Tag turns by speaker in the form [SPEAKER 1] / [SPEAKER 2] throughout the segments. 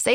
[SPEAKER 1] Say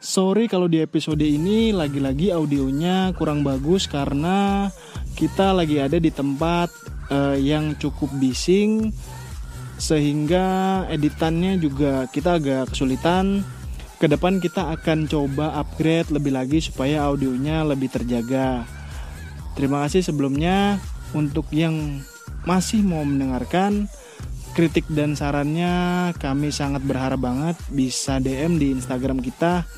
[SPEAKER 2] sorry kalau di episode ini lagi-lagi audionya kurang bagus karena kita lagi ada di tempat eh, yang cukup bising sehingga editannya juga kita agak kesulitan. Kedepan kita akan coba upgrade lebih lagi supaya audionya lebih terjaga. Terima kasih sebelumnya untuk yang masih mau mendengarkan kritik dan sarannya kami sangat berharap banget bisa DM di Instagram kita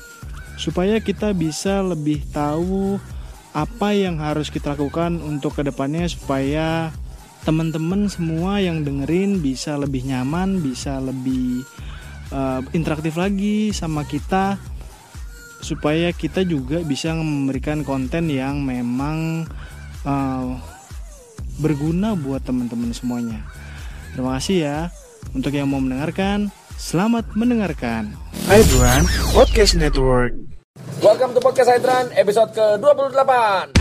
[SPEAKER 2] supaya kita bisa lebih tahu apa yang harus kita lakukan untuk kedepannya supaya teman-teman semua yang dengerin bisa lebih nyaman, bisa lebih eh, interaktif lagi sama kita supaya kita juga bisa memberikan konten yang memang eh, berguna buat teman-teman semuanya. Terima kasih ya untuk yang mau mendengarkan. Selamat mendengarkan.
[SPEAKER 3] Hi everyone, Podcast Network.
[SPEAKER 4] Welcome to Podcast Hydran episode ke-28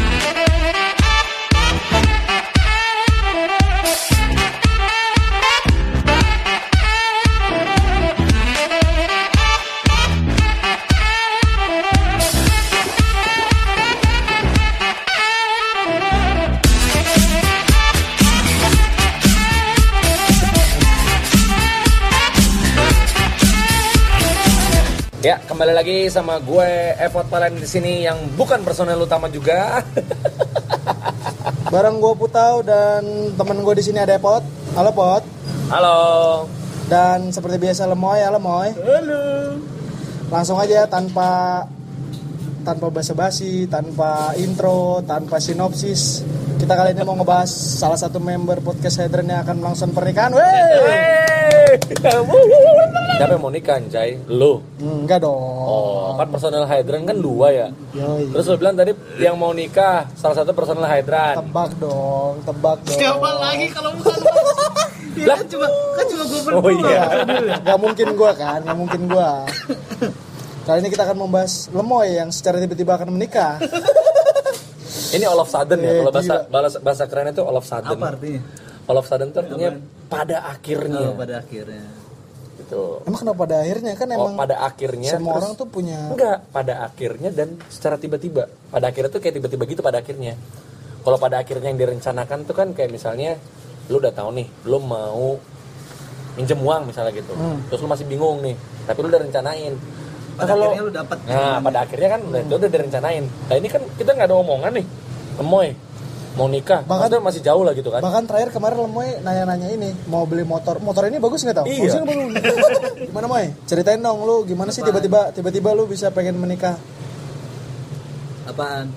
[SPEAKER 4] Ya, kembali lagi sama gue Evot Palen di sini yang bukan personel utama juga.
[SPEAKER 2] Bareng gue Putau dan temen gue di sini ada Pot. Halo Pot.
[SPEAKER 4] Halo.
[SPEAKER 2] Dan seperti biasa Lemoy, halo Moy.
[SPEAKER 4] Halo.
[SPEAKER 2] Langsung aja ya, tanpa tanpa basa-basi, tanpa intro, tanpa sinopsis. Kita kali ini mau ngebahas salah satu member podcast Hedron yang akan melangsung pernikahan. Wey!
[SPEAKER 4] Siapa yang mau nikah, Jai? Lo.
[SPEAKER 2] Hmm, Enggak dong.
[SPEAKER 4] Oh, kan personel Hydran kan dua ya.
[SPEAKER 2] Yoi.
[SPEAKER 4] Terus lo bilang tadi yang mau nikah salah satu personel Hydran.
[SPEAKER 2] Tebak dong, tebak dong.
[SPEAKER 5] Siapa lagi kalau bukan lu? Ya
[SPEAKER 4] Lah.
[SPEAKER 5] kan cuma kan cuma gue berdua.
[SPEAKER 4] Oh iya.
[SPEAKER 2] Gak mungkin gua kan, gak mungkin gua. Kali ini kita akan membahas Lemoy yang secara tiba-tiba akan menikah.
[SPEAKER 4] Ini all of sudden ya.
[SPEAKER 2] Eh,
[SPEAKER 4] Kalau bahasa
[SPEAKER 2] gila.
[SPEAKER 4] bahasa, bahasa keren itu all of sudden.
[SPEAKER 5] Apa artinya?
[SPEAKER 4] All of sudden itu artinya pada akhirnya.
[SPEAKER 5] Oh, pada akhirnya.
[SPEAKER 4] Gitu.
[SPEAKER 2] Emang kenapa pada akhirnya kan
[SPEAKER 4] Oh,
[SPEAKER 2] emang
[SPEAKER 4] pada akhirnya
[SPEAKER 2] semua
[SPEAKER 4] terus-
[SPEAKER 2] orang tuh punya
[SPEAKER 4] enggak pada akhirnya dan secara tiba-tiba pada akhirnya tuh kayak tiba-tiba gitu pada akhirnya kalau pada akhirnya yang direncanakan tuh kan kayak misalnya lu udah tahu nih lu mau minjem uang misalnya gitu terus lu masih bingung nih tapi lu udah rencanain Nah,
[SPEAKER 5] Hmm. Pada akhirnya lu dapat
[SPEAKER 4] nah pada akhirnya kan udah, udah direncanain nah ini kan kita nggak ada omongan nih emoy mau nikah
[SPEAKER 2] Bahkan-
[SPEAKER 4] Maksudnya masih jauh lah gitu kan
[SPEAKER 2] Bahkan terakhir kemarin Lemoy nanya-nanya ini mau beli motor. Motor ini bagus nggak tau?
[SPEAKER 4] Iya.
[SPEAKER 2] Bagus nggak, Bang? gimana Moy? Ceritain dong lu gimana sih tiba-tiba tiba-tiba lu bisa pengen menikah?
[SPEAKER 5] Apaan?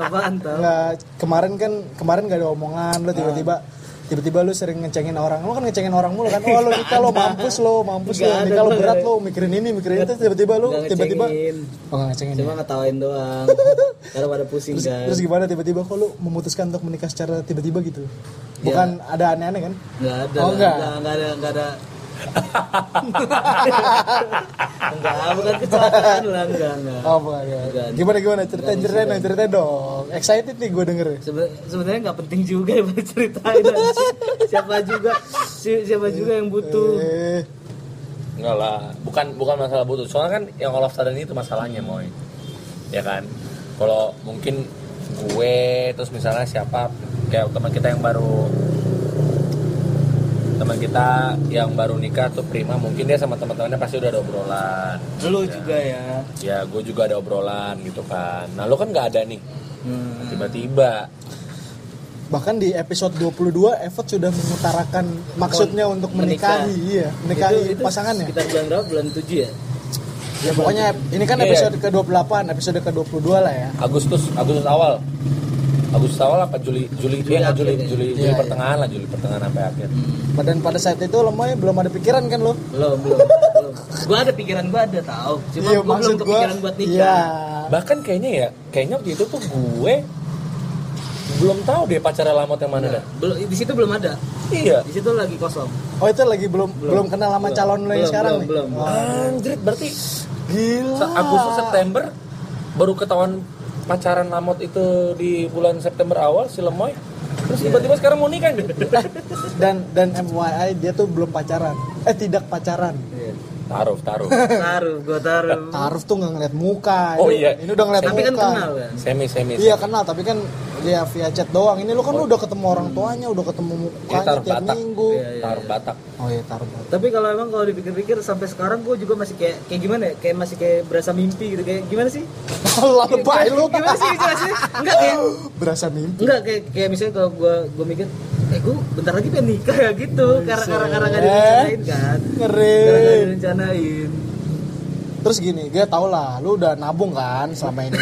[SPEAKER 5] Apaan tau?
[SPEAKER 2] Enggak, kemarin kan kemarin gak ada omongan lu tiba-tiba tiba-tiba lu sering ngecengin orang lu kan ngecengin orang mulu kan oh lu nikah lo mampus lo mampus lo
[SPEAKER 5] Nggak ada,
[SPEAKER 2] nikah lo
[SPEAKER 5] gua
[SPEAKER 2] berat
[SPEAKER 5] nggak-
[SPEAKER 2] lo mikirin ini mikirin itu tiba-tiba lu
[SPEAKER 5] Nggak
[SPEAKER 2] tiba-tiba
[SPEAKER 5] ngecengin.
[SPEAKER 2] oh nggak ngecengin ya?
[SPEAKER 5] Cuma ngetawain doang. Karena pada pusing
[SPEAKER 2] terus,
[SPEAKER 5] kan.
[SPEAKER 2] terus gimana tiba-tiba kok lu memutuskan untuk menikah secara tiba-tiba gitu
[SPEAKER 5] Iya.
[SPEAKER 2] bukan ada aneh-aneh kan
[SPEAKER 5] Enggak ada.
[SPEAKER 2] Oh, nggak.
[SPEAKER 5] Enggak ada enggak ada. enggak, bukan kecelakaan lah, enggak, enggak.
[SPEAKER 2] oh bukan, bukan.
[SPEAKER 5] Bukan. iya.
[SPEAKER 2] gimana gimana ceritain ceritain dong ceritain dong excited nih gue denger
[SPEAKER 6] ya.
[SPEAKER 5] Sebe- sebenarnya nggak penting juga yang ceritain anjing. siapa juga si- siapa juga yang butuh
[SPEAKER 2] eh
[SPEAKER 4] Enggak lah, bukan bukan masalah butuh. Soalnya kan yang all of sudden itu masalahnya, Moy. Ya kan? Kalau mungkin gue terus misalnya siapa kayak teman kita yang baru teman kita yang baru nikah tuh Prima mungkin dia sama teman-temannya pasti udah ada obrolan
[SPEAKER 5] Lu juga ya.
[SPEAKER 4] ya gue juga ada obrolan gitu kan nah lo kan nggak ada nih
[SPEAKER 5] Hmm.
[SPEAKER 4] tiba-tiba
[SPEAKER 6] Bahkan di episode 22 Evot sudah mengutarakan maksudnya untuk
[SPEAKER 5] Menikah.
[SPEAKER 6] menikahi, iya, menikahi
[SPEAKER 5] Itu- itu
[SPEAKER 2] ya?
[SPEAKER 6] pasangannya.
[SPEAKER 5] Sekitar bulan berapa? Bulan 7 ya?
[SPEAKER 6] Ya pokoknya ini kan
[SPEAKER 4] Iya.
[SPEAKER 6] episode ke-28, episode ke-22 lah ya.
[SPEAKER 4] Agustus Agustus awal Agustus awal apa Juli Juli
[SPEAKER 5] Juli
[SPEAKER 4] eh,
[SPEAKER 5] akhir
[SPEAKER 4] Juli
[SPEAKER 5] ya.
[SPEAKER 4] Juli,
[SPEAKER 6] Iya,
[SPEAKER 4] Juli
[SPEAKER 6] iya.
[SPEAKER 4] pertengahan lah Juli pertengahan sampai akhir
[SPEAKER 6] Dan pada saat itu lemoy belum ada pikiran kan lo?
[SPEAKER 5] Belum, belum, belum. Gua ada pikiran gua ada tahu. Cuma
[SPEAKER 6] Iya,
[SPEAKER 5] gua belum
[SPEAKER 6] maksud gua-
[SPEAKER 5] kepikiran buat nikah.
[SPEAKER 6] Iya.
[SPEAKER 4] bahkan kayaknya ya kayaknya waktu itu tuh gue belum tahu deh pacarnya lama yang
[SPEAKER 6] Iya.
[SPEAKER 4] mana dah
[SPEAKER 5] Belum di situ belum ada.
[SPEAKER 4] iya
[SPEAKER 5] Di situ lagi kosong.
[SPEAKER 6] Oh itu lagi belum belum, kenal sama
[SPEAKER 5] Belum.
[SPEAKER 6] calon lo yang
[SPEAKER 5] Belum,
[SPEAKER 6] sekarang
[SPEAKER 5] belum,
[SPEAKER 6] nih.
[SPEAKER 5] belum.
[SPEAKER 4] Oh.
[SPEAKER 6] Wah,
[SPEAKER 4] anjrit berarti
[SPEAKER 6] gila.
[SPEAKER 4] se- Agustus September baru ketahuan pacaran lamot itu di bulan September awal si Lemoy
[SPEAKER 6] Iya.
[SPEAKER 4] terus tiba-tiba sekarang mau nikah gitu. deh
[SPEAKER 6] Dan dan MYI dia tuh belum pacaran. Eh tidak pacaran.
[SPEAKER 5] Iya.
[SPEAKER 4] taruh taruh
[SPEAKER 5] Taruh, gua taruh.
[SPEAKER 6] Taruf tuh nggak ngeliat muka.
[SPEAKER 4] Oh,
[SPEAKER 6] Ini-
[SPEAKER 4] iya.
[SPEAKER 6] Ini udah ngeliat
[SPEAKER 5] Tapi
[SPEAKER 6] muka.
[SPEAKER 5] kan kenal kan.
[SPEAKER 4] semi semi
[SPEAKER 6] Iya
[SPEAKER 4] semi.
[SPEAKER 6] kenal tapi kan dia via chat doang. Ini lu kan
[SPEAKER 5] Oh.
[SPEAKER 6] lu udah ketemu orang tuanya, udah ketemu
[SPEAKER 5] Iya,
[SPEAKER 4] Ini
[SPEAKER 6] mukanya
[SPEAKER 4] taruh
[SPEAKER 6] tiap
[SPEAKER 4] Batak. Iya,
[SPEAKER 6] minggu.
[SPEAKER 4] Taruh Batak.
[SPEAKER 6] Oh iya taruh Batak.
[SPEAKER 5] Tapi kalau emang kalau dipikir-pikir sampai sekarang gua juga masih kayak kayak gimana ya? Kayak masih kayak berasa mimpi gitu kayak gimana sih?
[SPEAKER 6] Allah lebay lu.
[SPEAKER 5] Gimana sih jelasin? Enggak kayak
[SPEAKER 6] Berasa mimpi.
[SPEAKER 5] enggak kayak kayak misalnya kalau gua gua mikir eh gua bentar lagi pengen nikah ya gitu karena karena karena nggak direncanain kan
[SPEAKER 6] Eh.
[SPEAKER 5] karena nggak
[SPEAKER 6] Ngeri.
[SPEAKER 5] direncanain
[SPEAKER 6] Terus gini, gue tau lah, lu udah nabung kan selama ini.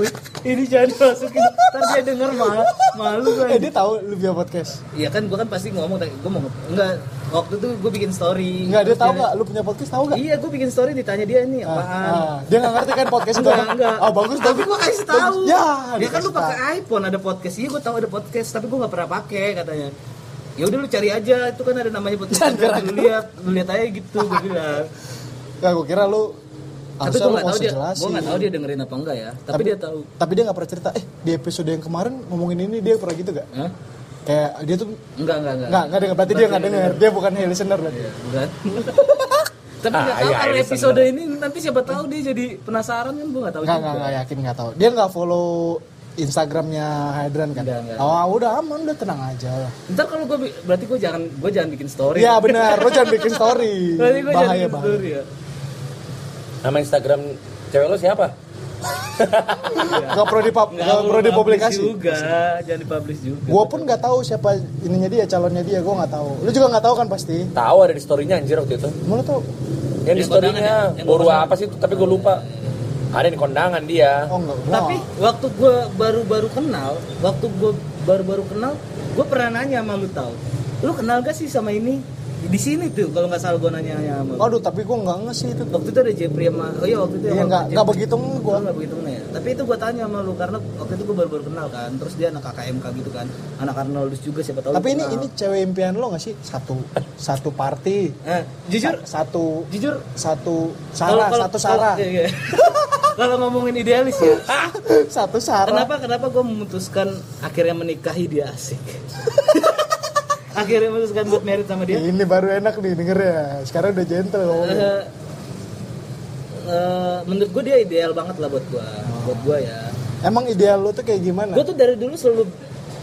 [SPEAKER 5] Wih, ini jangan masukin ntar dia denger malu malu kan
[SPEAKER 6] eh dia tahu lu via podcast.
[SPEAKER 5] Iya kan gua kan pasti ngomong tadi gua mau nge- enggak waktu itu gua bikin story.
[SPEAKER 6] Enggak dia
[SPEAKER 5] Terus
[SPEAKER 6] tahu nggak? Lu punya podcast tahu nggak?
[SPEAKER 5] Iya, gua bikin story ditanya dia ini apaan.
[SPEAKER 6] Ah, dia nggak ngerti kan podcast itu
[SPEAKER 5] Enggak,
[SPEAKER 6] apa?
[SPEAKER 5] enggak.
[SPEAKER 6] Oh bagus
[SPEAKER 5] tapi
[SPEAKER 6] bagus.
[SPEAKER 5] gua kasih tahu.
[SPEAKER 6] Bagus. Ya,
[SPEAKER 5] dia kan lu
[SPEAKER 6] dikasih
[SPEAKER 5] pakai
[SPEAKER 6] tahu.
[SPEAKER 5] iPhone ada podcast. Iya, gua tahu ada podcast, tapi gua nggak pernah pakai katanya. Ya udah lu cari aja, itu kan ada namanya podcast. lu lihat, lu lihat aja gitu gua bilang.
[SPEAKER 6] Nggak, gue kira lu
[SPEAKER 5] tapi
[SPEAKER 6] harusnya lu
[SPEAKER 5] gua nggak
[SPEAKER 6] mau
[SPEAKER 5] tahu dia,
[SPEAKER 6] jelasin.
[SPEAKER 5] gua nggak tahu dia dengerin apa enggak ya. Tapi, dia tahu.
[SPEAKER 6] Tapi dia nggak pernah cerita. Eh di episode yang kemarin ngomongin ini dia pernah gitu gak?
[SPEAKER 5] Hah?
[SPEAKER 6] Kayak dia tuh
[SPEAKER 5] Enggak, enggak, enggak.
[SPEAKER 6] nggak nggak dengar. Berarti dia nggak dengar. Dia bukan hey listener berarti.
[SPEAKER 5] Bukan. Tapi nggak
[SPEAKER 4] Ah,
[SPEAKER 5] tahu
[SPEAKER 4] iya,
[SPEAKER 5] kalau
[SPEAKER 4] iya,
[SPEAKER 5] episode ini nanti siapa tahu dia jadi penasaran kan gua nggak tahu
[SPEAKER 6] Nggak
[SPEAKER 5] juga.
[SPEAKER 6] nggak nggak yakin nggak tahu. Dia nggak follow Instagramnya Hydran kan?
[SPEAKER 5] Nggak, nggak.
[SPEAKER 6] Oh udah aman udah tenang aja lah.
[SPEAKER 5] Ntar kalau gue berarti gue jangan gue jangan bikin story.
[SPEAKER 6] Iya benar, lo jangan bikin story.
[SPEAKER 5] Berarti gue jangan
[SPEAKER 6] Bahaya
[SPEAKER 5] bikin
[SPEAKER 6] banget.
[SPEAKER 5] story ya.
[SPEAKER 4] Nama Instagram cewek lo siapa?
[SPEAKER 6] Gak perlu dipub,
[SPEAKER 5] Nggak
[SPEAKER 6] gak
[SPEAKER 5] perlu
[SPEAKER 6] perlu
[SPEAKER 5] dipublish
[SPEAKER 6] dipublikasi.
[SPEAKER 5] juga, jangan dipublish juga.
[SPEAKER 6] Gue pun nggak tahu siapa ininya dia, calonnya dia, gue nggak tahu. Lu juga nggak tahu kan pasti? oh,
[SPEAKER 4] Tahu ada di storynya anjir waktu itu.
[SPEAKER 6] Mana tahu?
[SPEAKER 4] Yang di
[SPEAKER 5] Yang
[SPEAKER 4] storynya
[SPEAKER 5] kondangan ya? Yang
[SPEAKER 4] baru
[SPEAKER 5] kondangan.
[SPEAKER 4] apa sih? itu? Tapi gue lupa. Ada di kondangan dia.
[SPEAKER 6] Oh enggak.
[SPEAKER 5] Tapi waktu gue baru-baru kenal, waktu gue baru-baru kenal, gue pernah nanya sama lu tau, lu kenal gak sih sama ini? Di sini tuh kalau nggak salah gue nanya sama. lu.
[SPEAKER 6] Waduh, tapi gue nggak nge sih itu.
[SPEAKER 5] Waktu itu ada Jeffrey sama, oh iya waktu itu
[SPEAKER 6] Oh. Iya
[SPEAKER 5] sama
[SPEAKER 6] nggak
[SPEAKER 5] Jeffrey.
[SPEAKER 6] nggak begitu nge gue.
[SPEAKER 5] Gua nggak begitu meneh. Tapi itu gue tanya sama lu karena waktu itu gue baru-baru kenal kan. Terus dia anak KKMK gitu kan, anak Arnoldus juga siapa tahu. lu
[SPEAKER 6] Tapi ini
[SPEAKER 5] kenal.
[SPEAKER 6] ini cewek impian lo nggak sih? Satu satu party,
[SPEAKER 5] Eh, jujur,
[SPEAKER 6] sa- satu
[SPEAKER 5] jujur
[SPEAKER 6] satu
[SPEAKER 5] Kalau-
[SPEAKER 6] Sarah,
[SPEAKER 5] kalau-
[SPEAKER 6] satu Sarah,
[SPEAKER 5] kalau- iya, iya. Kalau ngomongin idealis ya,
[SPEAKER 6] satu Sarah.
[SPEAKER 5] kenapa kenapa gue memutuskan akhirnya menikahi dia asik. akhirnya memutuskan buat merit sama dia.
[SPEAKER 6] Ini baru enak nih denger ya. Sekarang udah gentle ngomongnya.
[SPEAKER 5] Eh, eh, menurut gue dia ideal banget lah buat gue, buat gue ya.
[SPEAKER 6] Emang ideal lo tuh kayak gimana?
[SPEAKER 5] Gue tuh dari dulu selalu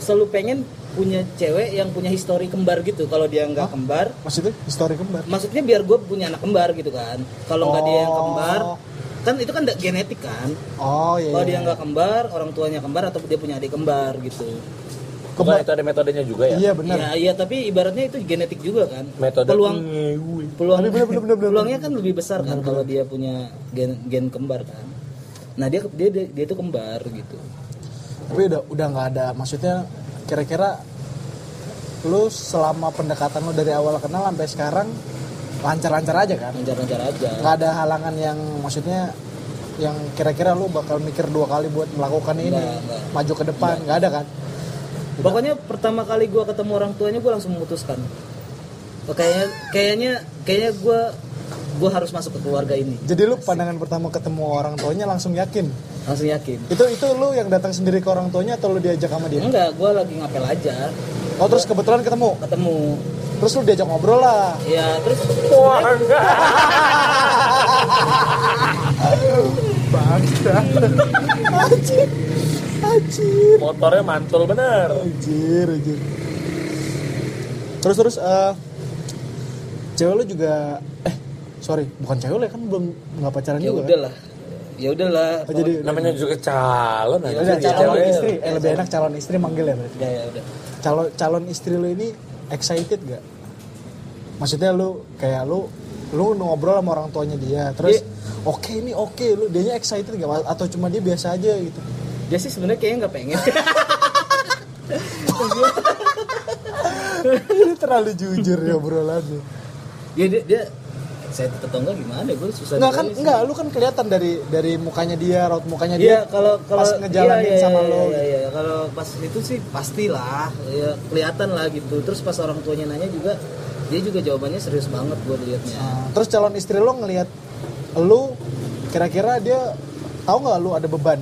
[SPEAKER 5] selalu pengen punya cewek yang punya histori kembar gitu. Kalau dia nggak kembar,
[SPEAKER 6] Maksudnya histori kembar.
[SPEAKER 5] maksudnya biar gue punya anak kembar gitu kan. Kalau nggak dia yang
[SPEAKER 6] Oh.
[SPEAKER 5] kembar, kan itu kan da- genetik kan.
[SPEAKER 6] Oh iya.
[SPEAKER 5] Kalau
[SPEAKER 6] iya.
[SPEAKER 5] dia nggak kembar, orang tuanya kembar atau dia punya adik kembar gitu.
[SPEAKER 4] Bukan itu ada metodenya juga ya?
[SPEAKER 6] Iya benar.
[SPEAKER 5] Ya, iya tapi ibaratnya itu genetik juga kan.
[SPEAKER 4] Metode.
[SPEAKER 5] Peluang peluang
[SPEAKER 6] Bener, bener, bener, bener, bener.
[SPEAKER 5] peluangnya kan lebih besar kan kalau dia punya gen gen kembar kan. Nah dia dia dia, dia tuh kembar gitu.
[SPEAKER 6] Tapi udah udah nggak ada maksudnya kira-kira lu selama pendekatan lu dari awal kenal sampai sekarang lancar-lancar aja kan?
[SPEAKER 5] Lancar-lancar aja.
[SPEAKER 6] Nggak ada halangan yang maksudnya yang kira-kira lu bakal mikir dua kali buat melakukan ini
[SPEAKER 5] Nggak, nggak.
[SPEAKER 6] maju ke depan nggak ada kan?
[SPEAKER 5] Pokoknya pertama kali gua ketemu orang tuanya gua langsung memutuskan. Oh, Kayaknya kayaknya kayaknya gua gua harus masuk ke keluarga ini.
[SPEAKER 6] Jadi lu pandangan pertama ketemu orang tuanya langsung yakin.
[SPEAKER 5] Langsung yakin.
[SPEAKER 6] Itu itu lu yang datang sendiri ke orang tuanya atau lu diajak sama dia?
[SPEAKER 5] Enggak, gua lagi ngapel aja.
[SPEAKER 6] Oh terus kebetulan ketemu.
[SPEAKER 5] Ketemu
[SPEAKER 6] Terus lu diajak ngobrol lah.
[SPEAKER 5] Ya terus
[SPEAKER 6] Anjir. Anjir.
[SPEAKER 4] Motornya mantul bener.
[SPEAKER 6] Anjir, anjir. terus terus eh cewek lu juga eh sorry bukan cewek lu ya, kan belum nggak pacaran
[SPEAKER 5] ya
[SPEAKER 6] juga kan?
[SPEAKER 5] udahlah ya udahlah
[SPEAKER 6] Oh, jadi
[SPEAKER 4] namanya juga calon
[SPEAKER 6] Ya
[SPEAKER 4] aja
[SPEAKER 6] udah,
[SPEAKER 4] dia
[SPEAKER 6] calon
[SPEAKER 4] cewek.
[SPEAKER 6] istri eh, lebih enak calon istri manggil ya berarti
[SPEAKER 5] udah ya udah
[SPEAKER 6] calon calon istri lu ini excited gak maksudnya lu kayak lu lu ngobrol sama orang tuanya dia terus
[SPEAKER 4] Iya.
[SPEAKER 6] oke ini oke lu dianya excited gak atau cuma dia biasa aja gitu
[SPEAKER 5] dia sih sebenarnya kayaknya nggak pengen
[SPEAKER 6] ini terlalu jujur ya obrolannya
[SPEAKER 5] ya dia, dia saya tetap enggak gimana gue susah
[SPEAKER 6] nggak kan
[SPEAKER 5] juga sih.
[SPEAKER 6] nggak lu kan kelihatan dari dari mukanya dia raut mukanya dia
[SPEAKER 5] Iya kalau kalau
[SPEAKER 6] pas ngejalanin
[SPEAKER 5] iya, iya,
[SPEAKER 6] sama gitu.
[SPEAKER 5] iya,
[SPEAKER 6] lu
[SPEAKER 5] Iya, iya. kalau pas itu sih pastilah ya, kelihatan lah gitu. Terus pas orang tuanya nanya juga dia juga jawabannya serius banget gue liatnya.
[SPEAKER 6] Nah, terus calon istri lu ngelihat lu kira-kira dia tahu nggak lu ada beban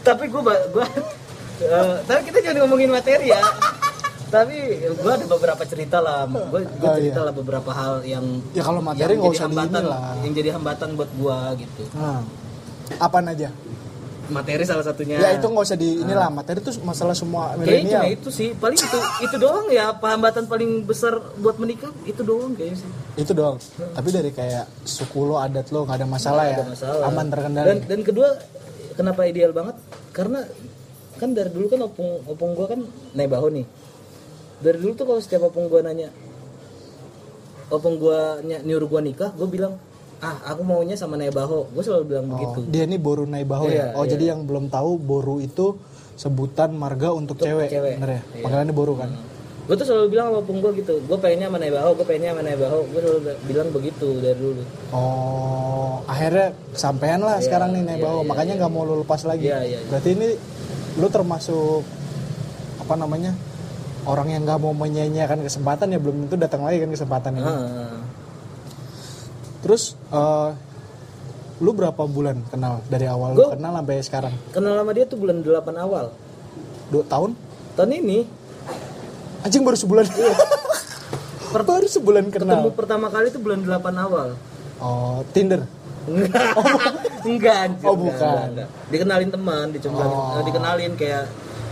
[SPEAKER 5] Tapi gue gue eh, tapi kita jangan ngomongin materi ya. tapi gue ada beberapa cerita lah. Gue
[SPEAKER 6] Oh,
[SPEAKER 5] cerita
[SPEAKER 6] iya.
[SPEAKER 5] lah beberapa hal yang
[SPEAKER 6] Ya, kalau materi
[SPEAKER 5] yang
[SPEAKER 6] nggak
[SPEAKER 5] jadi
[SPEAKER 6] usah di
[SPEAKER 5] hambatan
[SPEAKER 6] ini lah.
[SPEAKER 5] yang jadi hambatan buat gue gitu.
[SPEAKER 6] nah, apaan aja
[SPEAKER 5] Materi salah satunya.
[SPEAKER 6] Ya itu nggak usah di inilah materi itu masalah semua
[SPEAKER 5] Ah. Kayaknya cuma
[SPEAKER 6] milenial.
[SPEAKER 5] itu sih, paling itu itu doang ya hambatan paling besar buat menikah itu doang kayaknya sih.
[SPEAKER 6] Itu doang. Tapi dari kayak suku lo, adat lo nggak ada masalah ya.
[SPEAKER 5] ada masalah.
[SPEAKER 6] Aman terkendali.
[SPEAKER 5] Dan dan kedua kenapa ideal banget? Karena kan dari dulu kan opung opung gua kan nebaho nih. Dari dulu tuh kalau setiap opung gua nanya opung gua ny- nyuruh gua nikah, gua bilang, "Ah, aku maunya sama nebaho." Gua selalu bilang
[SPEAKER 6] Oh,
[SPEAKER 5] begitu.
[SPEAKER 6] Dia ini boru naibaho
[SPEAKER 5] gitu. Iya,
[SPEAKER 6] ya. Oh
[SPEAKER 5] iya.
[SPEAKER 6] jadi yang belum tahu boru itu sebutan marga untuk, cewek.
[SPEAKER 5] cewek.
[SPEAKER 6] Bener ya?
[SPEAKER 5] Iya.
[SPEAKER 6] Panggilannya boru kan.
[SPEAKER 5] Gue tuh selalu bilang sama opung gua gitu, gue pengennya sama nebaho, gue pengennya sama nebaho, gue selalu bi- bilang begitu dari dulu.
[SPEAKER 6] Oh akhirnya sampean lah sekarang nih naibaho. Makanya nggak mau lo lepas lagi.
[SPEAKER 5] Iya, iya, iya.
[SPEAKER 6] Berarti ini lo termasuk apa namanya? Orang yang nggak mau menyanyiakan kesempatan ya belum tentu datang lagi kan kesempatan ini.
[SPEAKER 5] Ah.
[SPEAKER 6] Terus eh, lu berapa bulan kenal dari awal lu
[SPEAKER 5] Gua-
[SPEAKER 6] kenal sampai sekarang?
[SPEAKER 5] Kenal sama dia tuh bulan 8 awal.
[SPEAKER 6] Dua tahun?
[SPEAKER 5] Tahun ini
[SPEAKER 6] Anjing baru sebulan. baru sebulan
[SPEAKER 5] Iya. ketemu
[SPEAKER 6] kenal.
[SPEAKER 5] pertama kali tuh bulan 8 awal.
[SPEAKER 6] Oh, Tinder.
[SPEAKER 5] Enggak. Oh, enggak. anjir,
[SPEAKER 6] Oh,
[SPEAKER 5] enggak,
[SPEAKER 6] bukan. Oh.
[SPEAKER 5] enggak, enggak. Dikenalin teman, dicemplungin, eh, dikenalin kayak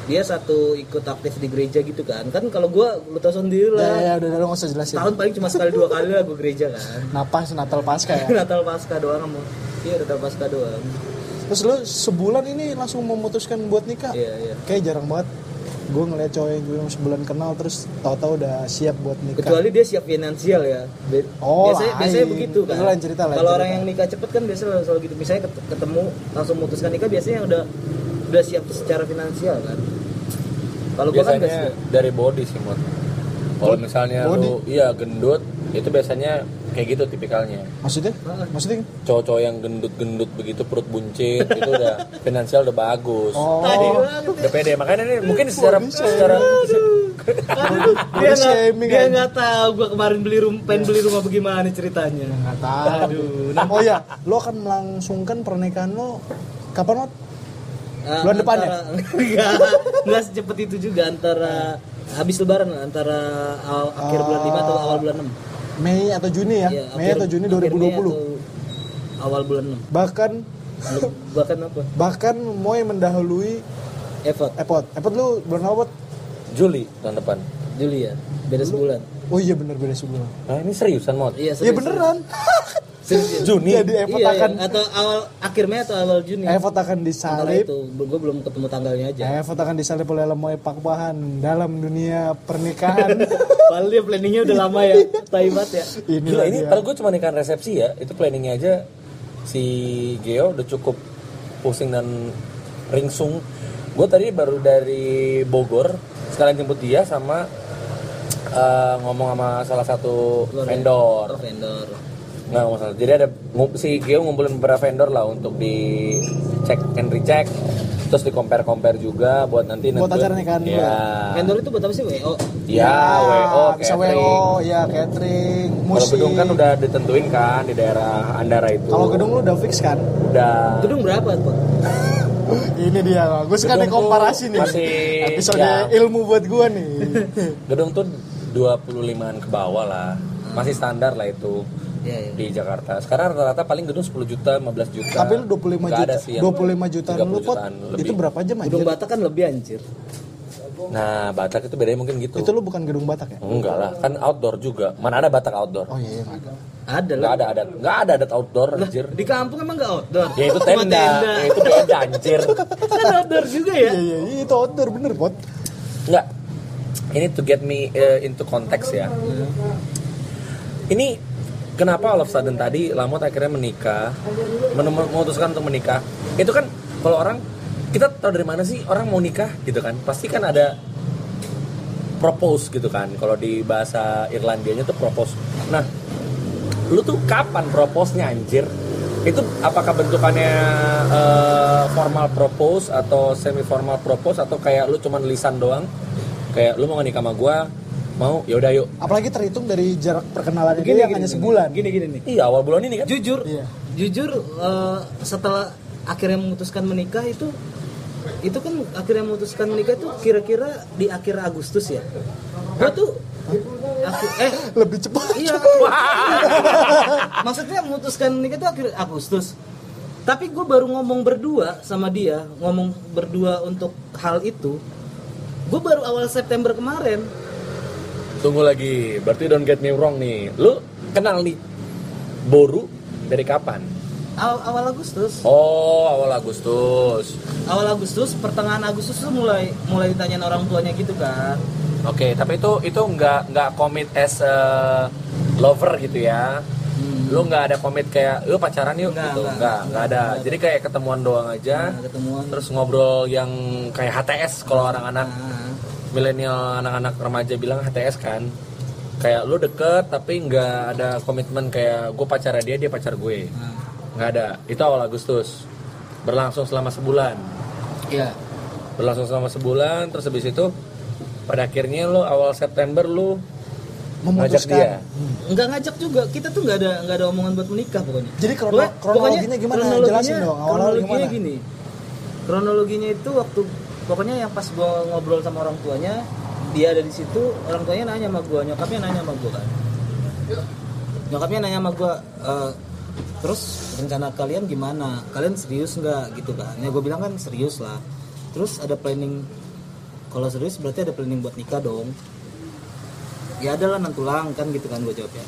[SPEAKER 5] dia satu ikut aktif di gereja gitu kan. Kan kalau gua lu tau
[SPEAKER 6] Ya, ya,
[SPEAKER 5] sendiri lah.
[SPEAKER 6] ya, udah, udah, nggak usah jelasin.
[SPEAKER 5] Tahun paling cuma sekali dua kali lah gua gereja kan.
[SPEAKER 6] Napas Natal Pasca ya.
[SPEAKER 5] Natal Pasca doang sama. Iya, Natal Pasca doang.
[SPEAKER 6] Terus lu sebulan ini langsung memutuskan buat nikah?
[SPEAKER 5] Iya, iya.
[SPEAKER 6] Kayak jarang banget. Gue ngeliat cowok yang belum sebulan kenal terus tahu-tahu udah siap buat nikah.
[SPEAKER 5] Kecuali dia siap finansial ya. Be-
[SPEAKER 6] Oh,
[SPEAKER 5] biasanya,
[SPEAKER 6] lain.
[SPEAKER 5] biasanya begitu kan.
[SPEAKER 6] Itu lain cerita, lain
[SPEAKER 5] Kalau
[SPEAKER 6] cerita.
[SPEAKER 5] orang yang nikah cepet kan biasanya selalu, selalu gitu. Misalnya ket- ketemu langsung memutuskan nikah biasanya udah udah siap secara finansial kan. Kalau gua
[SPEAKER 4] biasanya
[SPEAKER 5] kan nggak siap.
[SPEAKER 4] dari body sih Mot. kalau misalnya
[SPEAKER 6] Body?
[SPEAKER 4] lu iya gendut itu biasanya kayak gitu tipikalnya
[SPEAKER 6] Maksudnya? Maksudnya?
[SPEAKER 4] cowok-cowok yang gendut-gendut begitu perut buncit itu udah finansial udah bagus
[SPEAKER 6] Oh.
[SPEAKER 5] Tadi banget.
[SPEAKER 4] udah pede makanya ini mungkin secara secara
[SPEAKER 5] dia nggak
[SPEAKER 6] shaming, kan?
[SPEAKER 5] dia
[SPEAKER 6] anjing.
[SPEAKER 5] nggak tahu gua kemarin beli rum pengen beli rumah bagaimana ceritanya
[SPEAKER 6] Nggak tahu.
[SPEAKER 5] nah.
[SPEAKER 6] Oh ya, lo akan melangsungkan pernikahan lo kapan Mat?
[SPEAKER 5] Ah,
[SPEAKER 6] Bulan depan ya?
[SPEAKER 5] antara- nggak nggak secepat itu juga antara habis lebaran lah, antara awal- akhir bulan 5 atau awal bulan 6
[SPEAKER 6] Mei atau Juni ya?
[SPEAKER 5] Iya,
[SPEAKER 6] Mei
[SPEAKER 5] akhir-
[SPEAKER 6] atau Juni
[SPEAKER 5] akhir Mei
[SPEAKER 6] 2020.
[SPEAKER 5] atau awal bulan 6
[SPEAKER 6] Bahkan
[SPEAKER 5] Belum- bahkan kan apa
[SPEAKER 6] bahkan Moy mendahului
[SPEAKER 5] Effort
[SPEAKER 6] Epot. Epot lu bulan apa? Pot?
[SPEAKER 4] Juli tahun depan
[SPEAKER 5] Juli ya beda sebulan
[SPEAKER 6] Oh iya bener beda sebulan.
[SPEAKER 4] nah ini seriusan Mot
[SPEAKER 5] iya
[SPEAKER 6] Iya
[SPEAKER 5] serius.
[SPEAKER 6] beneran.
[SPEAKER 5] Serius,
[SPEAKER 4] Juni
[SPEAKER 6] Jadi Epot
[SPEAKER 5] iya, iya.
[SPEAKER 6] akan
[SPEAKER 5] atau awal akhir Mei atau awal Juni
[SPEAKER 6] Epot akan
[SPEAKER 5] Antara
[SPEAKER 6] disalib.
[SPEAKER 5] itu gue belum ketemu tanggalnya aja
[SPEAKER 6] Epot akan disalib oleh Moy Pakbahan dalam dunia pernikahan.
[SPEAKER 5] Padahal dia planningnya udah lama ya Taibat ya
[SPEAKER 4] Gila
[SPEAKER 6] Inilah
[SPEAKER 4] ini
[SPEAKER 6] dia.
[SPEAKER 4] padahal gue cuma nikahan resepsi ya itu planningnya aja si Geo udah cukup pusing dan ringsung gue tadi baru dari Bogor sekalian jemput dia sama eh, ngomong sama salah satu
[SPEAKER 5] Keluarga.
[SPEAKER 4] vendor
[SPEAKER 5] Oh, vendor
[SPEAKER 4] nggak masalah jadi ada ngu- si Geo ngumpulin beberapa vendor lah untuk di cek and recheck terus di compare compare juga buat nanti
[SPEAKER 6] Buat
[SPEAKER 4] nentuin-
[SPEAKER 6] acara nikahan lu.
[SPEAKER 4] ya
[SPEAKER 5] vendor itu buat apa sih Oh, WO
[SPEAKER 4] ya WO
[SPEAKER 6] bisa
[SPEAKER 4] catering.
[SPEAKER 6] WO, ya catering,
[SPEAKER 4] kalau
[SPEAKER 6] musik.
[SPEAKER 4] gedung kan udah ditentuin kan di daerah Andara itu
[SPEAKER 6] Kalau gedung lu udah fix kan?
[SPEAKER 4] udah
[SPEAKER 5] gedung berapa tuh
[SPEAKER 6] Ini dia, gue suka
[SPEAKER 4] Gedung
[SPEAKER 6] nih komparasi
[SPEAKER 4] tuh
[SPEAKER 6] nih.
[SPEAKER 4] masih-
[SPEAKER 6] Episode
[SPEAKER 4] ya.
[SPEAKER 6] ilmu buat gue nih.
[SPEAKER 4] gedung tuh 25-an ke bawah lah masih standar lah itu
[SPEAKER 5] Iya, iya.
[SPEAKER 4] di Jakarta sekarang rata-rata paling gedung 10 juta 15 juta
[SPEAKER 6] Tapi lu 25
[SPEAKER 4] Nggak
[SPEAKER 6] juta,
[SPEAKER 4] ada sih yang
[SPEAKER 6] 25 jutaan
[SPEAKER 4] 30
[SPEAKER 6] lu pot,
[SPEAKER 4] jutaan lebih.
[SPEAKER 6] itu berapa jam aja?
[SPEAKER 5] gedung Batak kan lebih anjir
[SPEAKER 4] Nah, Batak itu bedanya mungkin gitu.
[SPEAKER 6] Itu lu bukan gedung Batak ya?
[SPEAKER 4] Enggak lah, kan outdoor juga. Mana ada Batak outdoor?
[SPEAKER 6] Oh iya, iya nggak ada.
[SPEAKER 5] Ada
[SPEAKER 4] Enggak
[SPEAKER 5] lah.
[SPEAKER 4] ada adat, enggak ada adat outdoor anjir.
[SPEAKER 5] Di kampung emang nggak outdoor.
[SPEAKER 4] Ya itu
[SPEAKER 5] Cuma
[SPEAKER 4] tenda, ya itu beda anjir.
[SPEAKER 5] kan outdoor juga ya.
[SPEAKER 6] Iya, iya, iya, itu outdoor bener pot.
[SPEAKER 4] Enggak. Ini to get me eh, into context ya. Ini kenapa all of a sudden tadi Lamot akhirnya menikah, menem- memutuskan untuk menikah. Itu kan kalau orang kita tahu dari mana sih orang mau nikah gitu kan? Pasti kan ada propose gitu kan. Kalau di bahasa Irlandianya tuh propose. Nah, lu tuh kapan propose-nya anjir? Itu apakah bentukannya eh, formal propose atau semi formal propose atau kayak lu cuman lisan doang? Kayak lu mau nikah sama gua, mau yaudah yuk.
[SPEAKER 6] Apalagi terhitung dari jarak perkenalan dia yang hanya sebulan.
[SPEAKER 5] Gini gini nih.
[SPEAKER 4] Iya, awal bulan ini kan.
[SPEAKER 5] Jujur,
[SPEAKER 6] Iya.
[SPEAKER 5] jujur eh, setelah akhirnya memutuskan menikah itu itu kan akhirnya memutuskan menikah itu kira-kira di akhir Agustus ya. Gua tuh aku- eh
[SPEAKER 6] Lebih cepat.
[SPEAKER 5] Iya. Maksudnya memutuskan nikah itu akhir Agustus. Tapi gue baru ngomong berdua sama dia, ngomong berdua untuk hal itu. Gue baru awal September kemarin.
[SPEAKER 4] Tunggu lagi. Berarti don't get me wrong nih. Lu kenal nih Boru dari kapan?
[SPEAKER 5] Awal, awal Agustus,
[SPEAKER 4] Oh, awal Agustus.
[SPEAKER 5] awal Agustus, pertengahan Agustus tuh mulai mulai ditanyain orang tuanya gitu kan.
[SPEAKER 4] Oke, tapi itu itu nggak nggak komit as a lover gitu ya. Lu nggak ada komit kayak lu pacaran yuk
[SPEAKER 5] Hmm. Nggak,
[SPEAKER 4] gitu.
[SPEAKER 5] nggak,
[SPEAKER 4] Nggak, nggak ada.
[SPEAKER 5] nggak ada.
[SPEAKER 4] Jadi kayak ketemuan doang aja.
[SPEAKER 5] Nah, ketemuan
[SPEAKER 4] Terus ngobrol yang kayak HTS kalau orang anak
[SPEAKER 5] Nah,
[SPEAKER 4] milenial anak-anak remaja bilang HTS kan. Kayak lu deket tapi nggak ada komitmen kayak gue pacaran dia dia pacar gue.
[SPEAKER 5] Hmm.
[SPEAKER 4] Nggak ada. Itu awal Agustus. Berlangsung selama sebulan
[SPEAKER 5] ya.
[SPEAKER 4] berlangsung selama sebulan terus habis itu pada akhirnya lo awal September lo ngajak
[SPEAKER 6] Memutuskan.
[SPEAKER 4] dia
[SPEAKER 5] Nggak ngajak juga. Kita tuh nggak ada nggak ada omongan buat menikah pokoknya.
[SPEAKER 6] Jadi krono-
[SPEAKER 5] Pokoknya-
[SPEAKER 6] kronologinya
[SPEAKER 5] pokoknya
[SPEAKER 6] gimana?
[SPEAKER 5] kronologinya-
[SPEAKER 6] Jelasin dong, awal-awal
[SPEAKER 5] kronologinya
[SPEAKER 6] gimana?
[SPEAKER 5] gini. Kronologinya itu waktu pokoknya yang pas gua ngobrol sama orang tuanya, dia ada di situ, orang tuanya nanya sama gua, nyokapnya nanya sama gua kan. Nyokapnya nanya sama gua, e, terus rencana kalian gimana? Kalian serius nggak gitu kan? Ya gua bilang kan serius lah. Terus ada planning kalau serius berarti ada planning buat nikah dong. Ya adalah nantulang kan gitu kan gua jawabnya.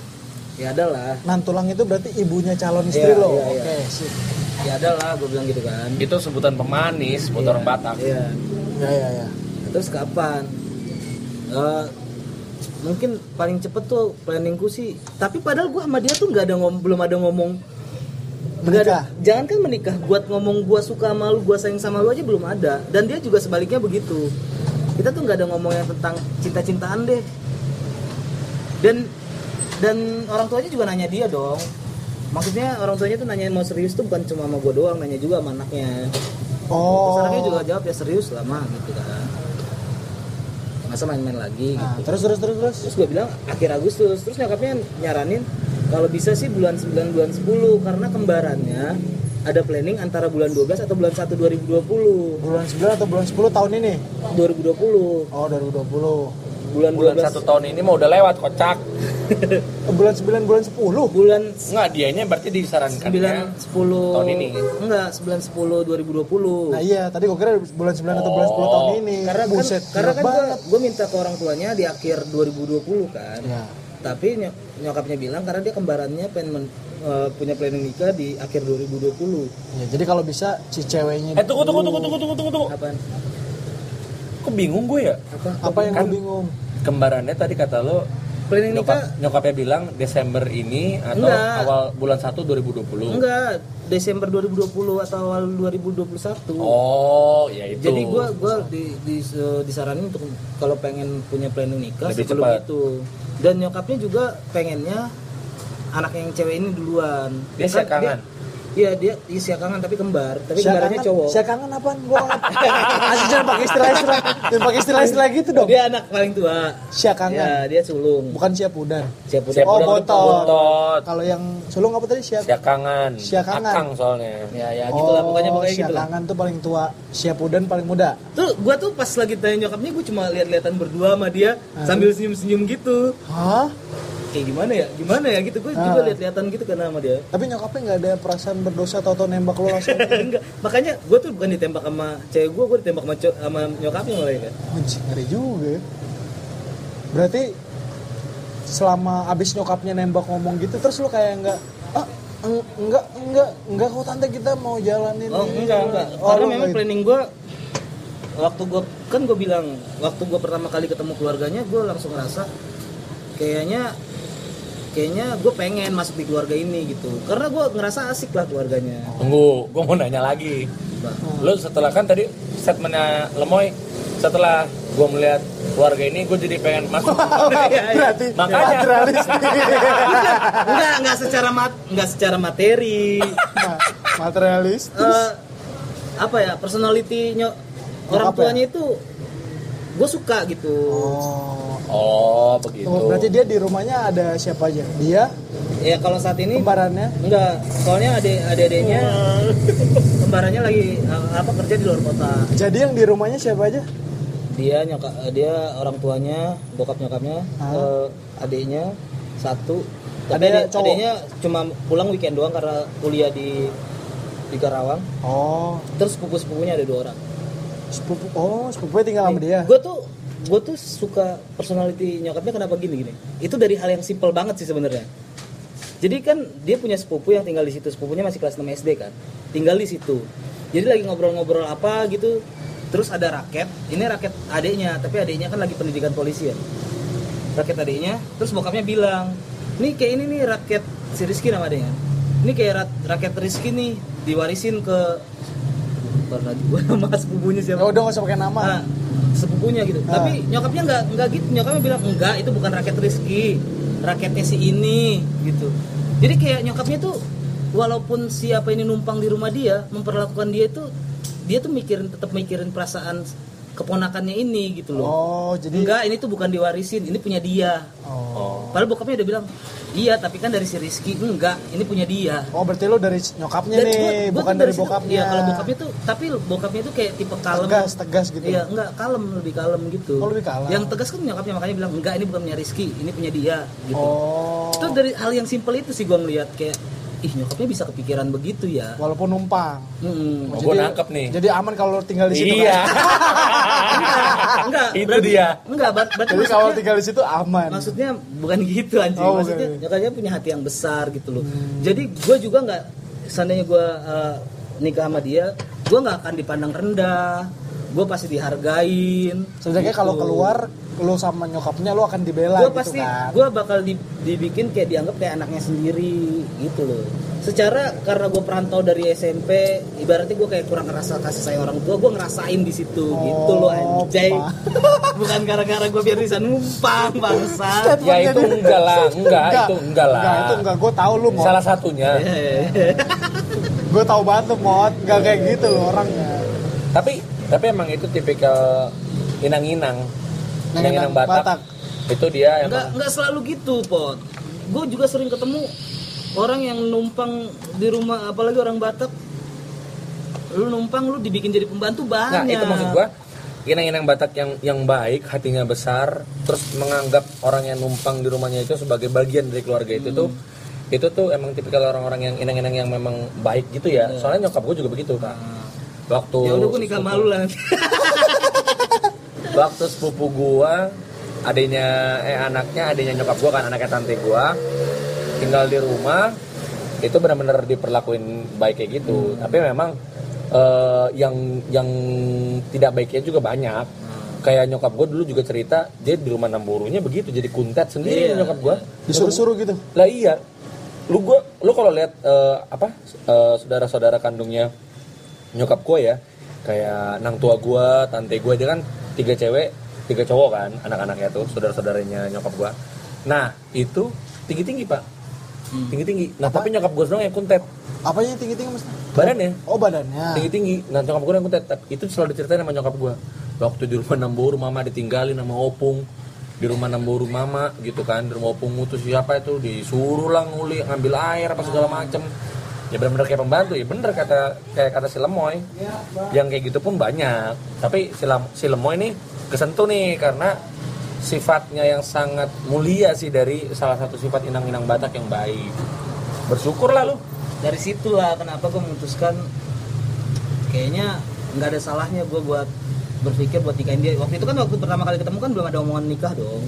[SPEAKER 5] Ya adalah.
[SPEAKER 6] Nantulang itu berarti ibunya calon istri
[SPEAKER 5] Iya,
[SPEAKER 6] lo.
[SPEAKER 5] iya, iya.
[SPEAKER 6] Oke, sip.
[SPEAKER 5] ya ada lah gue bilang gitu kan
[SPEAKER 4] itu sebutan pemanis buat orang Batak
[SPEAKER 5] Iya.
[SPEAKER 6] Ya ya ya.
[SPEAKER 5] terus kapan Eh, mungkin paling cepet tuh planningku sih tapi padahal gue sama dia tuh nggak ada ngom belum ada ngomong nggak ada jangan kan menikah buat ngomong gue suka sama lu gue sayang sama lu aja belum ada dan dia juga sebaliknya begitu kita tuh nggak ada ngomong yang tentang cinta-cintaan deh dan dan orang tuanya juga nanya dia dong maksudnya orang tuanya tuh nanya mau serius tuh bukan cuma sama gue doang nanya juga sama anaknya Terus
[SPEAKER 6] Oh.
[SPEAKER 5] anaknya juga jawab ya serius lah mah gitu kan. Masa main-main lagi
[SPEAKER 6] Nah,
[SPEAKER 5] gitu.
[SPEAKER 6] terus terus terus terus.
[SPEAKER 5] Terus gue bilang akhir Agustus. Terus nyokapnya nyaranin kalau bisa sih bulan 9 bulan 10 karena kembarannya ada planning antara bulan 12 atau bulan 1 2020.
[SPEAKER 6] Bulan 9 atau bulan 10 tahun ini?
[SPEAKER 5] 2020.
[SPEAKER 6] Oh, 2020.
[SPEAKER 5] Bulan,
[SPEAKER 4] bulan
[SPEAKER 5] 12
[SPEAKER 4] satu tahun ini mau udah lewat kocak
[SPEAKER 6] Eh, Bulan 9 bulan 10.
[SPEAKER 5] bulan
[SPEAKER 4] nggak dianya berarti disarankan Kan ya
[SPEAKER 5] 9 10
[SPEAKER 4] Tahun ini.
[SPEAKER 5] Enggak, 9 10 2020.
[SPEAKER 6] Nah iya, tadi gue kira bulan 9 atau bulan 10 tahun ini.
[SPEAKER 5] karena kan,
[SPEAKER 6] Buset,
[SPEAKER 5] karena
[SPEAKER 6] gelap
[SPEAKER 5] kan
[SPEAKER 6] banget.
[SPEAKER 5] gue minta ke orang tuanya di akhir 2020 kan
[SPEAKER 6] Ya.
[SPEAKER 5] tapi ny- nyokapnya bilang karena dia kembarannya pengen men- eh, punya planning nikah di akhir 2020
[SPEAKER 6] Ya, jadi kalau bisa si ceweknya
[SPEAKER 4] eh tunggu tunggu tunggu tunggu tunggu tunggu tunggu
[SPEAKER 5] apaan
[SPEAKER 4] kok bingung gue ya
[SPEAKER 5] apa
[SPEAKER 6] apa yang
[SPEAKER 4] Kan-
[SPEAKER 6] gue bingung?
[SPEAKER 4] kembarannya tadi kata lo
[SPEAKER 5] planning nikah
[SPEAKER 4] nyokap, nyokapnya bilang Desember ini atau
[SPEAKER 5] Enggak.
[SPEAKER 4] awal bulan 1 2020
[SPEAKER 5] enggak Desember 2020 atau awal 2021
[SPEAKER 4] oh ya itu
[SPEAKER 5] jadi gue gua di, di, eh, disaranin untuk kalau pengen punya planning nikah
[SPEAKER 4] Lebih
[SPEAKER 5] sebelum
[SPEAKER 4] cepat.
[SPEAKER 5] itu dan nyokapnya juga pengennya anak yang cewek ini duluan
[SPEAKER 4] Dia
[SPEAKER 5] Kan
[SPEAKER 4] siakangan?
[SPEAKER 5] dia- iya dia, dia siakangan tapi kembar tapi
[SPEAKER 6] Siakangan-
[SPEAKER 5] kembarannya cowok
[SPEAKER 6] Siakangan apaan? Gue Asli jangan pakai istilah-istilah. Jangan pakai istilah-istilah gitu dong.
[SPEAKER 5] dia anak paling tua
[SPEAKER 6] Siakangan.
[SPEAKER 5] ya dia sulung
[SPEAKER 6] Bukan siap udan.
[SPEAKER 5] siap udah
[SPEAKER 4] siap
[SPEAKER 6] Oh,
[SPEAKER 4] udah tuh,
[SPEAKER 6] botot.
[SPEAKER 4] botot.
[SPEAKER 6] Kalau yang sulung apa tadi
[SPEAKER 5] Iya.
[SPEAKER 6] siap?
[SPEAKER 4] siakangan
[SPEAKER 6] Siakangan.
[SPEAKER 4] akang soalnya
[SPEAKER 5] ya ya gitu
[SPEAKER 6] Oh,
[SPEAKER 5] lah pokoknya pokoknya gitu lah
[SPEAKER 6] siakangan tuh paling tua, siap udan paling muda.
[SPEAKER 5] tuh gua tuh pas
[SPEAKER 6] Ah.
[SPEAKER 5] lagi tanya nyokapnya gua cuma lihat-lihatan berdua sama dia sambil senyum-senyum gitu
[SPEAKER 6] Hah?
[SPEAKER 5] kayak gimana ya gimana ya gitu gue juga
[SPEAKER 6] Ah.
[SPEAKER 5] lihat-lihatan gitu karena sama dia
[SPEAKER 6] Tapi nyokapnya nggak ada perasaan berdosa atau nembak lo langsung.
[SPEAKER 5] Eh, enggak makanya gue tuh bukan ditembak sama cewek gue gue ditembak sama, co- sama nyokapnya malah ya kan
[SPEAKER 6] Anjing ngeri juga. ya. Berarti selama abis nyokapnya nembak ngomong gitu terus lu kayak nggak ah eng- enggak enggak enggak kok tante kita mau jalanin
[SPEAKER 5] oh
[SPEAKER 6] ini."
[SPEAKER 5] enggak enggak
[SPEAKER 6] Oh,
[SPEAKER 5] karena
[SPEAKER 6] lu
[SPEAKER 5] memang
[SPEAKER 6] nggak gitu.
[SPEAKER 5] planning gue waktu gue kan gue bilang waktu gue pertama kali ketemu keluarganya gue langsung ngerasa kayaknya kayaknya gue pengen masuk di keluarga ini gitu karena gue ngerasa asik lah keluarganya
[SPEAKER 4] Tunggu, gue mau nanya lagi. Lo setelah kan tadi statementnya Lemoy, setelah gue melihat keluarga ini, gue jadi pengen masuk.
[SPEAKER 6] Oh,
[SPEAKER 5] Iya,
[SPEAKER 6] berarti
[SPEAKER 4] Makanya.
[SPEAKER 6] materialis
[SPEAKER 5] enggak enggak secara mat enggak secara materi
[SPEAKER 6] Nah, materialis
[SPEAKER 5] eh apa ya personalitinya orang
[SPEAKER 6] Nyokap ya?
[SPEAKER 5] tuanya itu gue suka gitu
[SPEAKER 6] oh
[SPEAKER 4] oh, begitu.
[SPEAKER 6] Tunggu, berarti dia di rumahnya ada siapa aja dia
[SPEAKER 5] ya kalau saat ini
[SPEAKER 6] kembarannya
[SPEAKER 5] enggak soalnya adik adik-adiknya kembarannya lagi eh, apa kerja di luar kota
[SPEAKER 6] jadi yang di rumahnya siapa aja
[SPEAKER 5] dia nyoka eh, dia orang tuanya bokap nyokapnya
[SPEAKER 6] Ah.
[SPEAKER 5] eh, adiknya satu tapi
[SPEAKER 6] Adiknya
[SPEAKER 5] adik-
[SPEAKER 6] cowok?
[SPEAKER 5] adiknya cuma pulang weekend doang karena kuliah di di Karawang
[SPEAKER 6] oh
[SPEAKER 5] terus sepupu-sepupunya ada dua orang
[SPEAKER 6] sepupu oh sepupunya tinggal sama dia
[SPEAKER 5] Gue tuh gue tuh suka personality nyokapnya kenapa gini gini. Itu dari hal yang simple banget sih sebenarnya. Jadi kan dia punya sepupu yang tinggal di situ. Sepupunya masih kelas 6 SD kan. Tinggal di situ. Jadi lagi ngobrol-ngobrol apa gitu. Terus ada raket. Ini raket adiknya, tapi adiknya kan lagi pendidikan polisi ya. Raket adiknya, terus bokapnya bilang, "Nih kayak ini nih raket si Rizky nama adiknya. Ini kayak ra- raket Rizky nih diwarisin ke Baru lagi gue sama sepupunya siapa
[SPEAKER 6] ya udah nggak usah pakai nama
[SPEAKER 5] Ah, sepupunya gitu.
[SPEAKER 6] Ah.
[SPEAKER 5] Tapi nyokapnya nggak nggak gitu. Nyokapnya bilang enggak itu bukan raket Rizky, raketnya si ini gitu. Jadi kayak nyokapnya tuh walaupun siapa ini numpang di rumah dia memperlakukan dia itu dia tuh mikirin tetap mikirin perasaan keponakannya ini gitu loh.
[SPEAKER 6] oh jadi
[SPEAKER 5] Enggak, ini tuh bukan diwarisin, ini punya dia.
[SPEAKER 6] oh.
[SPEAKER 5] Padahal bokapnya udah bilang, "Iya, tapi kan dari si Rizky." Enggak, ini punya dia.
[SPEAKER 6] Oh berarti lo dari nyokapnya
[SPEAKER 5] Dan
[SPEAKER 6] Iya nih,
[SPEAKER 5] gua- gua
[SPEAKER 6] bukan
[SPEAKER 5] tuh
[SPEAKER 6] dari,
[SPEAKER 5] situ-
[SPEAKER 6] bokapnya.
[SPEAKER 5] Iya, kalau bokapnya tuh, tapi bokapnya tuh kayak tipe kalem.
[SPEAKER 6] Tegas, tegas gitu.
[SPEAKER 5] Iya, enggak kalem, lebih kalem gitu.
[SPEAKER 6] Oh, lebih kalem.
[SPEAKER 5] Yang tegas kan nyokapnya makanya bilang enggak ini bukan punya Rizky, ini punya dia gitu.
[SPEAKER 6] Oh.
[SPEAKER 5] Itu dari hal yang simpel itu sih gua ngelihat kayak ih nyokapnya bisa kepikiran begitu ya.
[SPEAKER 6] Walaupun numpang.
[SPEAKER 5] Mm-mm.
[SPEAKER 4] Oh, gua nangkep nih.
[SPEAKER 6] Jadi aman kalau lo tinggal di situ.
[SPEAKER 4] iya.
[SPEAKER 6] kan?
[SPEAKER 5] Enggak,
[SPEAKER 4] Itu
[SPEAKER 5] berarti-
[SPEAKER 4] dia.
[SPEAKER 5] Enggak, ber- berarti
[SPEAKER 6] Jadi kalau
[SPEAKER 5] maksudnya-
[SPEAKER 6] tinggal di situ aman.
[SPEAKER 5] Maksudnya bukan gitu
[SPEAKER 6] Kan.
[SPEAKER 5] anjing.
[SPEAKER 6] Oh, Hmm. bukan.
[SPEAKER 5] Maksudnya nyokapnya punya hati yang besar gitu loh. Jadi gue juga nggak seandainya gue nikah sama dia, gue nggak akan dipandang rendah. Gue pasti dihargain. Gitu.
[SPEAKER 6] Sebenarnya kalau keluar lo sama nyokapnya lo akan dibela gitu
[SPEAKER 5] gue pasti
[SPEAKER 6] kan.
[SPEAKER 5] gue bakal di- dibikin kayak dianggap kayak anaknya sendiri gitu loh. Secara karena gue perantau dari SMP, ibaratnya gue kayak kurang ngerasa kasih sayang orang tua, gue ngerasain di situ gitu loh
[SPEAKER 6] Oh,
[SPEAKER 5] anjay.
[SPEAKER 6] pa.
[SPEAKER 5] Bukan gara-gara gue biar bisa numpang bangsa.
[SPEAKER 4] Ya itu enggak lah, enggak, itu enggak lah.
[SPEAKER 6] Enggak, itu enggak. Iya. Gue tahu lo, Mot.
[SPEAKER 4] Salah satunya.
[SPEAKER 5] Eh.
[SPEAKER 6] Gue tahu banget tuh, Mot. Enggak kayak gitu lo orangnya.
[SPEAKER 4] Tapi tapi emang itu tipikal inang-inang. Inang-inang Batak.
[SPEAKER 6] Batak.
[SPEAKER 4] Itu dia
[SPEAKER 5] nggak
[SPEAKER 4] emang.
[SPEAKER 5] nggak selalu gitu pot gue juga sering ketemu orang yang numpang di rumah apalagi orang Batak lu numpang lu dibikin jadi pembantu
[SPEAKER 4] Nah,
[SPEAKER 5] banyak
[SPEAKER 4] itu maksud gua inang-inang Batak yang yang baik, hatinya besar, terus menganggap orang yang numpang di rumahnya itu sebagai bagian dari keluarga itu tuh
[SPEAKER 5] Hmm.
[SPEAKER 4] itu tuh emang tipikal orang-orang yang inang-inang yang memang baik gitu ya. Soalnya nyokap gue juga begitu, Kak. Waktu
[SPEAKER 5] Iya. ya udah gue nikah
[SPEAKER 4] sepupu-
[SPEAKER 5] malu lah
[SPEAKER 4] waktu sepupu gua adanya eh anaknya adanya nyokap gua kan anaknya tante gua tinggal di rumah itu benar-benar diperlakuin baik kayak gitu tapi memang eh, yang yang tidak baiknya juga banyak kayak nyokap gua dulu juga cerita dia di rumah namborunya begitu jadi kuntet sendiri nyokap gua
[SPEAKER 6] Disuruh-suruh gitu.
[SPEAKER 4] lah iya lu gua lu kalau lihat eh, apa eh, saudara-saudara kandungnya nyokap gue ya kayak nang tua gue tante gue dia kan tiga cewek tiga cowok kan anak-anaknya tuh saudara-saudaranya nyokap gue nah itu tinggi-tinggi pak tinggi-tinggi nah tapi nyokap gue doang yang kuntet ya?
[SPEAKER 6] Apanya yang tinggi-tinggi, Mas?
[SPEAKER 4] badannya
[SPEAKER 6] Oh, badannya.
[SPEAKER 4] tinggi-tinggi nah nyokap gue yang kuntet Tapi itu selalu diceritain sama nyokap gue waktu di rumah Namboru mama ditinggalin sama opung di rumah Namboru mama gitu kan di rumah opung mutus siapa itu disuruh lah nguli ngambil air apa segala macem ya benar-benar kayak pembantu ya bener kata kayak kata si Lemoy yang kayak gitu pun banyak tapi si, Lam- si Lemoy nih kesentuh nih karena sifatnya yang sangat mulia sih dari salah satu sifat inang-inang Batak yang baik. Bersyukurlah lu.
[SPEAKER 5] dari situlah kenapa gue memutuskan kayaknya nggak ada salahnya gue buat berpikir buat nikahin dia waktu itu kan waktu pertama kali ketemu kan belum ada omongan nikah dong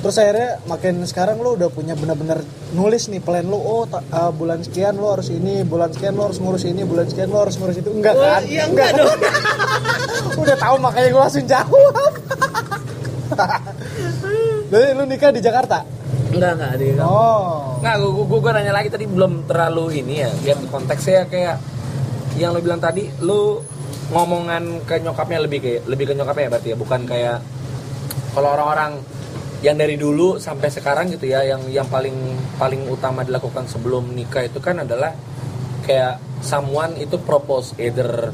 [SPEAKER 6] Terus akhirnya makin sekarang lo udah punya bener-bener nulis nih plan lo, oh ta- ah, bulan sekian lo harus ini, bulan sekian lo harus ngurus ini, bulan sekian lo harus ngurus itu. Enggak
[SPEAKER 5] Wah,
[SPEAKER 6] kan?
[SPEAKER 5] iya, enggak dong.
[SPEAKER 6] kan? udah tahu makanya gue langsung jawab. Jadi lu nikah di Jakarta?
[SPEAKER 5] enggak enggak deh
[SPEAKER 4] Ya.
[SPEAKER 6] Oh.
[SPEAKER 4] Nggak, gua, gua, gua nanya lagi tadi belum terlalu ini ya. Biar konteksnya kayak yang lu bilang tadi, lu ngomongan ke nyokapnya lebih kayak lebih ke nyokapnya ya berarti ya, bukan kayak kalau orang-orang yang dari dulu sampai sekarang gitu ya, yang yang paling paling utama dilakukan sebelum nikah itu kan adalah kayak someone itu propose either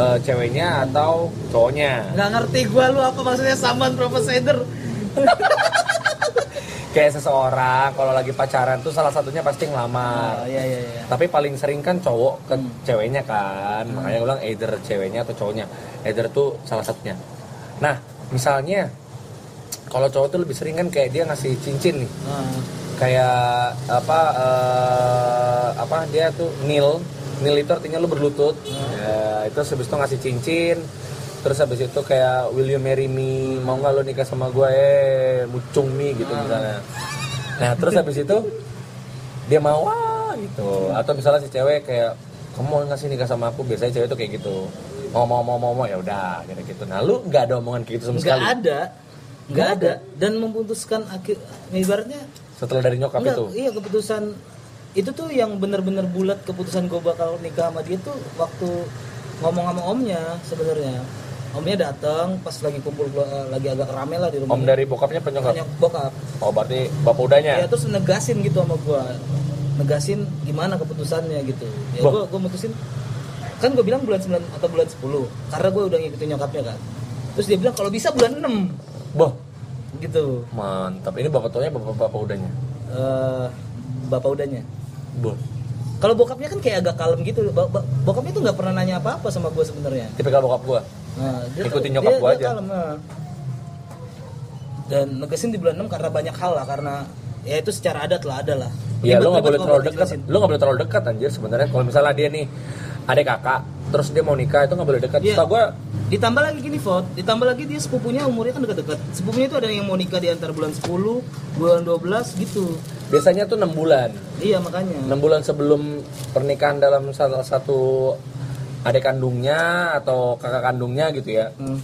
[SPEAKER 4] eh, ceweknya atau cowoknya.
[SPEAKER 5] nggak ngerti gue lu apa maksudnya saman provider
[SPEAKER 4] Kayak seseorang kalau lagi pacaran tuh salah satunya pasti ngelamar.
[SPEAKER 5] oh iya iya iya
[SPEAKER 4] Tapi paling sering kan cowok ke ceweknya kan. Makanya gue bilang either ceweknya atau cowoknya. Either tuh salah satunya. Nah, misalnya kalau cowok tuh lebih sering kan kayak dia ngasih cincin nih.
[SPEAKER 5] Ah,
[SPEAKER 4] Kayak apa eh, apa dia tuh nil. Nil itu artinya lu berlutut. Ya, itu habis itu ngasih cincin. Terus habis itu kayak will you marry me? Mau nggak lo nikah sama gue? Eh, mucung mi gitu misalnya. Nah, terus habis itu dia mau "Wah," gitu atau misalnya si cewek kayak kamu mau nggak sih nikah sama aku biasanya cewek tuh kayak gitu mau mau mau mau, mau ya udah gitu gitu nah lu nggak ada omongan kayak gitu sama
[SPEAKER 5] nggak
[SPEAKER 4] sekali
[SPEAKER 5] ada nggak ada dan memutuskan akhir ibaratnya
[SPEAKER 4] setelah dari nyokap
[SPEAKER 5] enggak,
[SPEAKER 4] itu
[SPEAKER 5] iya keputusan itu tuh yang bener-bener bulat keputusan gue bakal nikah sama dia tuh waktu ngomong sama omnya sebenarnya omnya datang pas lagi kumpul gua- eh, lagi agak rame lah di rumah
[SPEAKER 4] om dari bokapnya penyokap
[SPEAKER 5] Hanya bokap
[SPEAKER 4] oh berarti bapak udahnya
[SPEAKER 5] ya terus negasin gitu sama gua negasin gimana keputusannya gitu ya
[SPEAKER 4] Bang.
[SPEAKER 5] gua gua mutusin kan gua bilang bulan 9 atau bulan 10 karena gua udah ngikutin nyokapnya kan terus dia bilang kalau bisa bulan 6
[SPEAKER 4] boh
[SPEAKER 5] gitu
[SPEAKER 4] mantap ini bapak tuanya bapak bapak udahnya
[SPEAKER 5] eh bapak udahnya
[SPEAKER 4] boh
[SPEAKER 5] kalau bokapnya kan kayak agak kalem gitu Ba- ba- bokapnya tuh nggak pernah nanya apa-apa sama gua sebenarnya
[SPEAKER 4] tipikal bokap gua
[SPEAKER 5] Nah, dia
[SPEAKER 4] Ikutin
[SPEAKER 5] tuh-
[SPEAKER 4] nyokap
[SPEAKER 5] dia-
[SPEAKER 4] gua
[SPEAKER 5] dia
[SPEAKER 4] aja.
[SPEAKER 5] kalem, nah. dan negasin di bulan 6 karena banyak hal lah karena ya itu secara adat lah ada lah
[SPEAKER 4] Ya lu
[SPEAKER 5] Ribet-ribet
[SPEAKER 4] nggak boleh
[SPEAKER 5] kalau
[SPEAKER 4] terlalu dekat.
[SPEAKER 5] dijelasin.
[SPEAKER 4] Lu nggak boleh terlalu dekat anjir sebenarnya. Kalau misalnya dia nih ada kakak, terus dia mau nikah itu nggak boleh dekat.
[SPEAKER 5] Iya.
[SPEAKER 4] Setelah gua
[SPEAKER 5] Ditambah lagi gini, Fot. Ditambah lagi dia sepupunya umurnya kan dekat-dekat. Sepupunya itu ada yang mau nikah di antara bulan 10, bulan 12 gitu.
[SPEAKER 4] biasanya tuh 6 bulan.
[SPEAKER 5] Iya, makanya.
[SPEAKER 4] 6 bulan sebelum pernikahan dalam salah satu adik kandungnya atau kakak kandungnya gitu ya
[SPEAKER 5] Hmm.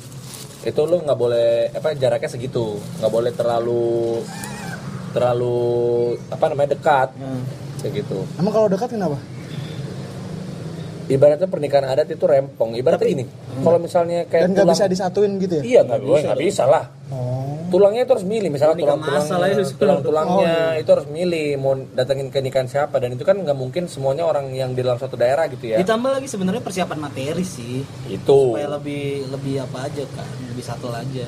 [SPEAKER 4] itu lu nggak boleh apa jaraknya segitu nggak boleh terlalu terlalu apa namanya dekat
[SPEAKER 5] Hmm.
[SPEAKER 4] kayak gitu
[SPEAKER 6] Emang kalau dekat kenapa?
[SPEAKER 4] ibaratnya pernikahan adat itu rempong ibaratnya ini kalau misalnya kayak
[SPEAKER 6] Dan nggak
[SPEAKER 4] tulang
[SPEAKER 6] bisa disatuin gitu ya?
[SPEAKER 4] iya nggak bisa, nggak bisa lah
[SPEAKER 6] Oh.
[SPEAKER 4] tulangnya itu harus milih misalnya
[SPEAKER 5] Nikah
[SPEAKER 4] tulang tulangnya
[SPEAKER 5] masalah itu Oh, iya. sih.
[SPEAKER 4] tulang tulangnya itu harus milih mau datengin ke nikahan siapa dan itu kan nggak mungkin semuanya orang yang di dalam satu daerah gitu ya
[SPEAKER 5] Ditambah lagi sebenarnya persiapan materi sih.
[SPEAKER 4] itu
[SPEAKER 5] Supaya lebih lebih apa aja kan, lebih satu aja.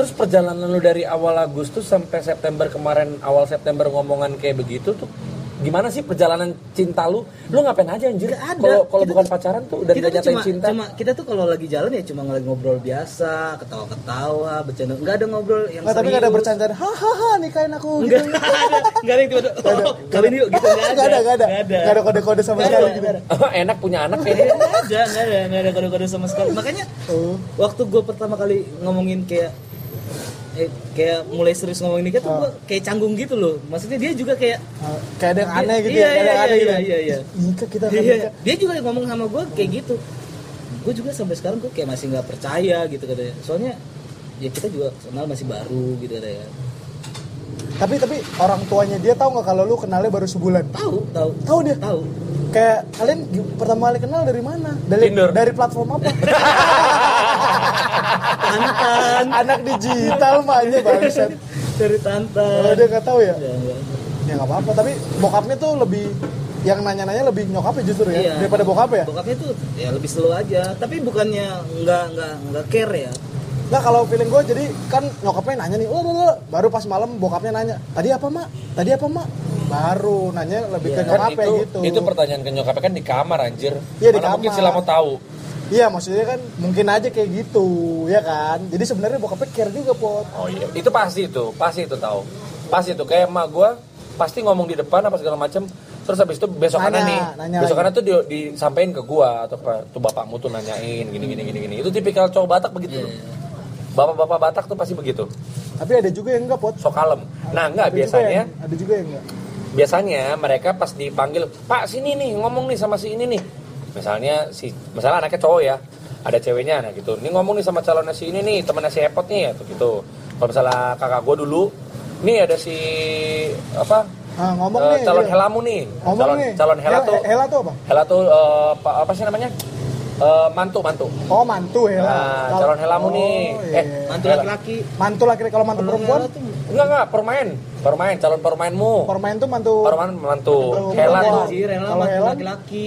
[SPEAKER 4] Terus perjalanan lu dari awal Agustus sampai September kemarin awal September ngomongan kayak begitu tuh gimana sih perjalanan cinta lu? Lu ngapain aja anjir?
[SPEAKER 5] Nggak ada.
[SPEAKER 4] Kalau kalau
[SPEAKER 5] Kita
[SPEAKER 4] bukan
[SPEAKER 5] tuh-
[SPEAKER 4] pacaran tuh udah
[SPEAKER 5] kita
[SPEAKER 4] nggak
[SPEAKER 5] tuh
[SPEAKER 4] nyatain
[SPEAKER 5] cuma,
[SPEAKER 4] cinta.
[SPEAKER 5] cuma kita tuh kalau lagi jalan ya cuma lagi ngobrol biasa, ketawa-ketawa, bercanda. Enggak ada ngobrol yang
[SPEAKER 6] Nggak, tapi nggak ada
[SPEAKER 5] serius.
[SPEAKER 6] bercanda. Hahaha nikahin aku. gitu.
[SPEAKER 5] Enggak ada, enggak ada yang tiba-tiba. "Oh, Kawin yuk gitu enggak ada.
[SPEAKER 6] Gak ada, gak ada.
[SPEAKER 5] Nggak
[SPEAKER 6] Gak ada kode-kode sama
[SPEAKER 5] Nggak
[SPEAKER 6] sekali
[SPEAKER 5] ada,
[SPEAKER 6] gitu.
[SPEAKER 5] nggak ada.
[SPEAKER 4] Enak punya anak
[SPEAKER 5] Nggak
[SPEAKER 4] ya.
[SPEAKER 5] ada, nggak ada, nggak ada kode-kode sama sekali. Makanya
[SPEAKER 6] Oh.
[SPEAKER 5] waktu gue pertama kali ngomongin kayak eh, kayak mulai serius ngomongin nikah tuh gue kayak canggung gitu loh. Maksudnya dia juga kayak
[SPEAKER 6] Ah, Kayak ada yang aneh gitu
[SPEAKER 5] Iya,
[SPEAKER 6] ya, kayak ada yang
[SPEAKER 5] iya,
[SPEAKER 6] aneh
[SPEAKER 5] iya,
[SPEAKER 6] gitu.
[SPEAKER 5] iya, iya.
[SPEAKER 6] Nikah kita akan
[SPEAKER 5] dia,
[SPEAKER 6] nikah.
[SPEAKER 5] dia juga ngomong sama gue kayak gitu. Gue juga sampai sekarang gue kayak masih nggak percaya gitu katanya. Soalnya ya kita juga kenal masih baru gitu katanya.
[SPEAKER 6] Tapi tapi orang tuanya dia tahu nggak kalau lu kenalnya baru sebulan?
[SPEAKER 5] Tahu, tahu,
[SPEAKER 6] Tahu dia.
[SPEAKER 5] tahu.
[SPEAKER 6] Kayak kalian gi- pertama kali kenal dari mana? Dari
[SPEAKER 4] Tinder.
[SPEAKER 6] dari platform apa?
[SPEAKER 5] Tantan
[SPEAKER 6] Anak digital mah aja barusan.
[SPEAKER 5] dari
[SPEAKER 6] Oh,
[SPEAKER 5] Tantan.
[SPEAKER 6] dia nggak tahu ya?
[SPEAKER 5] Nggak, nggak.
[SPEAKER 6] Ya nggak apa-apa. Tapi bokapnya tuh lebih yang nanya-nanya lebih nyokapnya justru ya
[SPEAKER 5] Iya.
[SPEAKER 6] daripada bokapnya. ya?
[SPEAKER 5] Bokapnya tuh ya lebih slow aja, tapi bukannya nggak nggak nggak care ya.
[SPEAKER 6] Nah kalau feeling gue jadi kan nyokapnya nanya nih, oh, oh, oh." baru pas malam bokapnya nanya, tadi apa mak? Tadi apa mak? Baru nanya lebih ke
[SPEAKER 4] Kan
[SPEAKER 6] nyokapnya
[SPEAKER 4] itu,
[SPEAKER 6] gitu.
[SPEAKER 4] itu pertanyaan ke nyokapnya kan di kamar anjir.
[SPEAKER 6] Iya, di
[SPEAKER 4] Mana mungkin
[SPEAKER 6] kamar.
[SPEAKER 4] sila mau tahu.
[SPEAKER 6] Iya maksudnya kan mungkin aja kayak gitu ya kan. Jadi sebenarnya bokapnya care juga pot.
[SPEAKER 4] Oh iya, itu pasti itu, pasti itu tahu. Pasti itu kayak emak gua pasti ngomong di depan apa segala macem terus habis itu besokannya
[SPEAKER 6] Nanya,
[SPEAKER 4] nih
[SPEAKER 6] nanya
[SPEAKER 4] besokannya tuh di, disampaikan ke gua atau ke tuh bapakmu tuh nanyain gini gini gini gini itu tipikal cowok Batak begitu loh. bapak-bapak Batak tuh pasti begitu
[SPEAKER 6] Tapi ada juga yang enggak pot.
[SPEAKER 4] so kalem nah
[SPEAKER 6] Ada
[SPEAKER 4] enggak
[SPEAKER 6] juga
[SPEAKER 4] biasanya
[SPEAKER 6] yang- ada juga yang enggak.
[SPEAKER 4] biasanya mereka pas dipanggil pak sini nih ngomong nih sama si ini nih misalnya si misalnya anaknya cowok ya ada ceweknya nah gitu ini ngomong nih sama calonnya si ini nih temannya si epot nih ya tuh gitu kalau misalnya kakak gue dulu nih ada si apa
[SPEAKER 6] Ah, ngomong nih.
[SPEAKER 4] eh, calon
[SPEAKER 6] iya.
[SPEAKER 4] helamu nih
[SPEAKER 6] Ngomong
[SPEAKER 4] calon
[SPEAKER 6] nih. Ya,
[SPEAKER 4] calon hela tuh
[SPEAKER 6] Hela tuh apa?
[SPEAKER 4] hela tuh eh, apa, apa sih namanya Eh, mantu mantu
[SPEAKER 6] Oh mantu hela.
[SPEAKER 4] nah,
[SPEAKER 6] Kalau-
[SPEAKER 4] calon helamu
[SPEAKER 6] oh,
[SPEAKER 4] nih
[SPEAKER 6] iya.
[SPEAKER 4] eh
[SPEAKER 5] mantu
[SPEAKER 4] hela.
[SPEAKER 5] laki-laki
[SPEAKER 6] mantu laki-laki kalau mantu
[SPEAKER 5] Kalau
[SPEAKER 6] perempuan
[SPEAKER 5] Hela tuh
[SPEAKER 4] enggak enggak permain permain calon permainmu
[SPEAKER 6] permain tuh mantu
[SPEAKER 4] permain mantu
[SPEAKER 6] Mantu
[SPEAKER 4] hela
[SPEAKER 6] perempuan.
[SPEAKER 4] tuh
[SPEAKER 5] anjir Hela
[SPEAKER 6] Kalau
[SPEAKER 5] Oh, mantu
[SPEAKER 6] Hela-
[SPEAKER 5] laki-laki